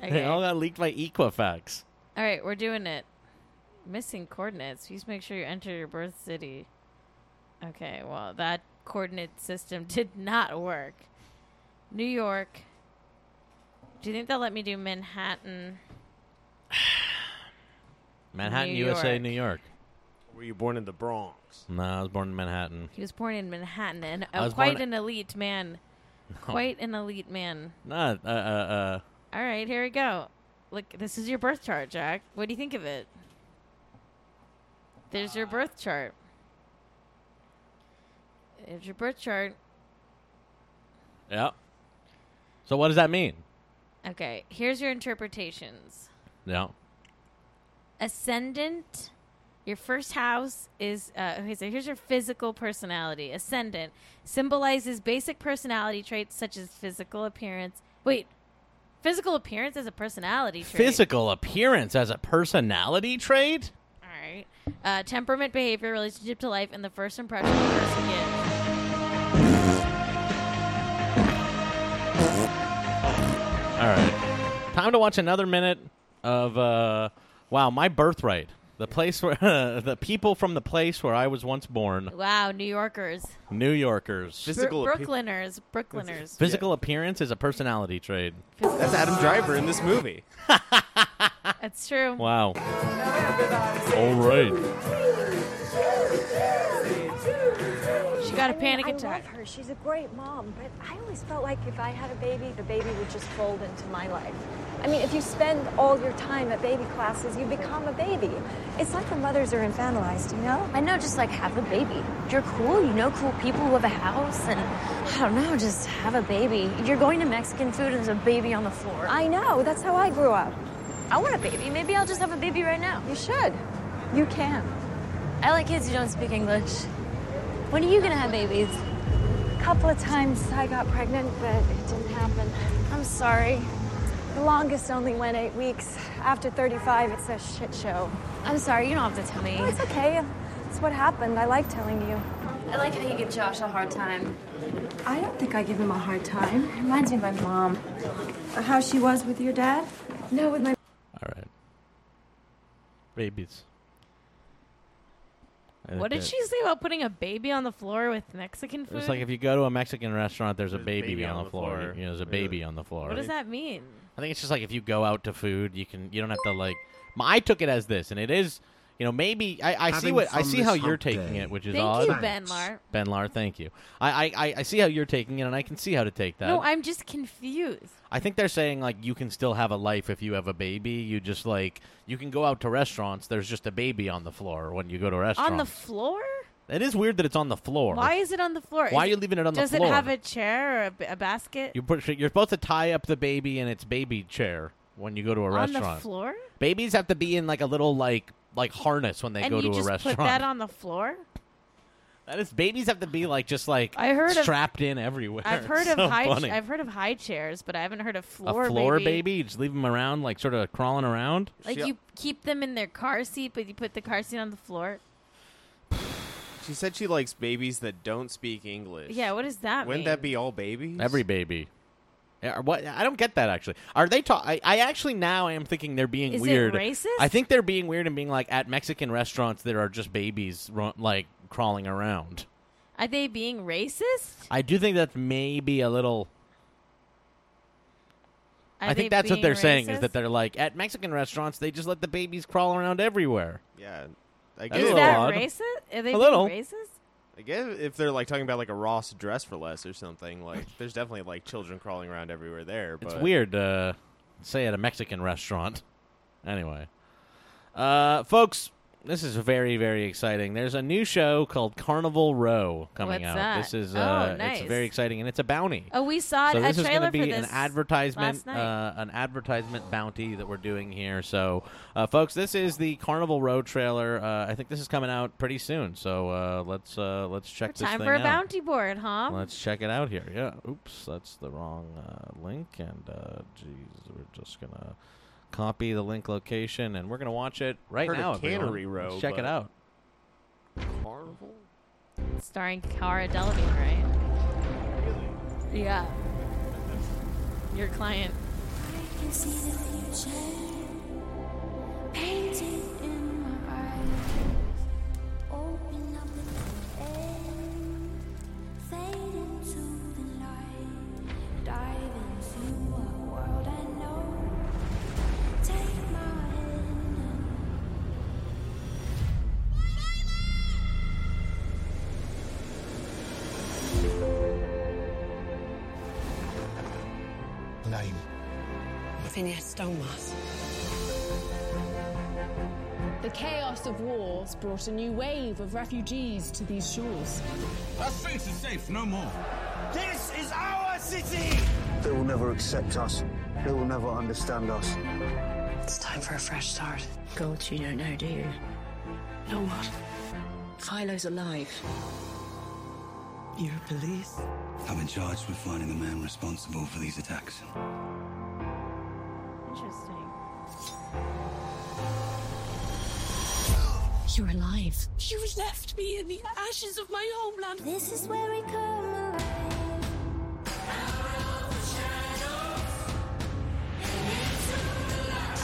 S2: They
S1: Okay.
S2: all
S1: All
S2: got leaked by Equifax.
S1: right, we're doing it. Missing coordinates. Please make sure you enter your birth city. Okay. Well, that coordinate system did not work. New York. Do you think they'll let me do Manhattan?
S2: Manhattan,
S1: New
S2: USA,
S1: York.
S2: New York.
S4: Were you born in the Bronx?
S2: No, I was born in Manhattan.
S1: He was born in Manhattan, and
S2: I
S1: uh,
S2: was
S1: quite
S2: born-
S1: an elite man. Quite an elite man.
S2: Not uh, uh, uh,
S1: All right, here we go. Look, this is your birth chart, Jack. What do you think of it? There's your birth chart. There's your birth chart.
S2: yeah. So what does that mean?
S1: Okay, here's your interpretations.
S2: Yeah.
S1: Ascendant, your first house is. Uh, okay, so here's your physical personality. Ascendant symbolizes basic personality traits such as physical appearance. Wait, physical appearance is a personality trait.
S2: Physical appearance as a personality trait.
S1: All right. Uh, temperament, behavior, relationship to life, and the first impression the person gives.
S2: All right. Time to watch another minute of uh, wow, my birthright. The place where the people from the place where I was once born,
S1: Wow, New Yorkers,
S2: New Yorkers.
S1: Bro-
S4: Physical appe-
S1: Brooklyners, Brooklyners.
S2: Physical appearance is a personality trait.
S4: That's Adam Driver in this movie.
S1: That's true.
S2: Wow.
S8: Everybody,
S2: right.
S1: She got a panic
S9: I love
S1: attack.
S9: her. She's a great mom, but I always felt like if I had a baby, the baby would just fold into my life. I mean, if you spend all your time at baby classes, you become a baby. It's like the mothers are infantilized, you know?
S3: I know, just like have a baby. You're cool, you know cool people who have a house, and I don't know, just have a baby. You're going to Mexican food and there's a baby on the floor. I,
S9: I know. That's how I grew up.
S3: I want a baby. Maybe I'll just have a baby right now.
S9: You should. You can.
S3: I like kids who don't speak English. When are you gonna have babies?
S9: A couple of times I got pregnant, but it didn't happen.
S3: I'm sorry.
S9: The longest only went eight weeks. After 35, it's a shit show.
S3: I'm sorry, you don't have to tell me.
S9: No, it's okay. It's what happened. I like telling you.
S3: I like how you give Josh a hard time.
S9: I don't think I give him a hard time. It reminds me of my mom. How she was with your dad? No, with my
S2: All right. Babies. I
S1: What did
S2: think that-
S1: she say about putting a baby on the floor with Mexican food?
S2: It's like if you go to a Mexican restaurant, there's a baby, on, the floor.
S4: floor.
S2: You know, there's a
S4: Yeah.
S2: baby on the floor.
S1: what does that mean?
S2: I think it's just like if you go out to food, you can you don't have to like. my- I took it as this, and it is. You know, maybe I, I see
S7: Having
S2: what I
S7: fun
S2: see
S7: this
S2: how you're
S7: hump
S2: taking
S7: day.
S2: it, which is
S1: Thank
S2: odd.
S1: you,
S7: Thanks.
S1: Ben Lar.
S2: Ben Lar, thank you. I, I- I I see how you're taking it, and I can see how to take that.
S1: No, I'm just confused.
S2: I think they're saying like you can still have a life if you have a baby. You just like you can go out to restaurants. There's just a baby on the floor when you go to a restaurant.
S1: On the floor?
S2: it is weird that it's on the floor.
S1: Why is it on the floor?
S2: Why
S1: Is
S2: are you leaving it on the
S1: does
S2: floor?
S1: it have a chair or a, b- a basket
S2: You put you're supposed to tie up the baby in its baby chair when you go to a
S1: on
S2: restaurant.
S1: the floor?
S2: Babies have to be in like a little like like harness when they
S1: and
S2: go
S1: you
S2: to
S1: just
S2: a restaurant.
S1: put that on the floor?
S2: that is, babies have to be like just like
S1: I heard of-
S2: strapped in everywhere.
S1: I've heard
S2: It's
S1: of
S2: so
S1: high.
S2: funny.
S1: I've heard of high chairs, but I haven't heard of floor.
S2: a floor baby. you just leave them around like sort of crawling around.
S1: Like
S4: She-
S1: you keep them in their car seat, but you put the car seat on the floor.
S4: She said she likes babies that don't speak English.
S1: Yeah, what does that
S4: Wouldn't
S1: mean?
S4: that be all babies?
S2: Every baby. Yeah, or what I don't get that actually. Are they ta- I, I actually now am thinking they're being
S1: Is it
S2: weird.
S1: racist?
S2: I think they're being weird and being like at Mexican restaurants there are just babies ru- like crawling around.
S1: Are they being racist?
S2: I do think that's maybe a little
S1: Are
S2: I
S1: they
S2: think that's what
S1: being
S2: they're saying is
S1: racist?
S2: that they're like at Mexican restaurants they just let the babies crawl around everywhere.
S4: Yeah. I
S2: a
S4: guess,
S1: Is
S2: little
S1: that
S2: odd.
S1: racist? Are they
S2: A little.
S1: being racist?
S4: I guess if they're like talking about like a Ross dress for less or something, like there's definitely like children crawling around everywhere there. But
S2: It's weird to say at a Mexican restaurant. Anyway, uh, folks, this is very very exciting. There's a new show called Carnival Row coming
S1: What's
S2: out.
S1: that?
S2: This is
S1: Oh,
S2: uh,
S1: nice.
S2: it's very exciting and it's a bounty.
S1: Oh, we saw
S2: so
S1: a
S2: this is
S1: trailer
S2: to be
S1: for this.
S2: an advertisement,
S1: last night.
S2: uh, an advertisement bounty that we're doing here. So, uh, folks, this is the Carnival Row trailer. Uh, I think this is coming out pretty soon. So uh, let's uh, let's check this
S1: Time
S2: thing
S1: for a
S2: out.
S1: bounty board, huh?
S2: Let's check it out here. Yeah. Oops, that's the wrong uh, link. And uh, geez, we're just gonna copy the link location, and we're gonna watch it right
S4: Heard of
S2: now. everyone.
S4: Cannery Row,
S2: Let's check it
S4: but-
S2: out.
S4: Carnival?
S1: Starring Cara Delevingne, right? Yeah. Your client.
S3: can see the future painted in my eyes. Open up the end, fade into the light, dive into a world I know. Take my hand.
S10: Name.
S8: Phineas Stonemas.
S11: The chaos of wars brought a new wave of refugees to these shores.
S10: Our streets is safe no more.
S8: This is our city!
S10: They will never accept us. They will never understand us.
S11: It's time for a fresh start. God, you don't know, do you? No what? Philo's alive. You're police.
S10: I've been charged with finding the man responsible for these attacks.
S1: Interesting.
S11: You're alive. You left me in the ashes of my homeland.
S3: This is where we come alive.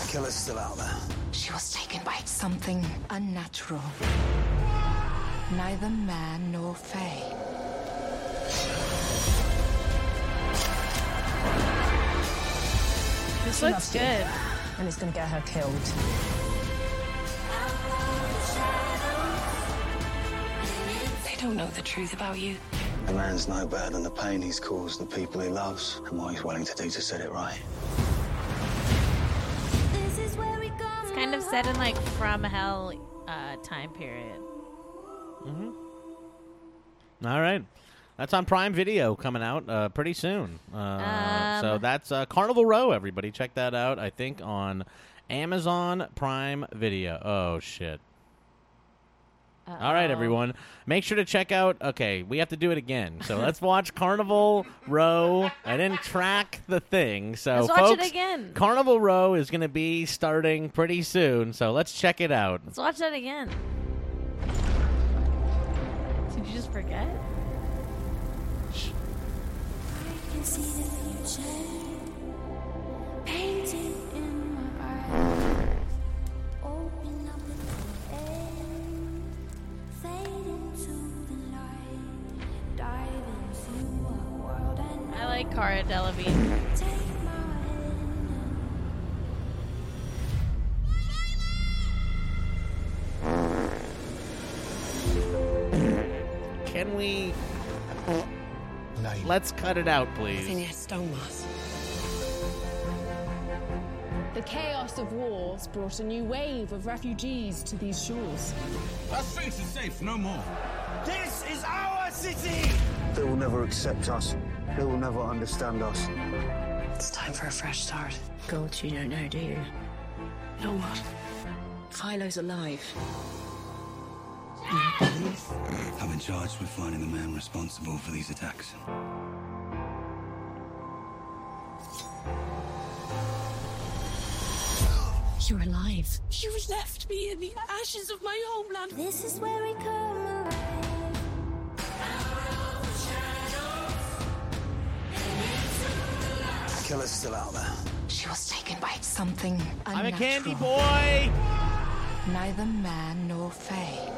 S10: Killer's still out there.
S11: She was taken by something unnatural. Neither man nor fae.
S1: This looks good.
S11: And it's gonna get her killed. They don't know the truth about you.
S10: The man's no better than the pain he's caused the people he loves and what he's willing to do to set it right.
S3: This is where we come
S1: It's kind of
S3: alive.
S1: set in like from hell uh, time period.
S2: All right. That's on Prime Video coming out uh, pretty soon. Uh, so
S1: Um,
S2: that's uh, Carnival Row, everybody. Check that out, I think, on Amazon Prime Video. Oh, shit. All right, everyone. Make sure to check out. Okay, we have to do it again. So let's watch Carnival Row. I didn't track the thing. So
S1: Let's watch it
S2: folks,
S1: again.
S2: Carnival Row is going to be starting pretty soon. So let's check it out.
S1: Let's watch that again. Did you just forget?
S3: can see the future painted in my eyes. Open up the end, fade
S12: Cara Delevingne.
S2: Can we? Let's cut it out, please.
S13: The chaos of wars brought a new wave of refugees to these shores.
S14: Our streets are safe no more.
S8: This is our city!
S10: They will never accept us. They will never understand us.
S11: It's time for a fresh start. Gold you don't know, do you? Know what? Philo's alive.
S10: I've been charged with finding the man responsible for these attacks.
S11: You're alive.
S13: You left me in the ashes of my homeland. This is where we come alive.
S10: Killer's still out there.
S11: She was taken by something
S10: I'm a candy
S11: boy! Neither man nor fae.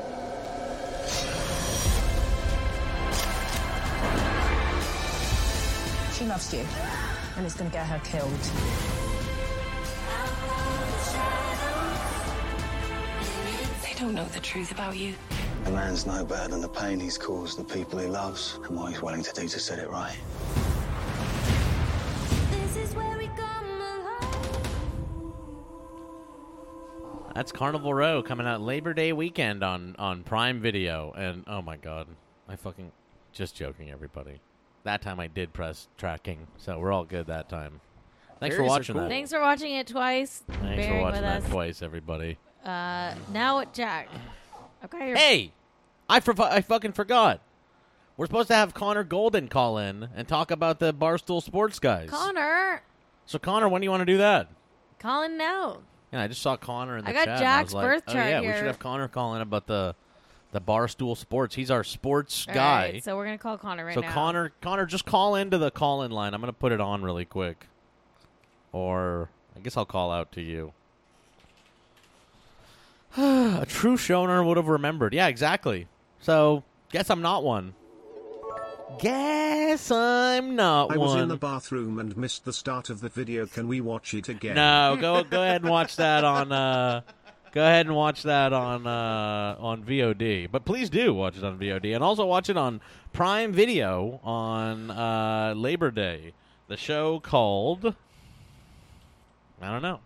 S11: She loves you, and it's gonna get her killed.
S13: They don't know the truth about you.
S10: The man's no better than the pain he's caused the people he loves and what he's willing to do to set it right.
S3: This is where we come
S2: That's Carnival Row coming out Labor Day weekend on on Prime Video, and oh my god, I fucking just joking, everybody. That time I did press tracking, so we're all good that time. Thanks for
S1: Berries are
S2: watching that.
S1: Thanks for watching it twice.
S2: Thanks for
S1: bearing
S2: watching
S1: with
S2: that
S1: us.
S2: twice, everybody.
S1: Uh, now at Jack. Okay. you're-
S2: Hey, I for- I fucking forgot. We're supposed to have Connor Golden call in and talk about the Barstool Sports guys.
S1: Connor,
S2: so Connor, when do you want to do that?
S1: calling now.
S2: Yeah, I just saw Connor in the
S1: I got
S2: chat. and
S1: Jack's
S2: I was like,
S1: birth
S2: oh,
S1: chart
S2: yeah, we
S1: here."
S2: should have Connor calling about the the Barstool Sports. He's our sports
S1: All
S2: guy.
S1: right, so we're gonna call Connor right
S2: so
S1: now.
S2: Connor, Connor, just call into the call in line. I'm gonna put it on really quick, or I guess I'll call out to you. a true showner would have remembered. Yeah, exactly. So guess I'm not one. Guess I'm not
S7: I was in
S2: one.
S7: the bathroom and missed the start of the video. Can we watch it again?
S2: No, go go ahead and watch that on. Uh, go ahead and watch that on uh, on VOD. But please do watch it on VOD and also watch it on Prime Video on uh, Labor Day. The show called. I don't know.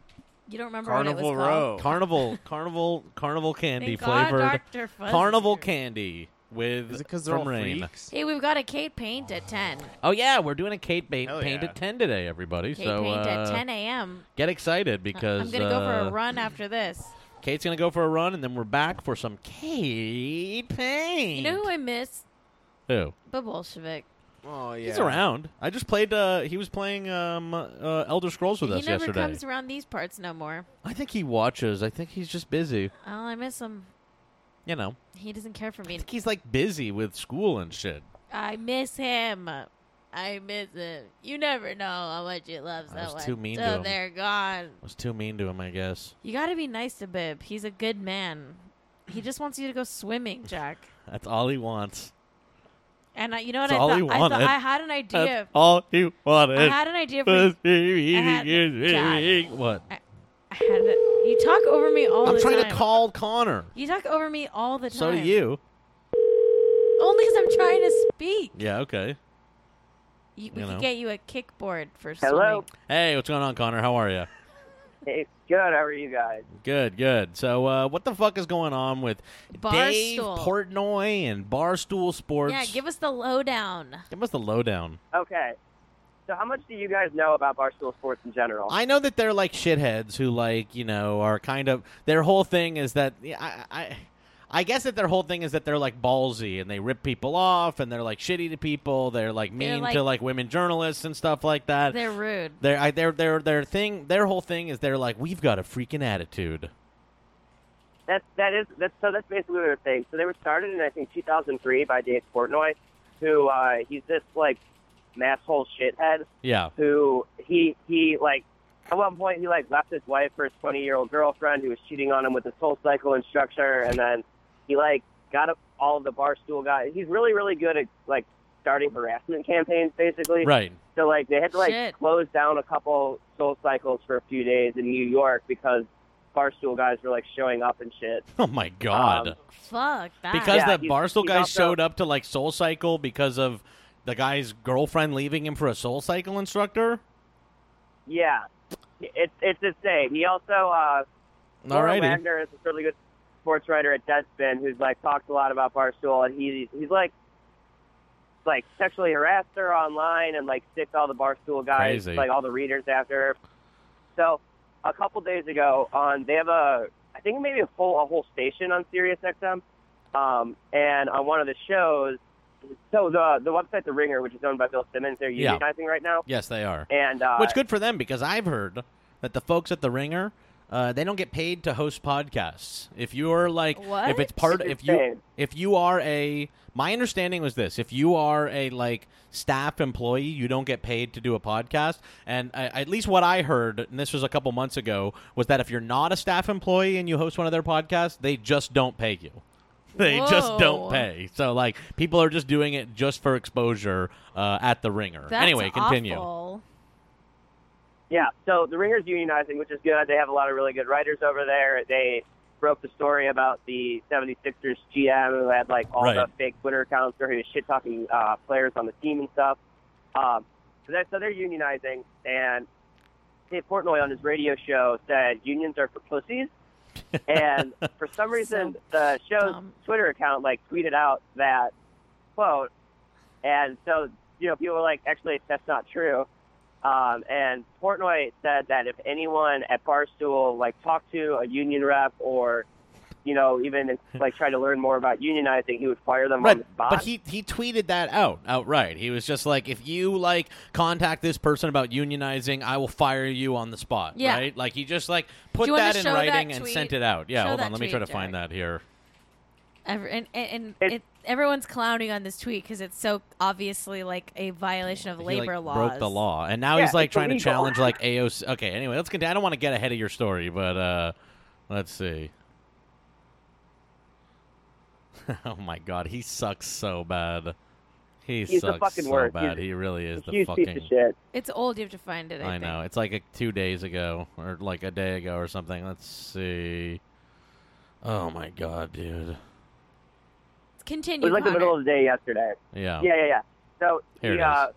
S1: You don't remember what it was called?
S2: Carnival, carnival, carnival candy
S1: Thank God
S2: flavored
S1: Dr. Fuzz is
S2: carnival candy with Is it from
S4: they're all
S2: rain.
S1: Hey, we've got a Kate paint at ten.
S2: Oh yeah, we're doing a Kate bait, paint
S4: yeah.
S2: at ten today, everybody.
S1: Kate
S2: so
S1: paint at
S2: uh,
S1: ten a.m.
S2: Get excited because
S1: I'm gonna go for
S2: uh,
S1: a run after this.
S2: Kate's gonna go for a run, and then we're back for some Kate Payne.
S1: You know who I miss?
S2: Who?
S1: The Bolshevik.
S4: Oh yeah.
S2: He's around. I just played. Uh, he was playing um, uh, Elder Scrolls with
S1: he
S2: us
S1: never
S2: yesterday.
S1: comes around these parts no more.
S2: I think he watches. I think he's just busy.
S1: Oh, I miss him.
S2: You know,
S1: He doesn't care for me. I,
S2: he's like busy with school and shit.
S1: miss him. I miss him. You never know how much you love
S2: I was
S1: someone.
S2: too mean to
S1: till
S2: him.
S1: they're gone.
S2: I was too mean to him, I guess.
S1: You got to be nice to Bib. He's a good man. He just wants you to go swimming, Jack.
S2: That's all he wants.
S1: And I, you know what
S2: That's
S1: I
S2: all
S1: thought?
S2: he
S1: I thought
S2: wanted.
S1: I had an idea.
S2: That's all he wanted.
S1: I had an idea for
S2: Was
S1: you. I had-
S2: What?
S1: I had it. You talk over me all
S2: I'm
S1: the time.
S2: trying to call Connor.
S1: You talk over me all the time.
S2: So do you.
S1: Only because I'm trying to speak.
S2: Yeah. Okay.
S1: You,
S2: You
S1: we
S2: know.
S1: could get you a kickboard for
S15: Hello?
S2: Hey, what's going on, Connor? How are you?
S15: Hey, good. How are you guys?
S2: Good, good. So, uh, what the fuck is going on with Dave
S1: Barstool.
S2: Portnoy and Barstool Sports?
S1: swimming. Yeah, give us the lowdown.
S2: give us the lowdown.
S15: Okay. So, how much do you guys know about Barstool Sports in general?
S2: I know that they're like shitheads who, like, you know, are kind of their whole thing is that yeah, I. I I guess that their whole thing is that they're like ballsy and they rip people off and they're like shitty to people. They're like mean
S1: They're, like-
S2: to like women journalists and stuff like that.
S1: They're rude.
S2: Their I, their their their thing their whole thing is they're like we've got a freaking attitude.
S15: That's that is that's so that's basically their thing. So they were started in I think 2003 by Dave Portnoy, who uh, he's this like masshole shithead
S2: Yeah.
S15: who he he like at one point he like left his wife for his 20 year old girlfriend who was cheating on him with a soul cycle instructor, and then he like got up all of the barstool guys. He's really really good at like starting harassment campaigns, basically.
S2: Right.
S15: So like they had to like
S1: Shit.
S15: close down a couple soul cycles for a few days in New York because barstool guys were like showing up and shit.
S2: Oh my god.
S1: Fuck that.
S2: because
S15: Yeah,
S2: that
S15: he's-
S2: Barstool
S15: he's
S2: guy
S15: also-
S2: showed up to like Soul Cycle because of the guy's girlfriend leaving him for a Soul Cycle instructor.
S15: Yeah, it's it's insane. He also uh, Laura
S2: Alrighty.
S15: Wagner is a really good sports writer at Deadspin who's like talks a lot about Barstool, and he he's like like sexually harassed her online and like sicked all the Barstool guys,
S12: Crazy.
S15: like all the readers after. her. So a couple days ago on they have a I think maybe a full a whole station on Sirius XM, um, and on one of the shows. So the the website The Ringer, which is owned by Bill Simmons, they're
S2: Yeah.
S15: unionizing right now.
S2: Yes, they are.
S15: And uh,
S2: Which good for them because I've heard that the folks at the Ringer. Uh, they don't get paid to host podcasts. If you're like, if it's
S15: What?
S2: part,
S15: It's
S2: if you,
S15: insane.
S2: if you are a, my understanding was this: if you are a like staff employee, you don't get paid to do a podcast. And I, at least what I heard, and this was a couple months ago, was that if you're not a staff employee and you host one of their podcasts, they just don't pay you. They just
S1: Whoa.
S2: don't pay. So like, people are just doing it just for exposure uh, at the Ringer.
S15: That's
S2: anyway, continue.
S1: awful.
S15: Yeah, so the Ringer's unionizing, which is good. They have a lot of really good writers over there. They broke the story about the 76ers GM who had like all the
S12: Right.
S15: fake Twitter accounts where he was shit talking uh, players on the team and stuff. Um, so, that, so they're unionizing, and Dave Portnoy on his radio show said unions are for pussies. and for some reason, the show's Twitter account like tweeted out that quote, and so you know people were like, actually, that's not true. Um, and Portnoy said that if anyone at Barstool like talked to a union rep or you know even like tried to learn more about unionizing, he would fire them on the spot.
S2: But he he tweeted that out outright. He was just like, if you like contact this person about unionizing, I will fire you on the spot.
S1: Yeah.
S2: Right? Like he just like put
S1: you wanna
S2: that in
S1: show that
S2: writing and
S1: tweet?
S2: sent it out. Yeah.
S1: Show
S2: hold
S1: that
S2: on. Let me
S1: tweet,
S2: try to find that here.
S1: Every, and and, and it, everyone's clowning on this tweet because it's so obviously like a violation of
S2: He, like,
S1: labor laws.
S2: broke the law, and now
S1: Yeah,
S2: he's like
S1: it's
S2: trying to
S1: illegal.
S2: challenge like AOC. Okay. Anyway, let's continue. I don't want to get ahead of your story, but uh let's see. oh my god, he sucks so bad. He
S15: He's the
S2: sucks
S15: fucking
S2: so
S15: worst.
S2: bad.
S15: He's
S2: he really is the
S15: huge
S2: fucking
S15: piece of shit.
S1: It's old. You have to find it. I,
S2: I
S1: think.
S2: know. It's like a, two days ago or like a day ago or something. Let's see. Oh my god, dude.
S1: Continue.
S15: It was like the
S1: Connor.
S15: middle of the day yesterday.
S2: Yeah.
S15: Yeah, yeah, yeah. So
S2: Here
S15: he,
S2: it is.
S15: uh,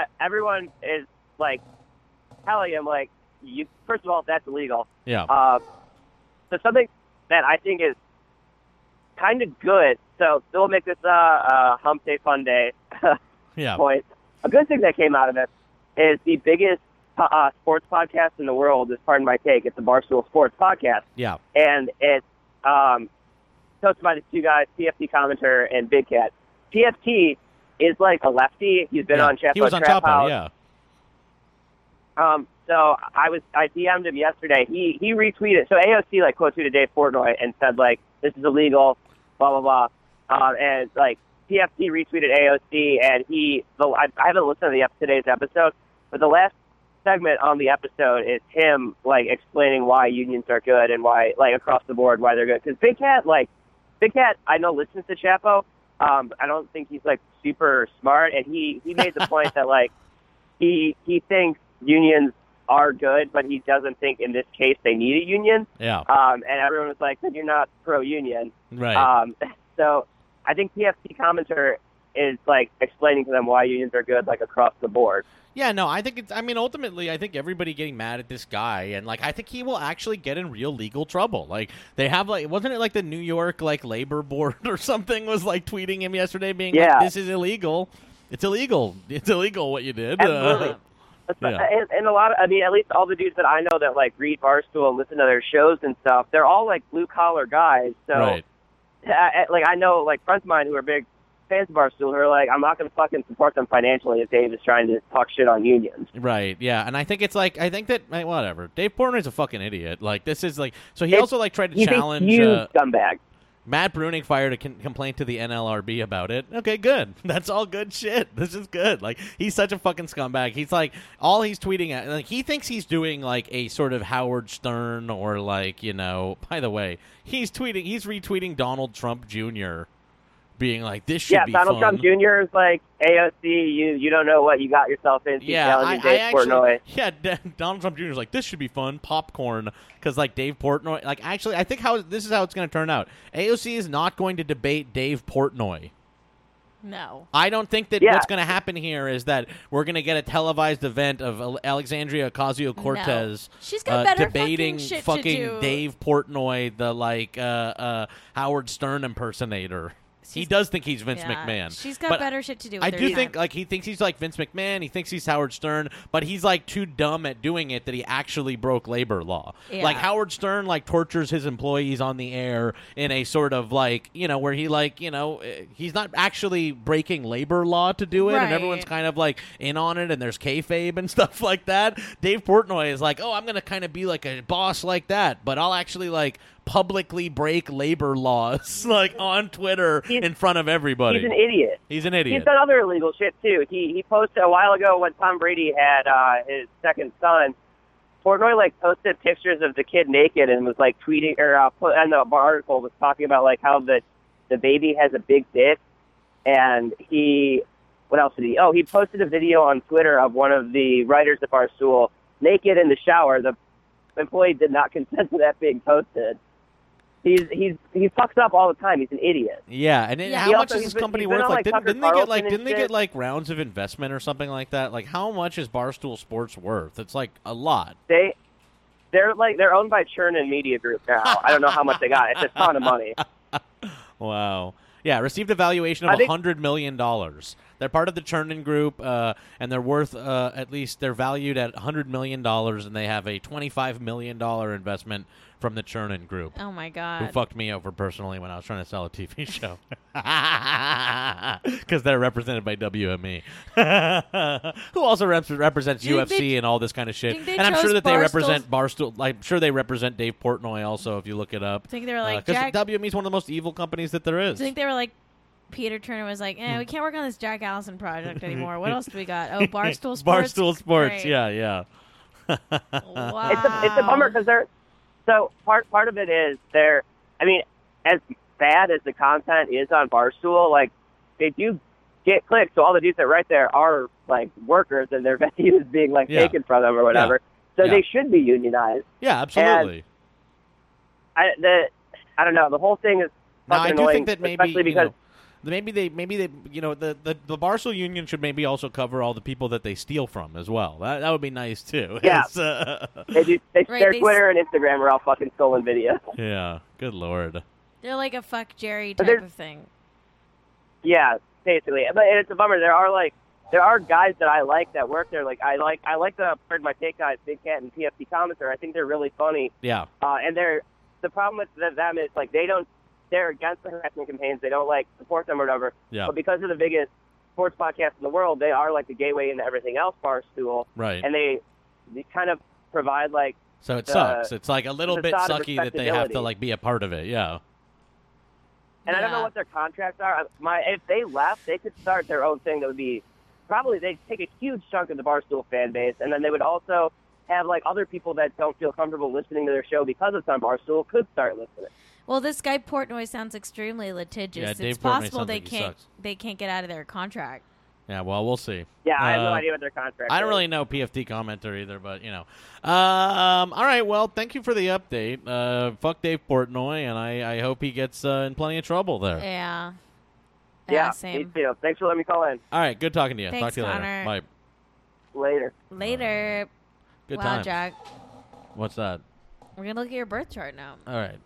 S15: e- everyone is like telling him like, you first of all, that's illegal.
S2: Yeah.
S15: Uh, so something that I think is kind of good. So we'll make this uh, uh, hump day fun day
S2: Yeah.
S15: point. A good thing that came out of it is the biggest uh, uh, sports podcast in the world is Pardon My Take. It's the Barstool Sports Podcast
S2: Yeah.
S15: and it's um, hosted by the two guys, PFT Commenter and Big Cat. PFT is like a lefty. He's been
S2: Yeah.
S15: on Chapo
S2: He was on
S15: Trap
S2: top
S15: House.
S2: of yeah.
S15: Um, so I was I DM'd him yesterday. He he retweeted. So AOC like quote tweeted Dave Portnoy and said like this is illegal, blah blah blah, um, and like PFT retweeted AOC and he the I, I haven't listened to the ep- today's episode, but the last segment on the episode is him like explaining why unions are good and why like across the board why they're good because Big Cat like Big Cat I know listens to Chapo. Um, I don't think he's like super smart, and he he made the point that like he he thinks unions are good, but he doesn't think in this case they need a union.
S2: Yeah.
S15: Um, and everyone was like, "Then you're not pro union."
S2: Right.
S15: Um, so I think PFT commenter is like explaining to them why unions are good, like across the board.
S2: Yeah, no, I think it's. I mean, ultimately, I think everybody getting mad at this guy, and like, I think he will actually get in real legal trouble. Like, they have like, wasn't it like the New York like labor board or something was like tweeting him yesterday, being
S15: Yeah.
S2: like, "This is illegal. It's illegal. It's illegal what you did."
S15: Absolutely.
S2: Uh, yeah.
S15: And, and a lot of, I mean, at least all the dudes that I know that like read Barstool and listen to their shows and stuff, they're all like blue collar guys. So
S2: Right.
S15: I, I- like I know like friends of mine who are big fans of Barstool who are like, I'm not going to fucking support them financially if Dave is trying to talk shit on unions.
S2: Right. Yeah. And I think it's like I think that eh, whatever. Dave Portnoy's a fucking idiot. Like this is like so he
S15: It's-
S2: also like tried to
S15: he's a
S2: challenge
S15: huge
S2: uh,
S15: scumbag.
S2: Matt Bruning fired a con- complaint to the NLRB about it. Okay, good. That's all good shit. This is good. Like he's such a fucking scumbag. He's like all he's tweeting at like he thinks he's doing like a sort of Howard Stern or like, you know, by the way, he's tweeting he's retweeting Donald Trump Jr. being like, "This should
S15: Yeah,
S2: be
S15: Donald
S2: fun."
S15: Trump Jr. is like AOC. You you don't know what you got yourself into
S2: Yeah, I,
S15: challenging
S2: I
S15: Dave Portnoy.
S2: actually, yeah, D- Donald Trump Jr. is like, this should be fun, popcorn, because like Dave Portnoy, like actually, I think how this is how it's going to turn out. AOC is not going to debate Dave Portnoy.
S1: No.
S2: I don't think that
S1: Yeah.
S2: what's going to happen here is that we're going to get a televised event of Al- Alexandria Ocasio Cortez
S1: No. She's got better fucking
S2: debating
S1: shit to
S2: fucking
S1: do.
S2: Dave Portnoy, the like uh, uh, Howard Stern impersonator. he does think he's Vince
S1: yeah,
S2: McMahon.
S1: she's got
S2: But
S1: better shit to do with
S2: I
S1: her
S2: do
S1: time.
S2: think like he thinks he's like Vince McMahon. He thinks he's Howard Stern, but he's like too dumb at doing it that he actually broke labor law.
S1: Yeah.
S2: Like Howard Stern like tortures his employees on the air in a sort of like you know where he like you know eh, he's not actually breaking labor law to do it, and everyone's
S1: Right.
S2: kind of like in on it, and there's kayfabe and stuff like that. Dave Portnoy is like, oh, I'm gonna kind of be like a boss like that, but I'll actually like publicly break labor laws like on Twitter in front of everybody.
S15: He's an idiot.
S2: He's an idiot.
S15: He's done other illegal shit too. He he posted a while ago when Tom Brady had uh, his second son. Portnoy like posted pictures of the kid naked and was like tweeting or uh, put and the article was talking about like how the the baby has a big dick and he what else did he oh he posted a video on Twitter of one of the writers of our school naked in the shower. The employee did not consent to that being posted. He's he's he fucks up all the time. He's an idiot.
S2: Yeah, and it,
S15: Yeah.
S2: how
S15: He
S2: much
S15: also-
S2: is
S15: he's
S2: this
S15: been-
S2: company
S15: he's been
S2: worth?
S15: on,
S2: Like,
S15: like,
S2: didn't,
S15: Tucker
S2: didn't they get
S15: Carlson
S2: like
S15: and
S2: didn't they get
S15: shit.
S2: like rounds of investment or something like that? Like, how much is Barstool Sports worth? It's like a lot.
S15: They they're like they're owned by Churn and Media Group now. I don't know how much they got. It's a ton of money.
S2: Wow. Yeah, received a valuation
S15: I
S2: of
S15: think-
S2: hundred million dollars. They're part of the Churnin Group, uh, and they're worth uh, at least they're valued at hundred million dollars, and they have a twenty-five million dollar investment from the Churnin Group.
S1: Oh my
S2: Who
S1: god.
S2: fucked me over personally when I was trying to sell a TV show? Because they're represented by WME, who also rep- represents
S1: Do you
S2: UFC
S1: think they-
S2: and all this kind of shit.
S1: think they
S2: And I'm sure
S1: chose
S2: that they represent Barstool. Like, I'm sure they represent Dave Portnoy also. If you look it up, Uh,
S1: Think they were like,
S2: because
S1: Jack-
S2: WME is one of the most evil companies that there
S1: I
S2: is.
S1: think they were like Peter Turner was like, eh, we
S2: Hmm.
S1: can't work on this Jack Allison project anymore. What else do we got? Oh, Barstool Sports.
S2: Barstool Sports.
S1: Great.
S2: Yeah, yeah. wow.
S15: It's a it's a bummer because they're so part part of it is they're. I mean, as bad as the content is on Barstool, like they do get clicks. So all the dudes that write there are like workers, and their value is being like
S2: Yeah.
S15: taken from them or whatever. So
S2: Yeah.
S15: they should be unionized.
S2: Yeah, absolutely.
S15: I the I don't know. The whole thing is
S2: Now, I
S15: fucking
S2: do
S15: annoying,
S2: think that maybe
S15: especially
S2: you
S15: because
S2: know, maybe they maybe they you know the, the the Barstool union should maybe also cover all the people that they steal from as well. That that would be nice too.
S15: Yeah.
S2: It's, uh,
S15: they do, they,
S1: Right,
S15: their
S1: they s-
S15: Twitter and Instagram are all fucking stolen videos.
S2: yeah. Good lord.
S1: They're like a fuck Jerry
S15: But
S1: type
S15: they're-
S1: of thing.
S15: Yeah, basically. But it's a bummer. There are like there are guys that I like that work there. Like I like I like the part of my take guys, Big Cat and PFC Commenter. I think they're really funny.
S2: Yeah.
S15: Uh, and they're the problem with th- them is like they don't they're against the harassment campaigns. They don't like support them or whatever.
S2: Yeah.
S15: But because of the biggest sports podcast in the world, they are like the gateway into everything else, Barstool.
S2: Right.
S15: And uh, they they kind of provide like
S2: So it
S15: the-
S2: sucks. It's like a little
S15: the
S2: bit
S15: facade of
S2: sucky that they have to
S15: respectability.
S2: like be a part of it. Yeah.
S15: And I don't know what their contracts are. My if they left, they could start their own thing. That would be probably they'd take a huge chunk of the Barstool fan base, and then they would also have like other people that don't feel comfortable listening to their show because it's on Barstool could start listening.
S1: Well, this guy Portnoy sounds extremely litigious.
S2: Yeah,
S1: it's
S2: Dave Portnoy
S1: possible
S2: sounds
S1: they
S2: like he
S1: can't
S2: sucks.
S1: they can't get out of their contract.
S2: Yeah, well, we'll see.
S15: Yeah, I have no
S2: Uh,
S15: idea what their contract
S2: I don't
S15: is.
S2: really know PFT commenter either, but you know. Um, all right, well, thank you for the update. Uh, fuck Dave Portnoy, and I, I hope he gets uh, in plenty of trouble there.
S1: Yeah.
S15: Yeah,
S1: same.
S15: me too. Thanks for letting me call in.
S2: All right, good talking to you. Talk
S1: Thanks,
S2: to you later.
S1: Connor.
S2: Bye.
S15: Later.
S1: Later.
S2: Good
S1: wow,
S2: times.
S1: Jack.
S2: What's that?
S1: We're gonna look at your birth chart now.
S2: All right.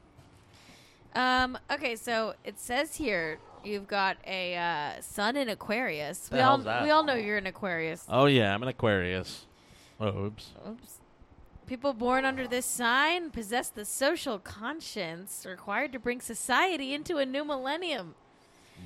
S1: Um. Okay. So it says here you've got a uh, sun in Aquarius.
S2: The
S1: we all
S2: hell's that?
S1: we all know you're an Aquarius.
S2: Oh yeah, I'm an Aquarius. Oh, oops.
S1: Oops. People born under this sign possess the social conscience required to bring society into a new millennium.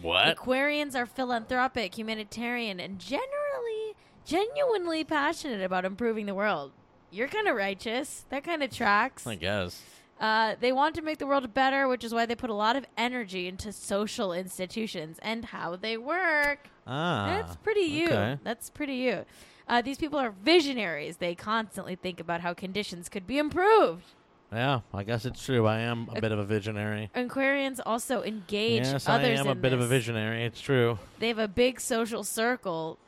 S2: What?
S1: Aquarians are philanthropic, humanitarian, and generally genuinely passionate about improving the world. You're kind of righteous. That kind of tracks.
S2: I guess.
S1: Uh, they want to make the world better, which is why they put a lot of energy into social institutions and how they work.
S2: Ah,
S1: That's pretty you.
S2: okay.
S1: That's pretty you. Uh, these people are visionaries. They constantly think about how conditions could be improved.
S2: Yeah, I guess it's true. I am a bit of a visionary.
S1: Aquarians also engage
S2: Yes, I
S1: others
S2: am a
S1: in
S2: bit of a
S1: this.
S2: visionary. It's true.
S1: They have a big social circle.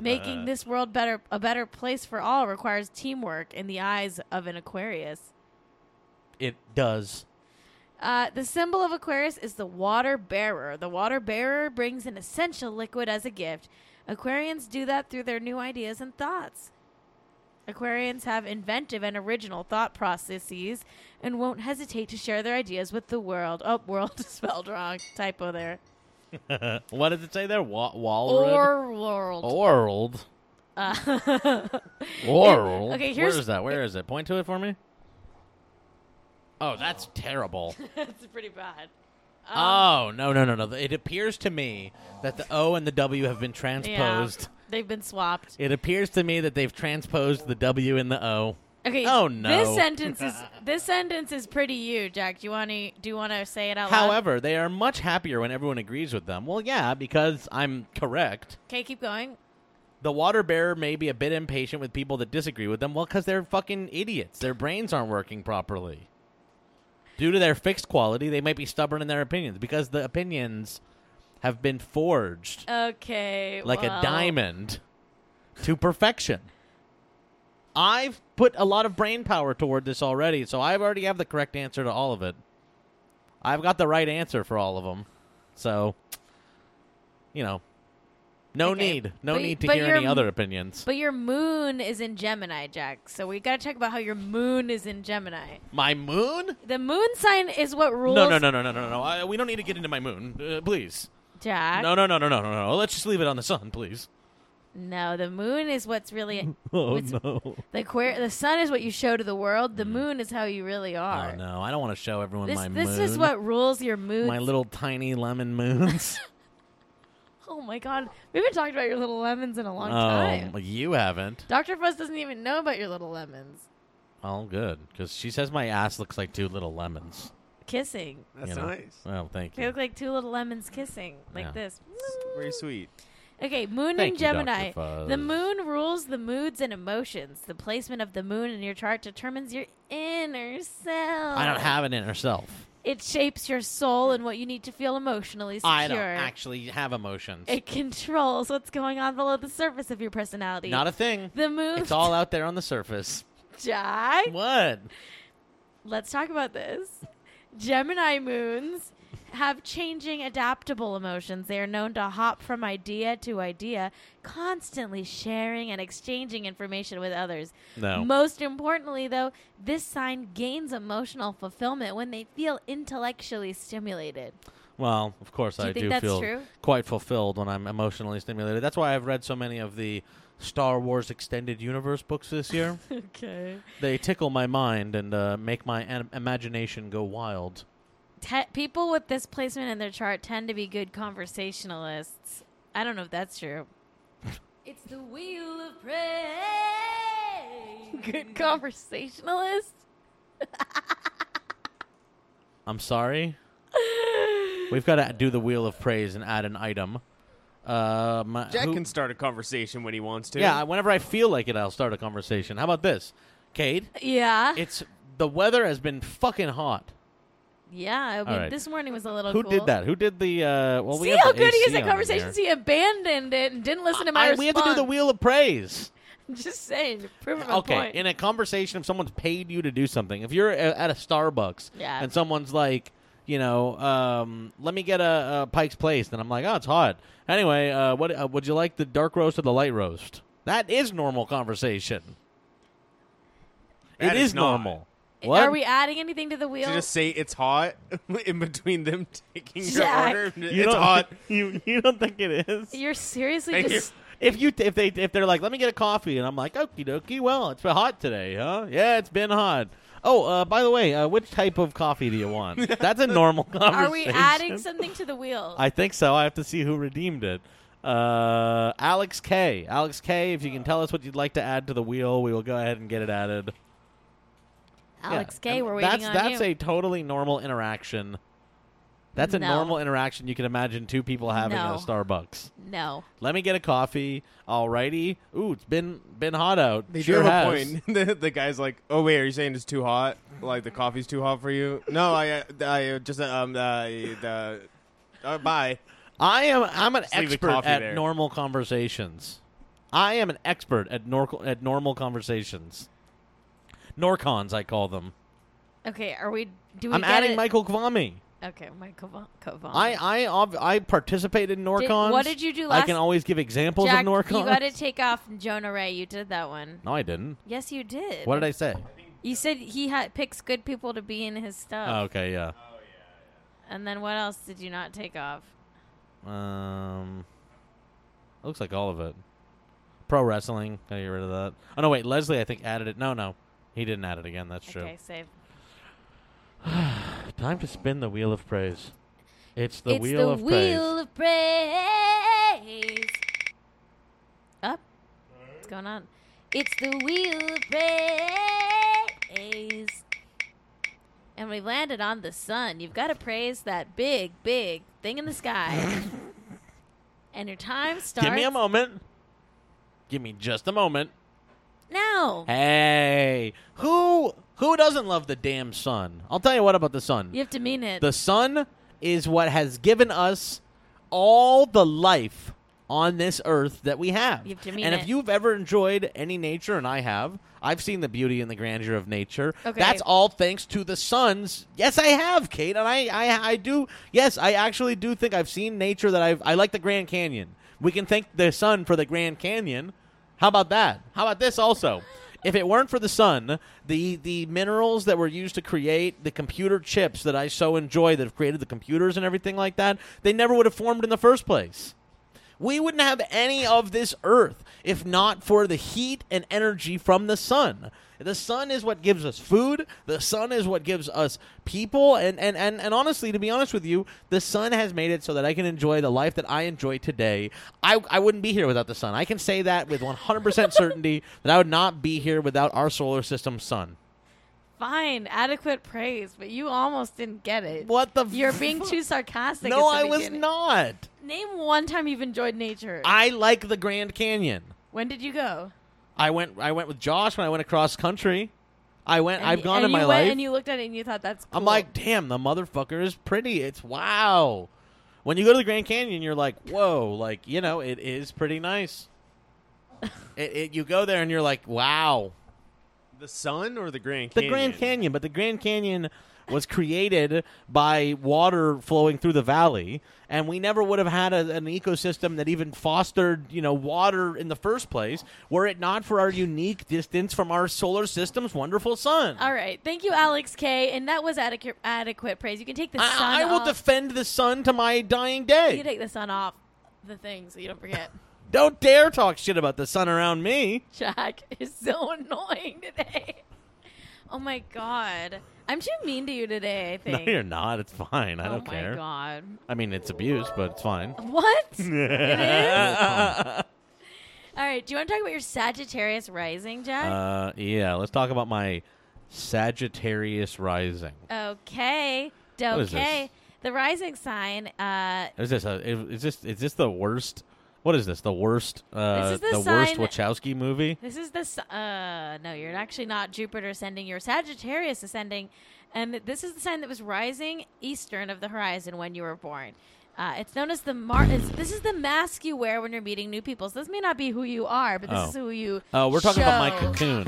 S1: Making this world better a better place for all requires teamwork in the eyes of an Aquarius.
S2: It does.
S1: Uh, the symbol of Aquarius is the water bearer. The water bearer brings an essential liquid as a gift. Aquarians do that through their new ideas and thoughts. Aquarians have inventive and original thought processes and won't hesitate to share their ideas with the world. Oh, world spelled wrong. Typo there.
S2: what did it say there? Wa- Walrod?
S1: Or world.
S2: Oh. Orald.
S1: Uh,
S2: Oral.
S1: Okay,
S2: Where
S1: here's-
S2: is that? Where is it? Point to it for me. Oh, that's terrible.
S1: That's pretty bad. Um,
S2: oh no no no no! It appears to me that the O and the W have been transposed.
S1: Yeah, they've been swapped.
S2: It appears to me that they've transposed the W and the O.
S1: Okay.
S2: Oh no!
S1: This sentence is this sentence is pretty you, Jack. Do you want to do you want to say it out loud?
S2: However, they are much happier when everyone agrees with them. Well, yeah, because I'm correct.
S1: Okay, keep going.
S2: The water bearer may be a bit impatient with people that disagree with them. Well, because they're fucking idiots. Their brains aren't working properly. Due to their fixed quality, they might be stubborn in their opinions because the opinions have been forged
S1: Okay.
S2: like
S1: well.
S2: a diamond to perfection. I've put a lot of brain power toward this already, so I already have the correct answer to all of it. I've got the right answer for all of them. So, you know, no
S1: Okay,
S2: need, no
S1: but y-
S2: need to
S1: but
S2: hear
S1: your
S2: any
S1: m-
S2: other opinions.
S1: But your moon is in Gemini, Jack. So we got to talk about how your moon is in Gemini.
S2: My moon?
S1: The moon sign is what rules.
S2: No, no, no, no, no, no, no. I, we don't need to get into my moon, uh, please.
S1: Jack.
S2: No, no, no, no, no, no, no. Let's just leave it on the sun, please.
S1: No, the moon is what's really
S2: Oh
S1: what's-
S2: no. Mm.
S1: the queer. The sun is what you show to the world. The moon is how you really are.
S2: Oh no! I don't want to show everyone
S1: This
S2: my moon.
S1: this is what rules your mood.
S2: my little tiny lemon moons.
S1: oh my god, we haven't talked about your little lemons in a long
S2: Oh,
S1: time.
S2: well, you haven't.
S1: Doctor Fuzz doesn't even know about your little lemons
S2: All good, because she says my ass looks like two little lemons.
S1: kissing.
S4: That's
S2: you know?
S4: nice.
S2: Oh, thank
S1: They
S2: you.
S1: look like two little lemons kissing, like
S2: Yeah.
S1: this.
S4: Very sweet.
S1: Okay, moon
S2: Thank
S1: in
S2: you, Dr.
S1: Gemini. The
S2: Fuzz.
S1: moon rules the moods and emotions. The placement of the moon in your chart determines your inner self.
S2: I don't have it in herself.
S1: It shapes your soul and what you need to feel emotionally secure.
S2: I don't actually have emotions.
S1: It controls what's going on below the surface of your personality.
S2: Not a thing.
S1: The moon.
S2: It's all out there on the surface.
S1: Jack.
S2: What?
S1: Let's talk about this. Gemini moons have changing, adaptable emotions. They are known to hop from idea to idea, constantly sharing and exchanging information with others.
S2: No.
S1: Most importantly, though, this sign gains emotional fulfillment when they feel intellectually stimulated.
S2: Well, of course,
S1: Do you
S2: I
S1: think
S2: do
S1: that's
S2: feel
S1: true?
S2: quite fulfilled when I'm emotionally stimulated. That's why I've read so many of the Star Wars Extended Universe books this year.
S1: okay.
S2: they tickle my mind and uh, make my an- imagination go wild.
S1: Te- people with this placement in their chart tend to be good conversationalists. I don't know if that's true. It's the wheel of prey. Good conversationalist?
S2: I'm sorry. We've got to do the wheel of praise and add an item. Uh, my,
S4: Jack
S2: who-
S4: can start a conversation when he wants to.
S2: yeah, whenever I feel like it, I'll start a conversation. How about this, Cade?
S1: Yeah.
S2: It's the weather has been fucking hot.
S1: yeah, I mean,
S2: right.
S1: this morning was a little
S2: Who
S1: cool.
S2: did that? Who did the? Uh, well, we
S1: See
S2: have
S1: how
S2: the
S1: good he is at
S2: AC on in here.
S1: conversations? He abandoned it and didn't listen to my
S2: I-
S1: response.
S2: we have to do the wheel of praise.
S1: Just saying, to prove my
S2: Okay,
S1: point.
S2: in a conversation, if someone's paid you to do something, if you're a- at a Starbucks
S1: Yeah.
S2: and someone's like, you know, um, let me get a, a Pike's Place, then I'm like, oh, it's hot. Anyway, uh, what uh, would you like the dark roast or the light roast? That is normal conversation.
S4: That
S2: it
S4: is
S2: is,
S4: not.
S2: normal. What?
S1: Are we adding anything to the wheel?
S4: To just say it's hot in between them taking
S1: Jack.
S4: your order.
S2: You
S4: it's
S2: don't-
S4: hot.
S2: You you don't think it is?
S1: You're seriously
S4: Thank you.
S1: just
S2: If you if they if they're like, let me get a coffee, and I'm like, okie dokie. Well, it's been hot today, huh? Yeah, it's been hot. Oh, uh, by the way, uh, which type of coffee do you want? That's a normal conversation.
S1: Are we adding something to the wheel?
S2: I think so. I have to see who redeemed it. Uh, Alex K. Alex K. If you can tell us what you'd like to add to the wheel, we will go ahead and get it added.
S1: Alex
S2: Yeah.
S1: Gay, we're waiting
S2: that's
S1: on
S2: that's
S1: you.
S2: a totally normal interaction. That's a
S1: No.
S2: normal interaction you can imagine two people having at
S1: No.
S2: a Starbucks.
S1: No.
S2: Let me get a coffee. Alrighty. Ooh, it's been been hot out.
S4: They
S2: sure
S4: do have
S2: has.
S4: a point. the, the guy's like, "Oh wait, are you saying it's too hot? Like the coffee's too hot for you?" No, I, uh, I uh, just uh, um, uh, uh, uh, bye.
S2: I am. I'm an
S4: Just leave the
S2: expert
S4: coffee
S2: at
S4: there.
S2: normal conversations. I am an expert at nor- at normal conversations. Norcons, I call them.
S1: Okay, are we? Do we
S2: I'm
S1: get
S2: adding
S1: it?
S2: Michael Kwame.
S1: Okay, Michael Va- Kavan.
S2: I I ob- I participate in Norcons.
S1: what did you do
S2: I can
S1: last-
S2: always give examples
S1: Jack,
S2: of Norcons.
S1: you got to take off Jonah Ray. You did that one.
S2: no, I didn't.
S1: Yes, you did.
S2: What did I say?
S1: You said he ha- picks good people to be in his stuff.
S2: Oh, okay, yeah.
S1: And then what else did you not take off?
S2: Um, looks like all of it. Pro wrestling. Gotta get rid of that. Oh no, wait. Leslie, I think added it. No, no, he didn't add it again. That's true.
S1: Okay, save.
S2: Time to spin the wheel of praise. It's the
S1: it's
S2: wheel
S1: the
S2: of
S1: wheel of praise. Up. What's going on? It's the wheel of praise. And we landed on the sun. You've got to praise that big, big thing in the sky. and your time
S2: praise.
S1: starts
S2: Give me a moment. Give me just a moment.
S1: now.
S2: Hey, who who doesn't love the damn sun? I'll tell you what about the sun.
S1: You have to mean it.
S2: The sun is what has given us all the life on this earth that we have.
S1: You have to mean
S2: and
S1: it.
S2: if you've ever enjoyed any nature, and I have, I've seen the beauty and the grandeur of nature.
S1: Okay.
S2: That's all thanks to the sun's. Yes, I have, Kate, and I, I, I do. Yes, I actually do think I've seen nature that I've. I like the Grand Canyon. We can thank the sun for the Grand Canyon. How about that? How about this also? If it weren't for the sun, the the minerals that were used to create the computer chips that I so enjoy that have created the computers and everything like that, they never would have formed in the first place. We wouldn't have any of this earth if not for the heat and energy from the sun. The sun is what gives us food. The sun is what gives us people. And, and, and, and honestly, to be honest with you, the sun has made it so that I can enjoy the life that I enjoy today. I, I wouldn't be here without the sun. I can say that with 100% certainty that I would not be here without our solar system sun.
S1: Fine, adequate praise, but you almost didn't get it.
S2: What the?
S1: You're being too sarcastic.
S2: no,
S1: at
S2: I
S1: the
S2: was
S1: beginning.
S2: not.
S1: Name one time you've enjoyed nature.
S2: I like the Grand Canyon.
S1: when did you go?
S2: I went. I went with Josh when I went across country. I went.
S1: And
S2: I've
S1: y-
S2: gone
S1: and
S2: in
S1: you
S2: my
S1: went
S2: life.
S1: And you looked at it and you thought that's. Cool.
S2: I'm like, damn, the motherfucker is pretty. It's wow. When you go to the Grand Canyon, you're like, whoa, like you know, it is pretty nice. it, it, you go there and you're like, wow,
S4: The sun or the Grand
S2: the
S4: Canyon?
S2: Grand Canyon. But the Grand Canyon was created by water flowing through the valley, and we never would have had a, an ecosystem that even fostered, you know, water in the first place, were it not for our unique distance from our solar system's wonderful sun.
S1: all right, thank you, Alex K. And that was adequate adequate praise. You can take the sun.
S2: I, I will
S1: off.
S2: defend the sun to my dying
S1: You
S2: day.
S1: take the sun off the thing so you don't forget.
S2: Don't dare talk shit about the sun around me.
S1: Jack is so annoying today. Oh my god, I'm too mean to you today. I
S2: No,
S1: think.
S2: you're not. It's fine. I
S1: oh
S2: don't
S1: my
S2: care.
S1: god.
S2: I mean, it's abuse, but it's fine. Uh,
S1: What? It
S2: is?
S1: All right, do you want to talk about your Sagittarius rising, Jack?
S2: Uh, yeah, let's talk about my Sagittarius rising.
S1: Okay.
S2: What is this?
S1: Okay. The rising sign. Uh,
S2: Is this a, is this is this the worst? What is this? The worst? Uh,
S1: This is the
S2: worst
S1: sign-
S2: Wachowski movie?
S1: this is the. s- Uh, no, you're actually not Jupiter ascending. You're Sagittarius ascending, and this is the sign that was rising eastern of the horizon when you were born. Uh, it's known as the mar. It's, this is the mask you wear when you're meeting new people. So this may not be who you are, but this
S2: Oh.
S1: is who you.
S2: Uh, we're talking about my
S1: show.
S2: cocoon.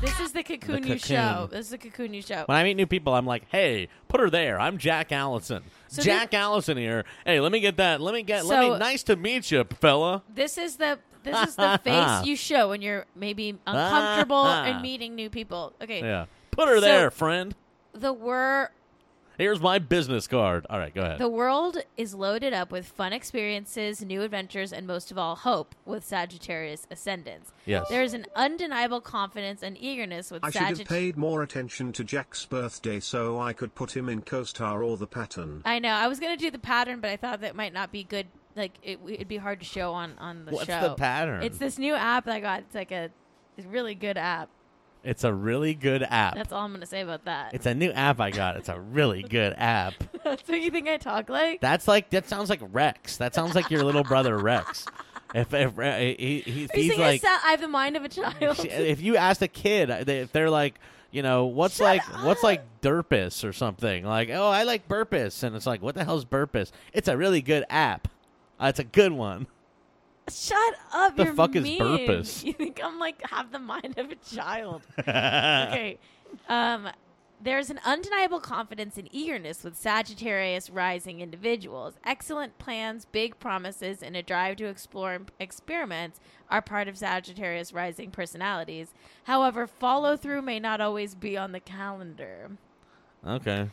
S1: This is the cocoon you
S2: cocoon.
S1: show. This is the cocoon you show.
S2: When I meet new people, I'm like, "Hey, put her there. I'm Jack Allison.
S1: So
S2: Jack Allison here. Hey, let me get that. Let me get. let
S1: So-
S2: me. Nice to meet you, fella.
S1: This is the this is the face you show when you're maybe uncomfortable and meeting new people. Okay.
S2: Yeah, put her
S1: So-
S2: there, friend.
S1: The wor
S2: Here's my business card. All right, go ahead.
S1: the world is loaded up with fun experiences, new adventures, and most of all, hope with Sagittarius ascendants.
S7: Yes.
S1: There is an undeniable confidence and eagerness with
S7: I should have
S1: Sagittarius.
S7: paid more attention to Jack's birthday so I could put him in co-star or the pattern.
S1: I know. I was gonna do the pattern, but I thought that might not be good. Like it, it'd be hard to show on on the
S2: What's
S1: show.
S2: the pattern?
S1: It's this new app that I got. It's like a, it's a really good app.
S2: It's a really good app.
S1: That's all I'm gonna say about that.
S2: It's a new app I got. It's a really good app.
S1: That's what you think I talk like?
S2: That's like that sounds like Rex. That sounds like your little brother Rex. If if Re- he, he,
S1: Are you
S2: he's
S1: saying
S2: like
S1: I, sound, I have the mind of a child?
S2: if you asked a kid uh, they- if they're like you know what's like what's like derpus or something like oh I like burpus and it's like what the hell's burpus? It's a really good app. Uh, it's a good one.
S1: Shut up!
S2: The
S1: you're
S2: fuck is
S1: mean.
S2: burpus?
S1: You think I'm like have the mind of a child? okay. Um, there's an undeniable confidence and eagerness with Sagittarius rising individuals. Excellent plans, big promises, and a drive to explore and experiment are part of Sagittarius rising personalities. However, follow through may not always be on the calendar.
S2: Okay.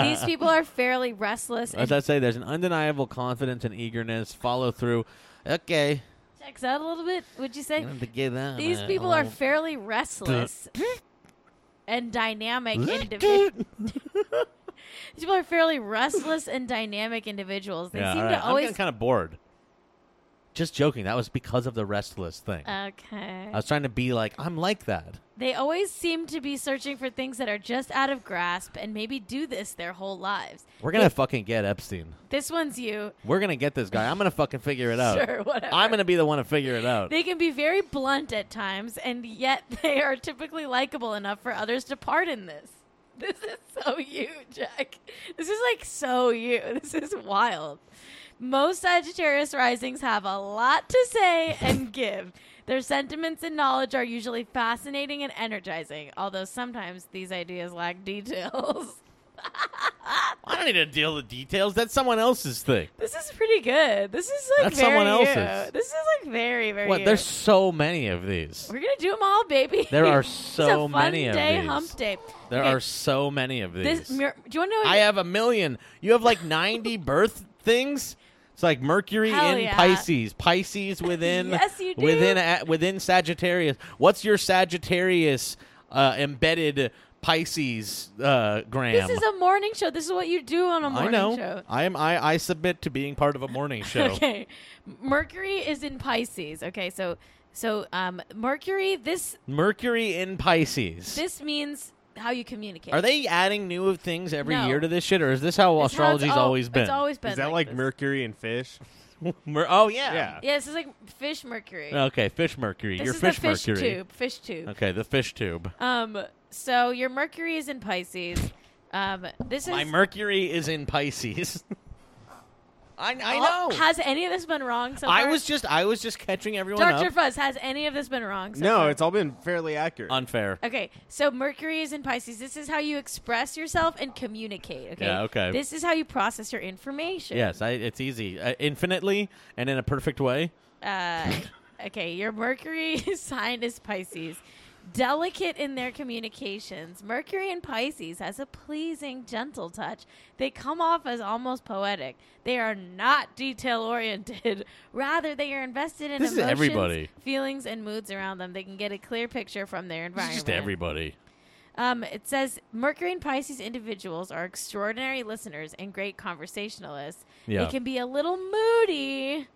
S1: These people are fairly restless.
S2: As
S1: and
S2: I say, there's an undeniable confidence and eagerness, follow through. Okay.
S1: Checks out a little bit, would you
S2: I'm
S1: say?
S2: gonna have to give that
S1: These
S2: a
S1: people are
S2: little-
S1: fairly restless and dynamic individuals. These people are fairly restless and dynamic individuals. They
S2: Yeah,
S1: seem
S2: all
S1: to
S2: right. I'm
S1: always.
S2: kind of bored. Just joking. That was because of the restless thing.
S1: Uh, okay.
S2: I was trying to be like, I'm like that.
S1: They always seem to be searching for things that are just out of grasp and maybe do this their whole lives.
S2: We're gonna fucking get Epstein.
S1: This one's you.
S2: We're gonna get this guy. I'm gonna fucking figure it out.
S1: Sure, whatever.
S2: Oh. I'm gonna be the one to figure it out.
S1: They can be very blunt at times, and yet they are typically likable enough for others to pardon this. This is so you, Jack. This is like so you. This is wild. Most Sagittarius risings have a lot to say and give. Their sentiments and knowledge are usually fascinating and energizing, although sometimes these ideas lack details.
S2: I don't need to deal with details. That's someone else's thing.
S1: This is pretty good. This is like
S2: That's
S1: very
S2: someone
S1: you.
S2: else's.
S1: This is like very very.
S2: What?
S1: you.
S2: There's so many of these.
S1: We're gonna do them all, baby.
S2: There are
S1: It's
S2: so
S1: a fun
S2: many of
S1: day,
S2: these.
S1: Hump day.
S2: There
S1: Okay,
S2: are so many of these.
S1: This, mir- do you want to know?
S2: I have a million. You have like 90 birth things. It's like Mercury
S1: Hell
S2: in
S1: yeah.
S2: Pisces, Pisces within
S1: Yes, you do.
S2: within a- within Sagittarius. What's your Sagittarius uh, embedded Pisces uh, gram?
S1: this is a morning show. This is what you do on a
S2: I
S1: morning
S2: know.
S1: show.
S2: I am. I, I submit to being part of a morning show.
S1: Okay, Mercury is in Pisces. Okay, so so um, Mercury. This
S2: Mercury in Pisces.
S1: this means how you communicate.
S2: Are they adding new things every
S1: No.
S2: year to this shit, or is this how
S1: It's how it's
S2: astrology's
S1: al-
S2: always been?
S1: It's always been.
S4: Is that
S1: like,
S4: like, Mercury and fish?
S2: Mer- oh yeah.
S1: yeah, this is like fish Mercury.
S2: Okay, fish Mercury.
S1: This
S2: Your
S1: is
S2: Oh, fish,
S1: the fish
S2: Mercury.
S1: tube. Fish tube.
S2: Okay, the fish tube.
S1: Um. So your Mercury is in Pisces. Um. This is
S2: My Mercury is in Pisces. I, I
S1: All-
S2: know.
S1: Has any Oh, of this been wrong so
S2: I
S1: far?
S2: was just I was just catching everyone
S1: Dr.
S2: up.
S1: Fuzz, has any of this been wrong? So
S4: No,
S1: far?
S4: it's all been fairly accurate.
S2: Unfair.
S1: Okay, so Mercury is in Pisces. This is how you express yourself and communicate. Okay.
S2: Yeah, okay.
S1: This is how you process your information.
S2: Yes, I, it's easy. Uh, infinitely and in a perfect way.
S1: Uh, okay, your Mercury sign is Pisces. Delicate in their communications, Mercury in Pisces has a pleasing, gentle touch. They come off as almost poetic. They are not detail oriented. Rather, they are invested in
S2: This is
S1: emotions,
S2: everybody.
S1: feelings, and moods around them. They can get a clear picture from their
S2: This is
S1: environment.
S2: just everybody.
S1: Um, it says Mercury and Pisces individuals are extraordinary listeners and great conversationalists.
S2: Yeah.
S1: They can be a little moody,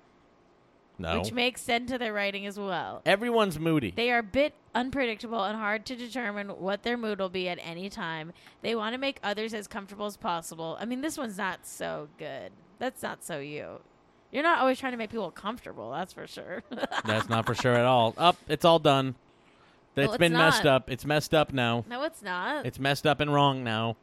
S2: No.
S1: which makes sense to their writing as well.
S2: Everyone's moody.
S1: They are a bit unpredictable and hard to determine what their mood will be at any time. They want to make others as comfortable as possible. I mean, this one's not so good. That's not so you. You're not always trying to make people comfortable, that's for sure.
S2: That's not for sure at all. Up, it's all done.
S1: No,
S2: It's
S1: it's
S2: been messed
S1: not.
S2: up. It's messed up now.
S1: no, it's not.
S2: It's messed up and wrong now.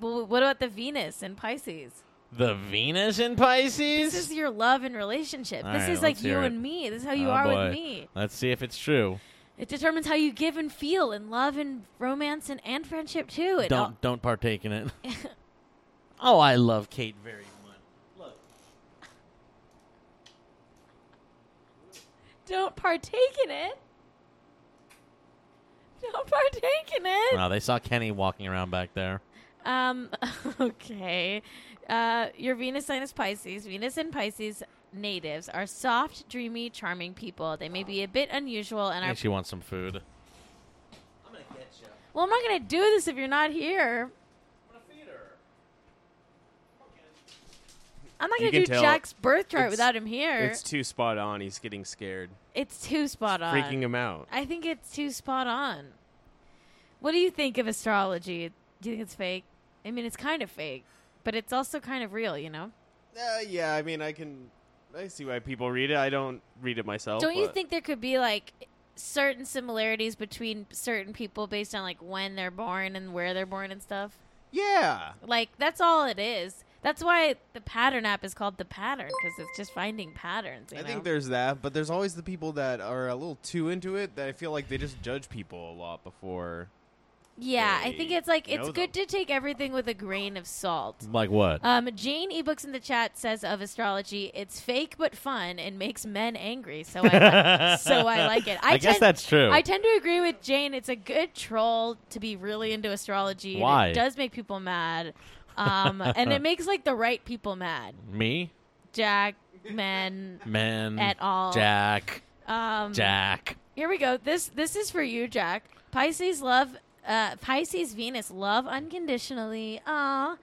S1: well, what about the Venus in Pisces?
S2: The Venus in Pisces?
S1: This is your love and relationship.
S2: All
S1: this
S2: right,
S1: is like
S2: let's hear
S1: you
S2: it.
S1: and me. This is how you
S2: Oh,
S1: are
S2: boy.
S1: with me.
S2: Let's see if it's true.
S1: It determines how you give and feel in love and romance and, and oh, friendship too. It
S2: don't
S1: all-
S2: don't partake in it. oh, I love Kate very much.
S1: don't partake in it. Don't partake in it.
S2: Wow, they saw Kenny walking around back there.
S1: Um, okay. Uh, your Venus sign is Pisces. Venus and Pisces natives are soft, dreamy, charming people. They may be a bit unusual and
S2: I
S1: are
S2: think she wants some food.
S1: Well, I'm not gonna do this if you're not here. I'm not
S4: You
S1: gonna
S4: can
S1: do
S4: tell
S1: Jack's birth chart
S4: it's-
S1: without him here.
S4: It's too spot on. He's getting scared.
S1: It's too spot
S2: Uh,
S1: on.
S4: freaking him out.
S1: I think it's too spot on. What do you think of astrology? Do you think it's fake? I mean, it's kind of fake, but it's also kind of real, you know?
S4: Uh, yeah, I mean, I can. I see why people read it. I don't read it myself.
S1: Don't you
S4: Oh, but-
S1: think there could be like certain similarities between certain people based on like when they're born and where they're born and stuff?
S4: Yeah.
S1: Like that's all it is. That's why the pattern app is called the pattern because it's just finding patterns. You
S4: I
S1: know?
S4: think there's that, but there's always the people that are a little too into it that I feel like they just judge people a lot before.
S1: Yeah, I think it's like
S4: know
S1: it's good to take everything with a grain of salt.
S2: Like what?
S1: Um, Jane ebooks in the chat says of astrology, it's fake but fun and makes men angry. So I li- so I like it. I,
S2: I guess
S1: tend-
S2: that's true.
S1: I tend to agree with Jane. It's a good troll to be really into astrology. and
S2: Why?
S1: it does make people mad, um, and it makes like the right people mad.
S2: Me?
S1: Jack, men,
S2: Man.
S1: at all.
S2: Jack.
S1: Um,
S2: Jack.
S1: Here we go. This this is for you, Jack. Pisces love uh, Pisces Venus love unconditionally. Aw.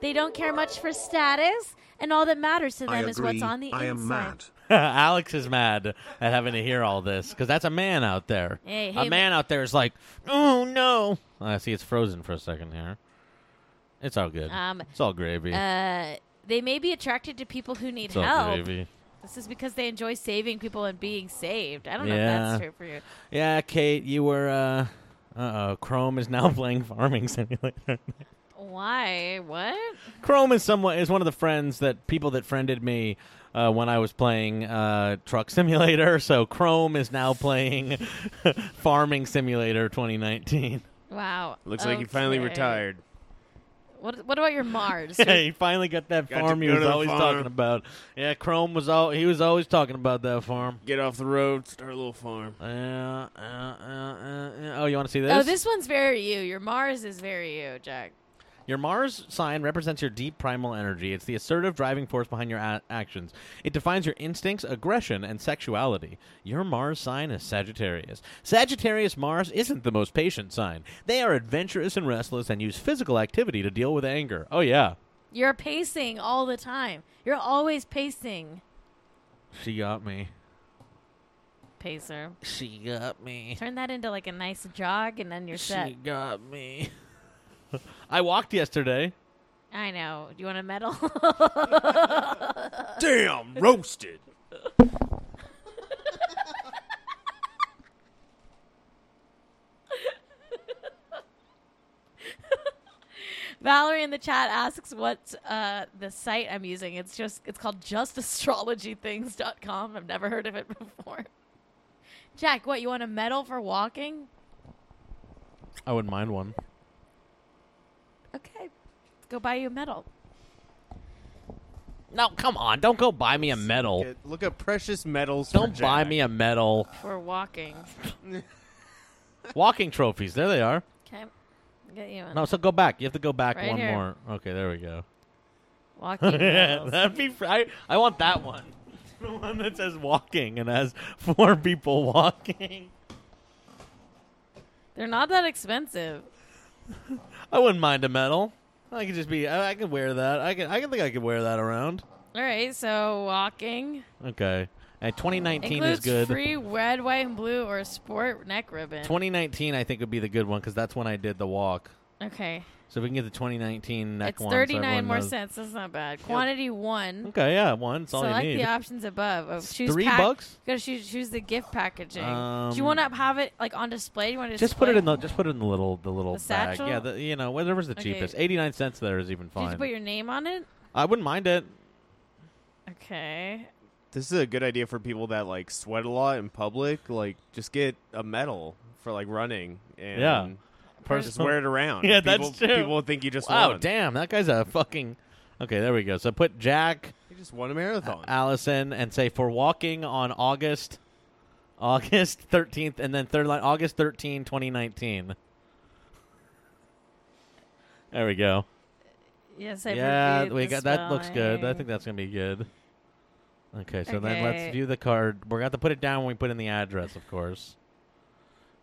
S1: They don't care much for status, and all that matters to them
S2: I
S1: is what's
S2: agree.
S1: on the
S2: I
S1: inside.
S2: am mad. Alex is mad at having to hear all this because that's a man out there.
S1: Hey,
S2: a
S1: hey,
S2: man out there is like, oh no. I see it's frozen for a second here. It's all good.
S1: Um,
S2: it's all gravy.
S1: Uh, they may be attracted to people who need
S2: it's all
S1: help.
S2: gravy.
S1: This is because they enjoy saving people and being saved. I don't know
S2: yeah.
S1: if that's true for you.
S2: Yeah, Kate, you were. Uh oh. Chrome is now playing Farming Simulator.
S1: Why? What?
S2: Chrome is someone is one of the friends that people that friended me uh, when I was playing uh, Truck Simulator. So Chrome is now playing Farming Simulator 2019.
S1: Wow.
S4: Looks like he finally
S1: Okay.
S4: retired.
S1: What? What about your Mars?
S2: Yeah, he finally got that
S4: Got to
S2: farm he
S4: go
S2: was
S4: to the
S2: always
S4: farm.
S2: talking about. Yeah, Chrome was all he was always talking about that farm.
S4: Get off the road, start a little farm.
S2: Uh, uh, uh, uh, uh. Oh, you want to see this?
S1: Oh, this one's very you. Your Mars is very you, Jack.
S2: Your Mars sign represents your deep primal energy. It's the assertive driving force behind your a- actions. It defines your instincts, aggression, and sexuality. Your Mars sign is Sagittarius. Sagittarius Mars isn't the most patient sign. They are adventurous and restless and use physical activity to deal with anger. Oh, yeah.
S1: You're pacing all the time. You're always pacing,
S2: She got me.
S1: pacer.
S2: She got me.
S1: Turn that into like a nice jog, and then you're set.
S2: She got me. I walked yesterday.
S1: I know. Do you want a medal?
S4: Damn, roasted.
S1: Valerie in the chat asks what uh, the site I'm using. It's just it's called justastrologythings.com. I've never heard of it before. Jack, what you want a medal for walking?
S2: I wouldn't mind one.
S1: Okay, let's go buy you a medal.
S2: No, come on. Don't go buy me a medal.
S4: Get- Look at precious metals.
S2: Don't buy me a medal.
S1: for walking.
S2: Walking trophies. There they are.
S1: Okay, get you one.
S2: No, so go back. You have to go back
S1: Right
S2: one
S1: here.
S2: more. Okay, there we go.
S1: Walking. medals.
S2: That'd be. Fr- I, I want that one. The one that says walking and has four people walking.
S1: They're not that expensive.
S2: I wouldn't mind a medal. I could just be. I, I could wear that. I could. I could think I could wear that around.
S1: All right, so walking
S2: Okay. And 2019
S1: includes
S2: is good.
S1: free red, white, and blue or sport neck ribbon.
S2: 2019 I think would be the good one because that's when I did the walk.
S1: Okay,
S2: So if we can get the 2019 neck
S1: it's
S2: one. so
S1: 39
S2: everyone
S1: more
S2: knows-
S1: cents. That's not bad. Quantity one.
S2: Okay, yeah, one. That's all
S1: Select
S2: you need.
S1: the options above. Oh, choose
S2: three
S1: pack-
S2: bucks?
S1: You gotta choose, choose the gift packaging. Do
S2: Um,
S1: you want to have it like on display? Do you want to
S2: just put it in the just put it in the little the little
S1: The
S2: bag. Yeah,
S1: satchel?
S2: the, you know whatever's the
S1: Okay.
S2: cheapest. 89 cents there is even
S1: Did you
S2: fine.
S1: put your name on it?
S2: I wouldn't mind it.
S1: Okay.
S4: This is a good idea for people that like sweat a lot in public. Like, just get a medal for like running and
S2: Yeah.
S4: just wear it around.
S2: yeah,
S4: people,
S2: that's true.
S4: People will think you just
S2: wow.
S4: won.
S2: Oh, Damn, that guy's a fucking. Okay, there we go. So put Jack,
S4: You just won a marathon.
S2: Ah, Allison, and say for walking on August, August 13th, and then third line August 13, 2019. There we go.
S1: Yes, I
S2: yeah,
S1: reviewed
S2: we
S1: the
S2: got that. Looks good. I
S1: spelling.
S2: think that's gonna be good. Okay, so then
S1: Okay.
S2: let's view the card. We're gonna have to put it down when we put in the address, of course.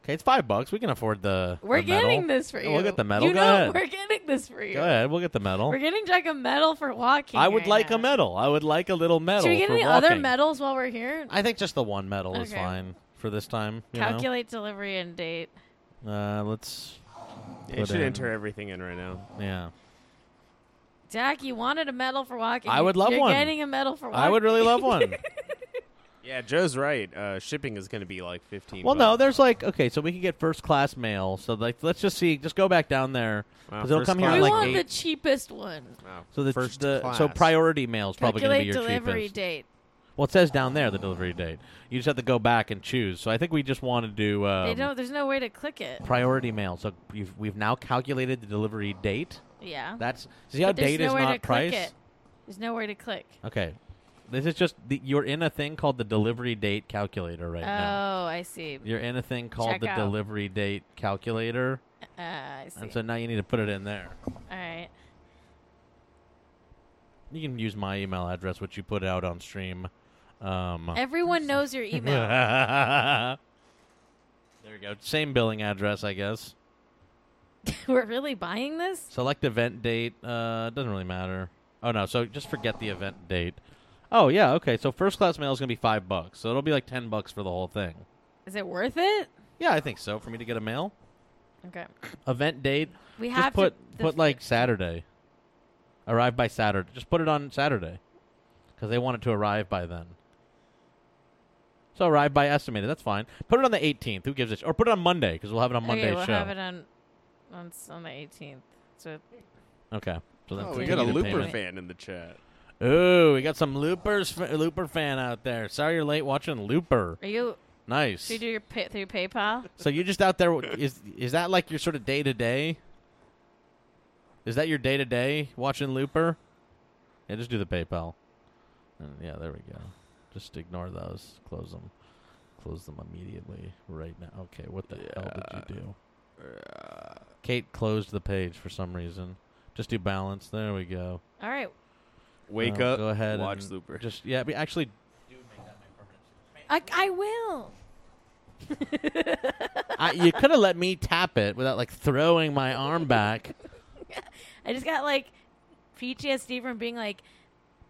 S2: Okay, it's five bucks. We can afford the.
S1: We're
S2: the medal.
S1: getting this for you.
S2: We'll get the medal.
S1: You
S2: Go
S1: know
S2: ahead.
S1: we're getting this for you.
S2: Go ahead. We'll get the medal.
S1: We're getting Jack a medal for walking.
S2: I would
S1: right
S2: like
S1: now.
S2: a medal. I would like a little medal.
S1: Should we get
S2: for
S1: any
S2: walking.
S1: other medals while we're here?
S2: I think just the one medal is
S1: Okay.
S2: fine for this time. You
S1: Calculate delivery and date.
S2: Know? Uh, let's.
S4: It
S2: put
S4: should
S2: in-
S4: enter everything in right now.
S2: Yeah.
S1: Jack, you wanted a medal for walking.
S4: I would love
S1: You're
S4: one.
S1: getting a medal for walking.
S4: I would really love
S2: one.
S4: Yeah, Joe's right. Uh, shipping is going to be like fifteen.
S2: Well,
S4: bucks.
S2: no, there's like okay, so we can get first class mail. So like, let's just see. Just go back down there
S4: Wow,
S2: 'cause it'll
S4: first
S2: come here
S4: class.
S2: at
S1: we
S2: like
S1: want the
S2: eight.
S1: cheapest one.
S2: so the,
S4: first
S2: the so
S4: class.
S2: priority mail is probably going to
S1: Calculate
S2: be your
S1: delivery
S2: cheapest.
S1: date.
S2: Well, it says down there the delivery date. You just have to go back and choose. So I think we just want to do
S1: they
S2: um,
S1: don't. There's no way to click it.
S2: priority mail. So you've, we've now calculated the delivery date.
S1: Yeah.
S2: That's see how
S1: But there's
S2: date is
S1: nowhere to
S2: not
S1: click
S2: price.
S1: it. There's nowhere to click.
S2: Okay, this is just the, you're in a thing called the delivery date calculator right
S1: oh,
S2: now.
S1: I see.
S2: You're in a thing called
S1: Check
S2: the
S1: out.
S2: delivery date calculator,
S1: Uh, I see.
S2: and so now you need to put it in there.
S1: All right.
S2: You can use my email address, which you put out on stream. Um,
S1: Everyone knows your email.
S2: there we go. Same billing address, I guess.
S1: We're really buying this.
S2: Select event date. Uh, doesn't really matter. Oh no, so just forget the event date. Oh yeah, okay. So first class mail is gonna be five bucks. So it'll be like ten bucks for the whole thing.
S1: Is it worth it?
S2: Yeah, I think so. For me to get a mail
S1: Okay.
S2: event date,
S1: We
S2: just
S1: have to-
S2: put
S1: the
S2: put like Saturday. Arrive by Saturday. Just put it on Saturday, because they want it to arrive by then. So arrive by estimated. That's fine. Put it on the 18th. Who gives a sh- or put it on Monday because we'll have it on Monday
S1: okay, we'll
S2: show.
S1: have it on on, s- on the 18th. So
S2: Okay. So then
S4: Oh, we
S2: continue
S4: got a
S2: the
S4: Looper
S2: payment.
S4: fan in the chat.
S2: Ooh, we got some loopers fa- looper fan out there. Sorry you're late watching Looper.
S1: are you?
S2: Nice.
S1: Should you do your pay, through PayPal?
S2: So you're just out there. w- Is is that like your sort of day to day? Is that your day to day watching Looper? Yeah, just do the PayPal. And yeah, there we go. Just ignore those. Close them. Close them immediately right now. Okay, what the hell did you do? Kate closed the page for some reason. Just do balance. There we go.
S1: All right.
S4: Wake
S2: Now
S4: up,
S2: Oh, Go ahead.
S4: watch
S2: and
S4: Looper.
S2: Just yeah. We actually
S1: I, I will.
S2: I, you could have let me tap it without like throwing my arm back.
S1: I just got like PTSD from being like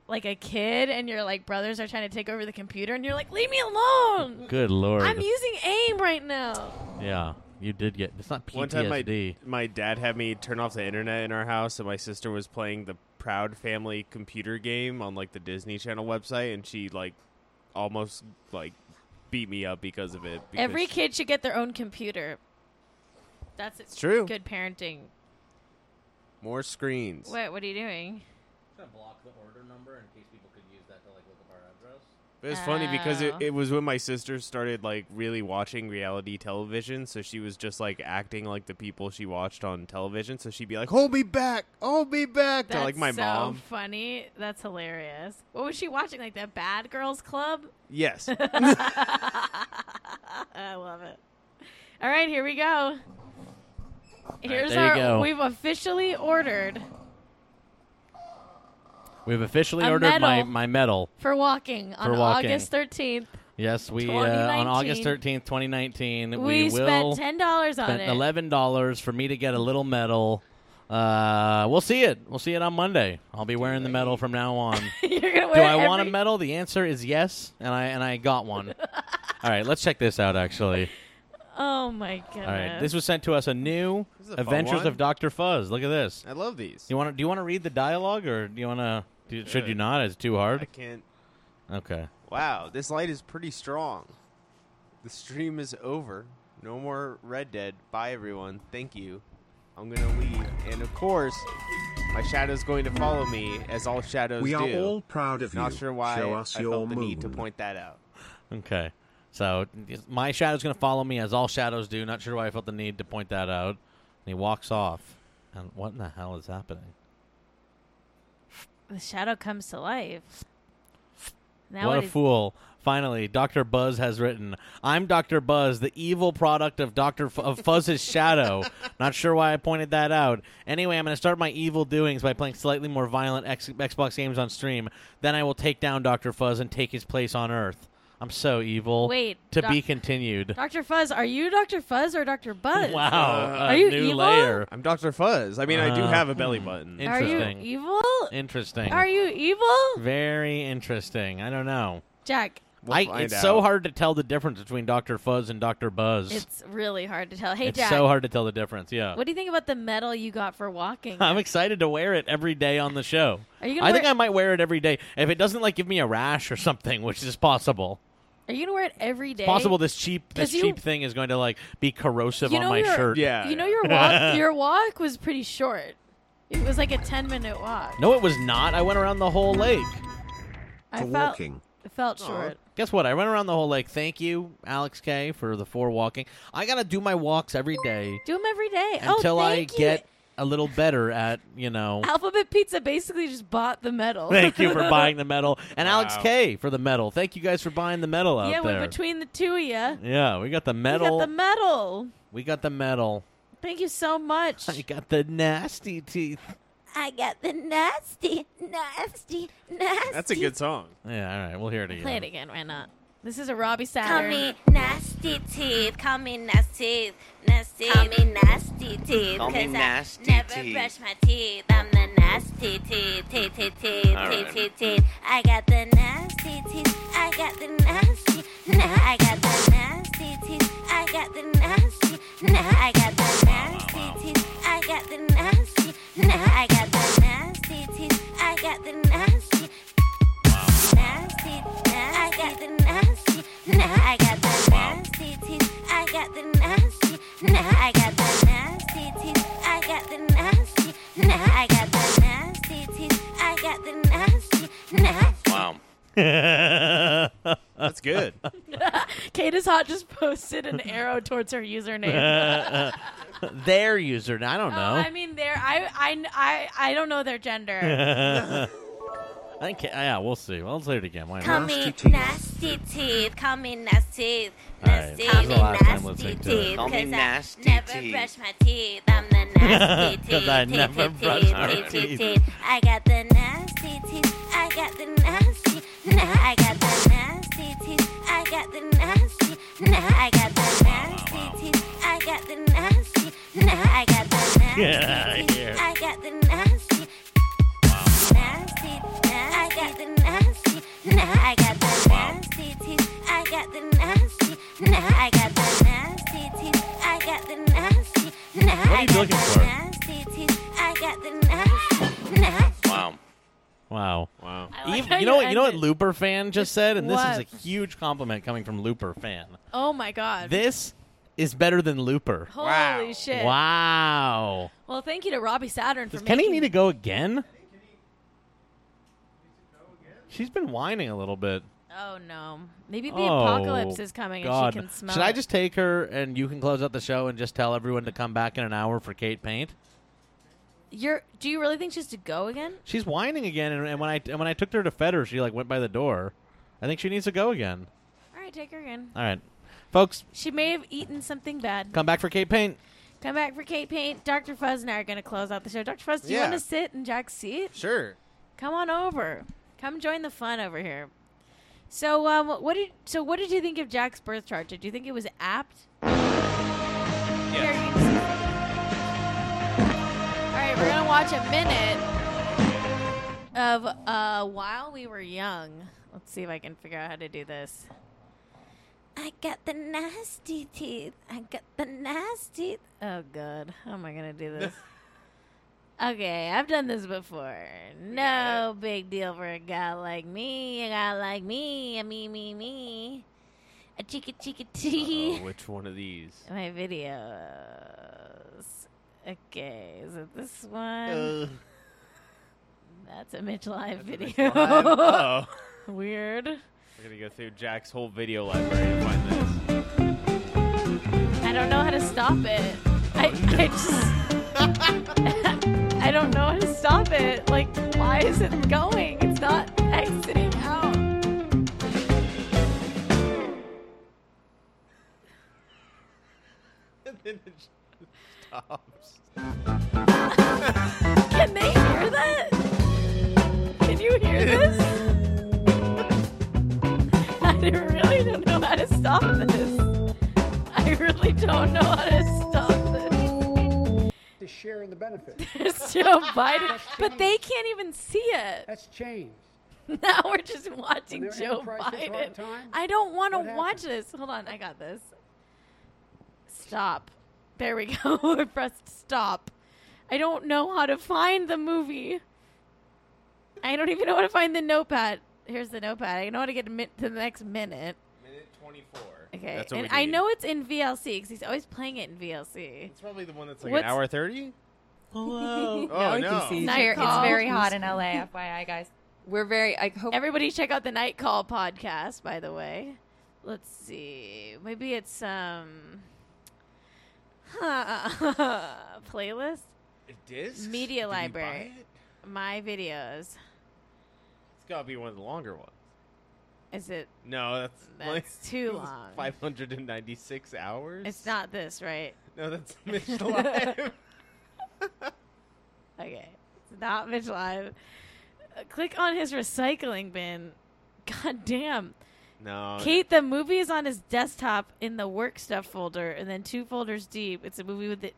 S1: like a kid and your like brothers are trying to take over the computer and you're like leave me alone.
S2: Good lord.
S1: I'm using aim right now.
S2: yeah, you did get. It's not PTSD.
S4: One time, my my dad had me turn off the internet in our house, and my sister was playing the Proud Family computer game on like the Disney Channel website, and she like almost like beat me up because of it. Because
S1: Every kid should get their own computer. That's it's
S4: true.
S1: Good parenting.
S4: more screens.
S1: What what are you doing?
S2: block the order number in case people could use that to like look up our address.
S4: But it's funny because it,
S1: Oh.
S4: it was when my sister started like really watching reality television, so she was just like acting like the people she watched on television. So she'd be like, "Hold me back, hold me back," to
S1: That's
S4: like my
S1: so
S4: mom.
S1: funny. That's hilarious. What was she watching? Like that Bad Girls Club?
S4: Yes.
S1: I love it. All right, here we go. Here's
S2: there you
S1: our.
S2: go.
S1: We've officially ordered
S2: We've officially
S1: A
S2: ordered my
S1: medal.
S2: my medal.
S1: for walking on
S2: For walking.
S1: August 13th.
S2: Yes, we uh, on August
S1: 2019.
S2: thirteenth, twenty nineteen,
S1: We,
S2: we
S1: spent
S2: will
S1: ten dollars on
S2: spent
S1: it.
S2: eleven dollars for me to get a little medal. Uh, we'll see it. We'll see it on Monday. I'll be wearing the medal from now on.
S1: You're gonna
S2: Do
S1: wear
S2: I
S1: every-
S2: want a medal? The answer is yes, and I and I got one. All right, let's check this out. Actually,
S1: Oh my goodness!
S2: all right, this was sent to us a new
S4: is a fun
S2: Adventures
S4: one.
S2: of Doctor Fuzz. Look at this.
S4: I love these.
S2: You want to? Do you want to read the dialogue, or do you want to? do- Should you not? It's too
S4: I
S2: hard.
S4: can't.
S2: Okay.
S4: Wow, this light is pretty strong. The stream is over. No more Red Dead. Bye, everyone. Thank you. I'm gonna leave, and of course, my shadow's going to follow me, as all shadows
S7: We
S4: do.
S7: are all proud of
S4: Not
S7: you.
S4: sure why
S7: Show us
S4: I
S7: your
S4: felt the need to
S7: moon.
S4: point that out.
S2: Okay. So my shadow's gonna follow me as all shadows do. Not sure why I felt the need to point that out. And he walks off. And what in the hell is happening?
S1: the shadow comes to life. Now
S2: what
S1: it
S2: a
S1: is-
S2: fool! Finally, Doctor Buzz has written, "I'm Doctor Buzz, the evil product of Doctor F- of Fuzz's shadow." Not sure why I pointed that out. Anyway, I'm going to start my evil doings by playing slightly more violent X- Xbox games on stream. Then I will take down Doctor Fuzz and take his place on Earth. I'm so evil.
S1: Wait,
S2: To
S1: doc-
S2: be continued.
S1: Dr. Fuzz, are you Dr. Fuzz or Dr. Buzz?
S2: Wow.
S1: are
S2: a
S1: you
S2: new
S1: evil?
S2: layer.
S4: I'm Dr. Fuzz. I mean, I do
S2: Uh,
S4: have a belly
S2: hmm.
S4: button.
S1: Are you
S2: Interesting.
S1: evil?
S2: Interesting.
S1: Are you evil?
S2: Very interesting. I don't know.
S1: Jack,
S2: I,
S4: find
S2: it's so
S4: out.
S2: hard to tell the difference between Dr. Fuzz and Dr. Buzz.
S1: it's really hard to tell. Hey,
S2: It's
S1: Jack.
S2: so hard to tell the difference. Yeah.
S1: What do you think about the medal you got for walking?
S2: I'm excited to wear it every day on the show.
S1: Are you gonna
S2: I think
S1: wear-
S2: I might wear it every day if it doesn't like give me a rash or something, which is possible.
S1: Are you gonna wear it every day?
S2: It's possible this cheap this
S1: 'Cause you-
S2: cheap thing is going to like be corrosive
S1: you
S2: on
S1: know
S2: my
S1: your,
S2: shirt.
S1: You know your walk. your walk was pretty short. It was like a ten minute walk.
S2: No, it was not. I went around the whole lake.
S1: I felt it felt short.
S2: Guess what? I went around the whole lake. Thank you, Alex K, for the four walking. I gotta do my walks every day
S1: Do them every day.
S2: until
S1: oh,
S2: I
S1: thank you.
S2: get a little better at you know.
S1: Alphabet Pizza basically just bought the medal.
S2: Thank you for buying the medal, and Alex
S1: Wow.
S2: K for the medal. Thank you guys for buying the medal out
S1: yeah,
S2: there.
S1: we're between the two of you.
S2: yeah, we got the
S1: We
S2: medal.
S1: got the medal.
S2: We got the medal.
S1: Thank you so much.
S2: I got the nasty teeth.
S3: I got the nasty, nasty, nasty.
S4: That's a good song.
S2: Yeah, all right, we'll hear it again.
S1: Play it again. Why not? This is a Robbie
S3: Call
S1: Saturn.
S3: me nasty teeth. Call me nasty, nasty. Call me nasty teeth.
S12: Call me
S3: 'cause
S12: nasty
S3: I never
S12: teeth.
S3: brush my teeth. I'm the nasty teeth, teeth, teeth, teeth,
S12: All
S3: teeth,
S12: right.
S3: teeth, teeth. I got the nasty teeth. I got the nasty. Nah, I got the nasty teeth. I got the nasty. Nah, I got the nasty teeth. I got the nasty. Nah, I got the nasty teeth. I got the nasty. Nasty, I got the nasty. Nah, I got the nasty teeth. I got the nasty. Nah, I got the nasty teeth. I got the nasty. Nah, I got the nasty teeth. I got the nasty. Nah.
S2: Wow. That's
S4: good.
S1: Kate is hot. Just posted an arrow towards her username.
S2: Their user. I don't know.
S1: Oh, I mean, there. I, I, I, I don't know their gender.
S2: I think, yeah, we'll see. I'll say it again. Why
S3: Call
S2: not?
S3: me nasty teeth. Call me nasty.
S2: All right,
S3: Nasty.
S2: this is the last time
S3: nasty
S2: listening to it.
S3: teeth.
S2: Call
S3: 'cause I
S2: me nasty
S3: Never
S2: teeth.
S3: brush my teeth. I'm the nasty teeth.
S2: 'Cause I
S3: teeth,
S2: never
S3: teeth,
S2: brush
S3: teeth,
S2: my
S3: teeth,
S2: teeth.
S3: teeth. I got the nasty teeth. I got the nasty. Nah, I got the nasty teeth. I got the nasty. Nah, I got the nasty teeth. I got the nasty. Nah, I got the nasty.
S12: Get outta
S3: teeth.
S12: here.
S3: I got the nasty. Nasty, nah, I got the nasty. Nah, I got the nasty teeth. I got the nasty. Nah, I got the nasty teeth. I got the nasty. Nah,
S2: What are
S3: I
S2: you
S3: got
S2: looking
S3: the
S2: for?
S3: nasty teeth. I got the nasty. Nah.
S2: Wow. Wow. Wow.
S1: like how
S2: you
S1: you
S2: know what you know what
S1: ended.
S2: Looper fan just said? And this is
S1: What?
S2: a huge compliment coming from Looper fan.
S1: oh my god.
S2: This is better than Looper.
S1: Holy Wow. shit.
S2: Wow.
S1: Well, thank you to Robbie Saturn for
S2: Does Kenny
S1: making.
S2: need to go again? She's been whining a little bit.
S1: oh no. Maybe the
S2: Oh,
S1: apocalypse is coming
S2: God.
S1: and she can smell.
S2: Should
S1: it.
S2: I just take her and you can close out the show and just tell everyone to come back in an hour for Kate Paint?
S1: You're. Do you really think she's to go again?
S2: She's whining again, and, and when I and when I took her to fed her, she like went by the door. I think she needs to go again.
S1: All right, take her again.
S2: All right, folks,
S1: She may have eaten something bad.
S2: come back for Kate Paint.
S1: Come back for Kate Paint. Dr. Fuzz and I are going to close out the show. Dr. Fuzz, do you
S2: Yeah.
S1: want to sit in Jack's seat?
S4: Sure.
S1: Come on over. Come join the fun over here. So, um, what did so what did you think of Jack's birth chart? Did you think it was apt? Here, you can s- All right, we're gonna watch a minute of uh, "While We Were Young." Let's see if I can figure out how to do this.
S3: I got the nasty teeth. I got the nasty.
S1: Oh god, how am I gonna do this? okay, I've done this before. No big deal for a guy like me. A guy like me, a me, me, me. A chicka chicka
S4: Uh-oh,
S1: chee.
S4: Oh, which one of these?
S1: My videos. Okay, is it this one?
S4: Uh.
S1: That's a Mitch Live
S4: That's a Mitch
S1: video.
S4: Live? Oh.
S1: Weird.
S4: We're gonna go through Jack's whole video library to find this.
S1: I don't know how to stop it. I, I just. I don't know how to stop it. Like, why is it going? It's not exiting out.
S4: and then it just stops.
S1: Can they hear that? Can you hear this? I I really don't know how to stop this. I really don't know how to stop this.
S12: To share in the benefit.
S1: There's Joe Biden, but they can't even see it.
S12: That's changed.
S1: Now we're just watching
S12: When they're in a
S1: Joe
S12: crisis hard
S1: Biden.
S12: time,
S1: I don't want to
S12: what
S1: watch this. Hold on, I got this. Stop. There we go. I pressed stop. I don't know how to find the movie. I don't even know how to find the notepad. Here's the notepad. I know how to get to mi- to the next minute.
S4: Minute 24.
S1: Okay,
S4: That's what
S1: and
S4: we
S1: I
S4: need.
S1: know it's in VLC because he's always playing it in VLC. It's
S4: probably the one that's like an hour 30?
S1: Hello.
S4: Oh, Now I can no. see Night your
S16: It's very hot in LA, FYI, guys. We're very. I hope
S1: Everybody check out the Night Call podcast, by the way. Let's see. Maybe it's um playlist?
S4: Discs?
S1: Media
S4: Did we
S1: library.
S4: buy it?
S1: My videos.
S4: It's got to be one of the longer ones.
S1: Is it
S4: No, that's,
S1: That's too long.
S4: 596 hours?
S1: it's not this, right?
S4: No, that's Mitch Live.
S1: okay. It's not Mitch Live. Uh, click on his recycling bin. God damn.
S4: No.
S1: Kate, the movie is on his desktop in the work stuff folder, and then two folders deep. It's a movie with the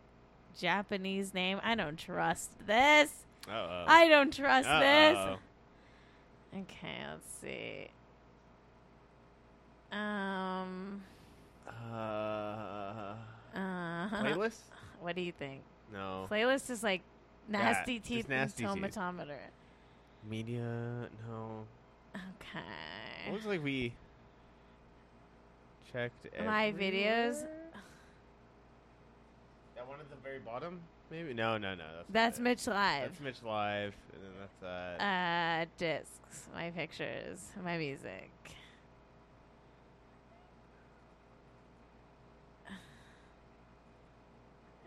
S1: Japanese name. I don't trust this.
S4: Uh-oh.
S1: I don't trust
S4: Oh. Uh-oh.
S1: this. Okay, let's see. Um.
S4: Uh,
S1: Uh,
S4: Playlist?
S1: What do you think?
S4: No.
S1: Playlist is like
S4: Oh. That,
S1: nasty
S4: just
S1: teeth
S4: Nasty Teeth.
S1: and tomatometer.
S4: Media, no.
S1: Okay.
S4: It looks like we checked
S1: My videos.
S4: That one at the very bottom? Maybe no, no, no. That's, not
S1: That's
S4: it.
S1: Mitch Live.
S4: That's Mitch Live, and then that's that.
S1: Uh, discs, my pictures, my music.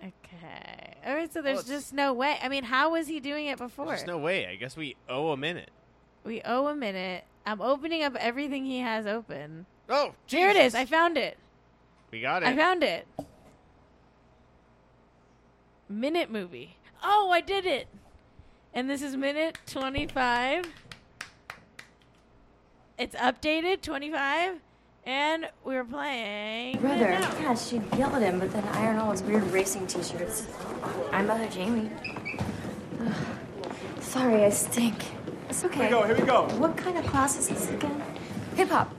S1: Okay. All right. So there's
S4: it's-
S1: just no way. I mean, how was he doing it before?
S4: There's just no way. I guess we owe a minute.
S1: We owe a minute. I'm opening up everything he has open.
S4: Oh,
S1: here it is. I found it.
S4: We got it.
S1: I found it. Minute movie. Oh, I did it. And this is minute 25. It's updated 25 and we're playing
S17: Brother,
S1: it now.
S17: yeah, she'd yell at him, but then iron all his weird racing t-shirts. I'm Mother Jamie. Ugh. Sorry, I stink. It's okay.
S18: Here we go, here we go.
S17: What kind of class is this again? Hip hop.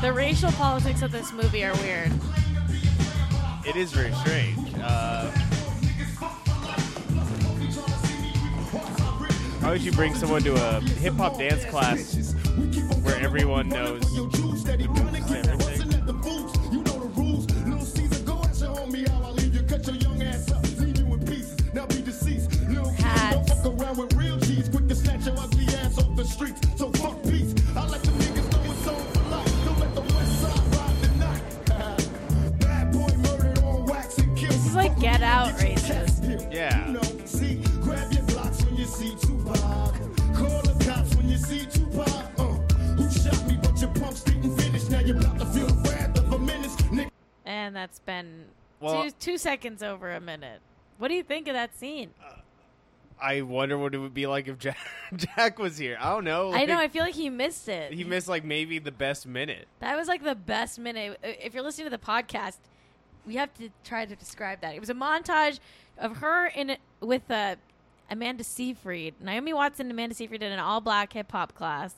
S1: The racial politics of this movie are weird.
S4: It is very strange. Uh, why would you bring someone to a hip hop dance class where everyone knows?
S1: This is like get out racist.
S4: Yeah.
S15: Uh,
S1: And that's been
S4: Well-
S1: two, two seconds over a minute. What do you think of that scene?
S4: I wonder what it would be like if Jack, Jack was here. I don't know.
S1: I know. I
S4: like,
S1: feel like he missed it.
S4: he missed like maybe the best minute.
S1: That was like the best minute. I- If you're listening to the podcast, we have to try to describe that. It was a montage of her in a, with uh, Amanda Seyfried, Naomi Watson, and Amanda Seyfried in an all black hip hop class.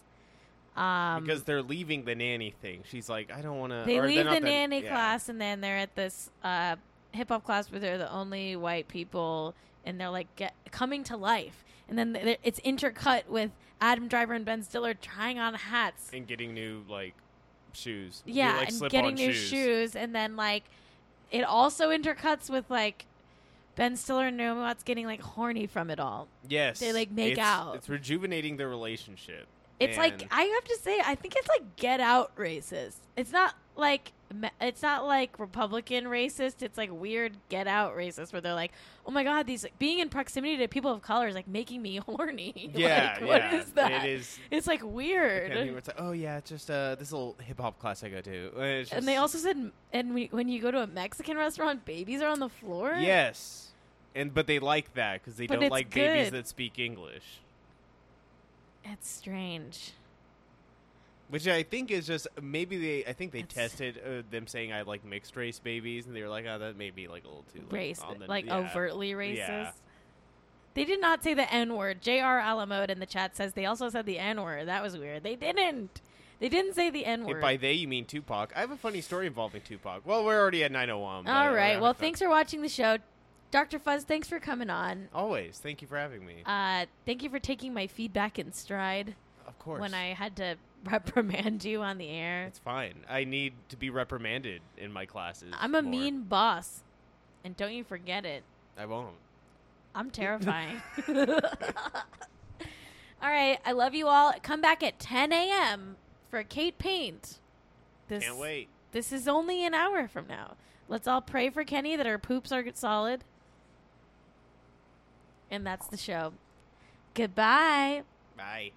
S1: Um,
S4: because they're leaving the nanny thing. She's like, I don't want to.
S1: they leave the
S4: not
S1: nanny
S4: yeah.
S1: class, and then they're at this uh, hip hop class where they're the only white people, and they're like get, coming to life. And then th- it's intercut with Adam Driver and Ben Stiller trying on hats.
S4: and getting new like shoes. New,
S1: Yeah,
S4: like,
S1: and
S4: slip-on
S1: getting new shoes. and then like it also intercuts with like Ben Stiller and Naomi Watts getting like horny from it all.
S4: Yes,
S1: they like make
S4: It's-
S1: out.
S4: It's rejuvenating their relationship.
S1: It's like
S4: And
S1: I have to say, I think it's like Get Out racist. It's not like me- it's not like Republican racist. It's like weird Get Out racist, where they're like, "Oh my God, these like, being in proximity to people of color is like making me horny."
S4: Yeah,
S1: like, what
S4: yeah,
S1: is that?
S4: it is-
S1: It's like weird.
S4: kind of people, it's like, oh yeah, it's just uh, this little hip hop class I go to. And, it's
S1: and they
S4: just-
S1: also said, and we, when you go to a Mexican restaurant, babies are on the floor.
S4: yes, and but they like that because they
S1: But
S4: don't
S1: it's
S4: like babies
S1: good.
S4: that speak English.
S1: That's strange.
S4: Which I think is just maybe they. I think they tested uh, them saying I like mixed race babies, and they were like, "Oh, that may be like a little too like,
S1: Race,
S4: on the-
S1: like
S4: yeah.
S1: overtly racist.
S4: Yeah.
S1: They did not say the N word. J.R. Alamode in the chat says they also said the N word. That was weird. They didn't. They didn't say the N
S4: If
S1: word.
S4: by they you mean Tupac, I have a funny story involving Tupac. Well, we're already at nine oh one.
S1: All right. Well, thanks for watching the show, Doctor Fuzz. Thanks for coming on.
S4: Always. Thank you for having me.
S1: Uh, thank you for taking my feedback in stride.
S4: Of course.
S1: When I had to reprimand you on the air,
S4: it's fine. I need to be reprimanded in my classes.
S1: I'm a
S4: more.
S1: mean boss, and don't you forget it.
S4: I won't.
S1: I'm terrifying. all right. I love you all. Come back at 10 a.m. for Kate Paint. This,
S4: Can't wait.
S1: This is only an hour from now. Let's all pray for Kenny that her poops are solid. And that's the show. Goodbye.
S4: Bye.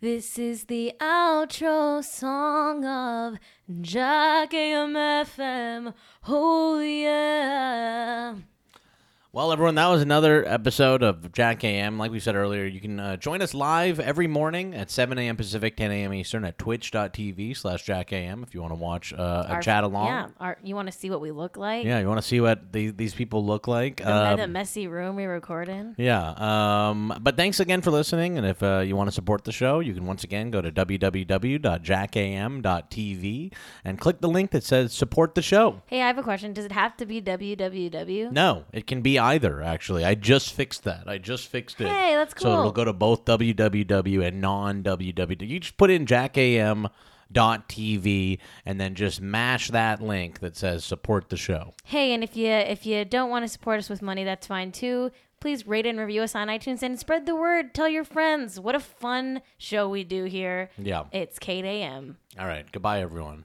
S1: This is the outro song of Jack AM FM. Oh, yeah.
S2: Well, everyone, that was another episode of Jack AM. Like we said earlier, you can uh, join us live every morning at 7 a.m. Pacific, 10 a.m. Eastern at twitch.tv slash Jack AM if you want to watch uh, and
S1: Our-
S2: chat along.
S1: Yeah. Our, you want to see what we look like?
S2: Yeah, you want to see what the, these people look like?
S1: The, me- the
S2: Um,
S1: messy room we record in?
S2: Yeah. Um, but thanks again for listening. And if uh, you want to support the show, you can once again go to www.jackam.tv and click the link that says support the show.
S1: Hey, I have a question. Does it have to be www?
S2: No, it can be either, actually. I just fixed that. I just fixed it.
S1: Hey, that's
S2: So
S1: cool.
S2: it'll go to both www and non www. You just put in jackam.tv and then just mash that link that says support the show.
S1: Hey, and if you if you don't want to support us with money, that's fine too. Please rate and review us on iTunes and spread the word. Tell your friends. What a fun show we do here.
S2: Yeah.
S1: It's Kate AM.
S2: All right. Goodbye, everyone.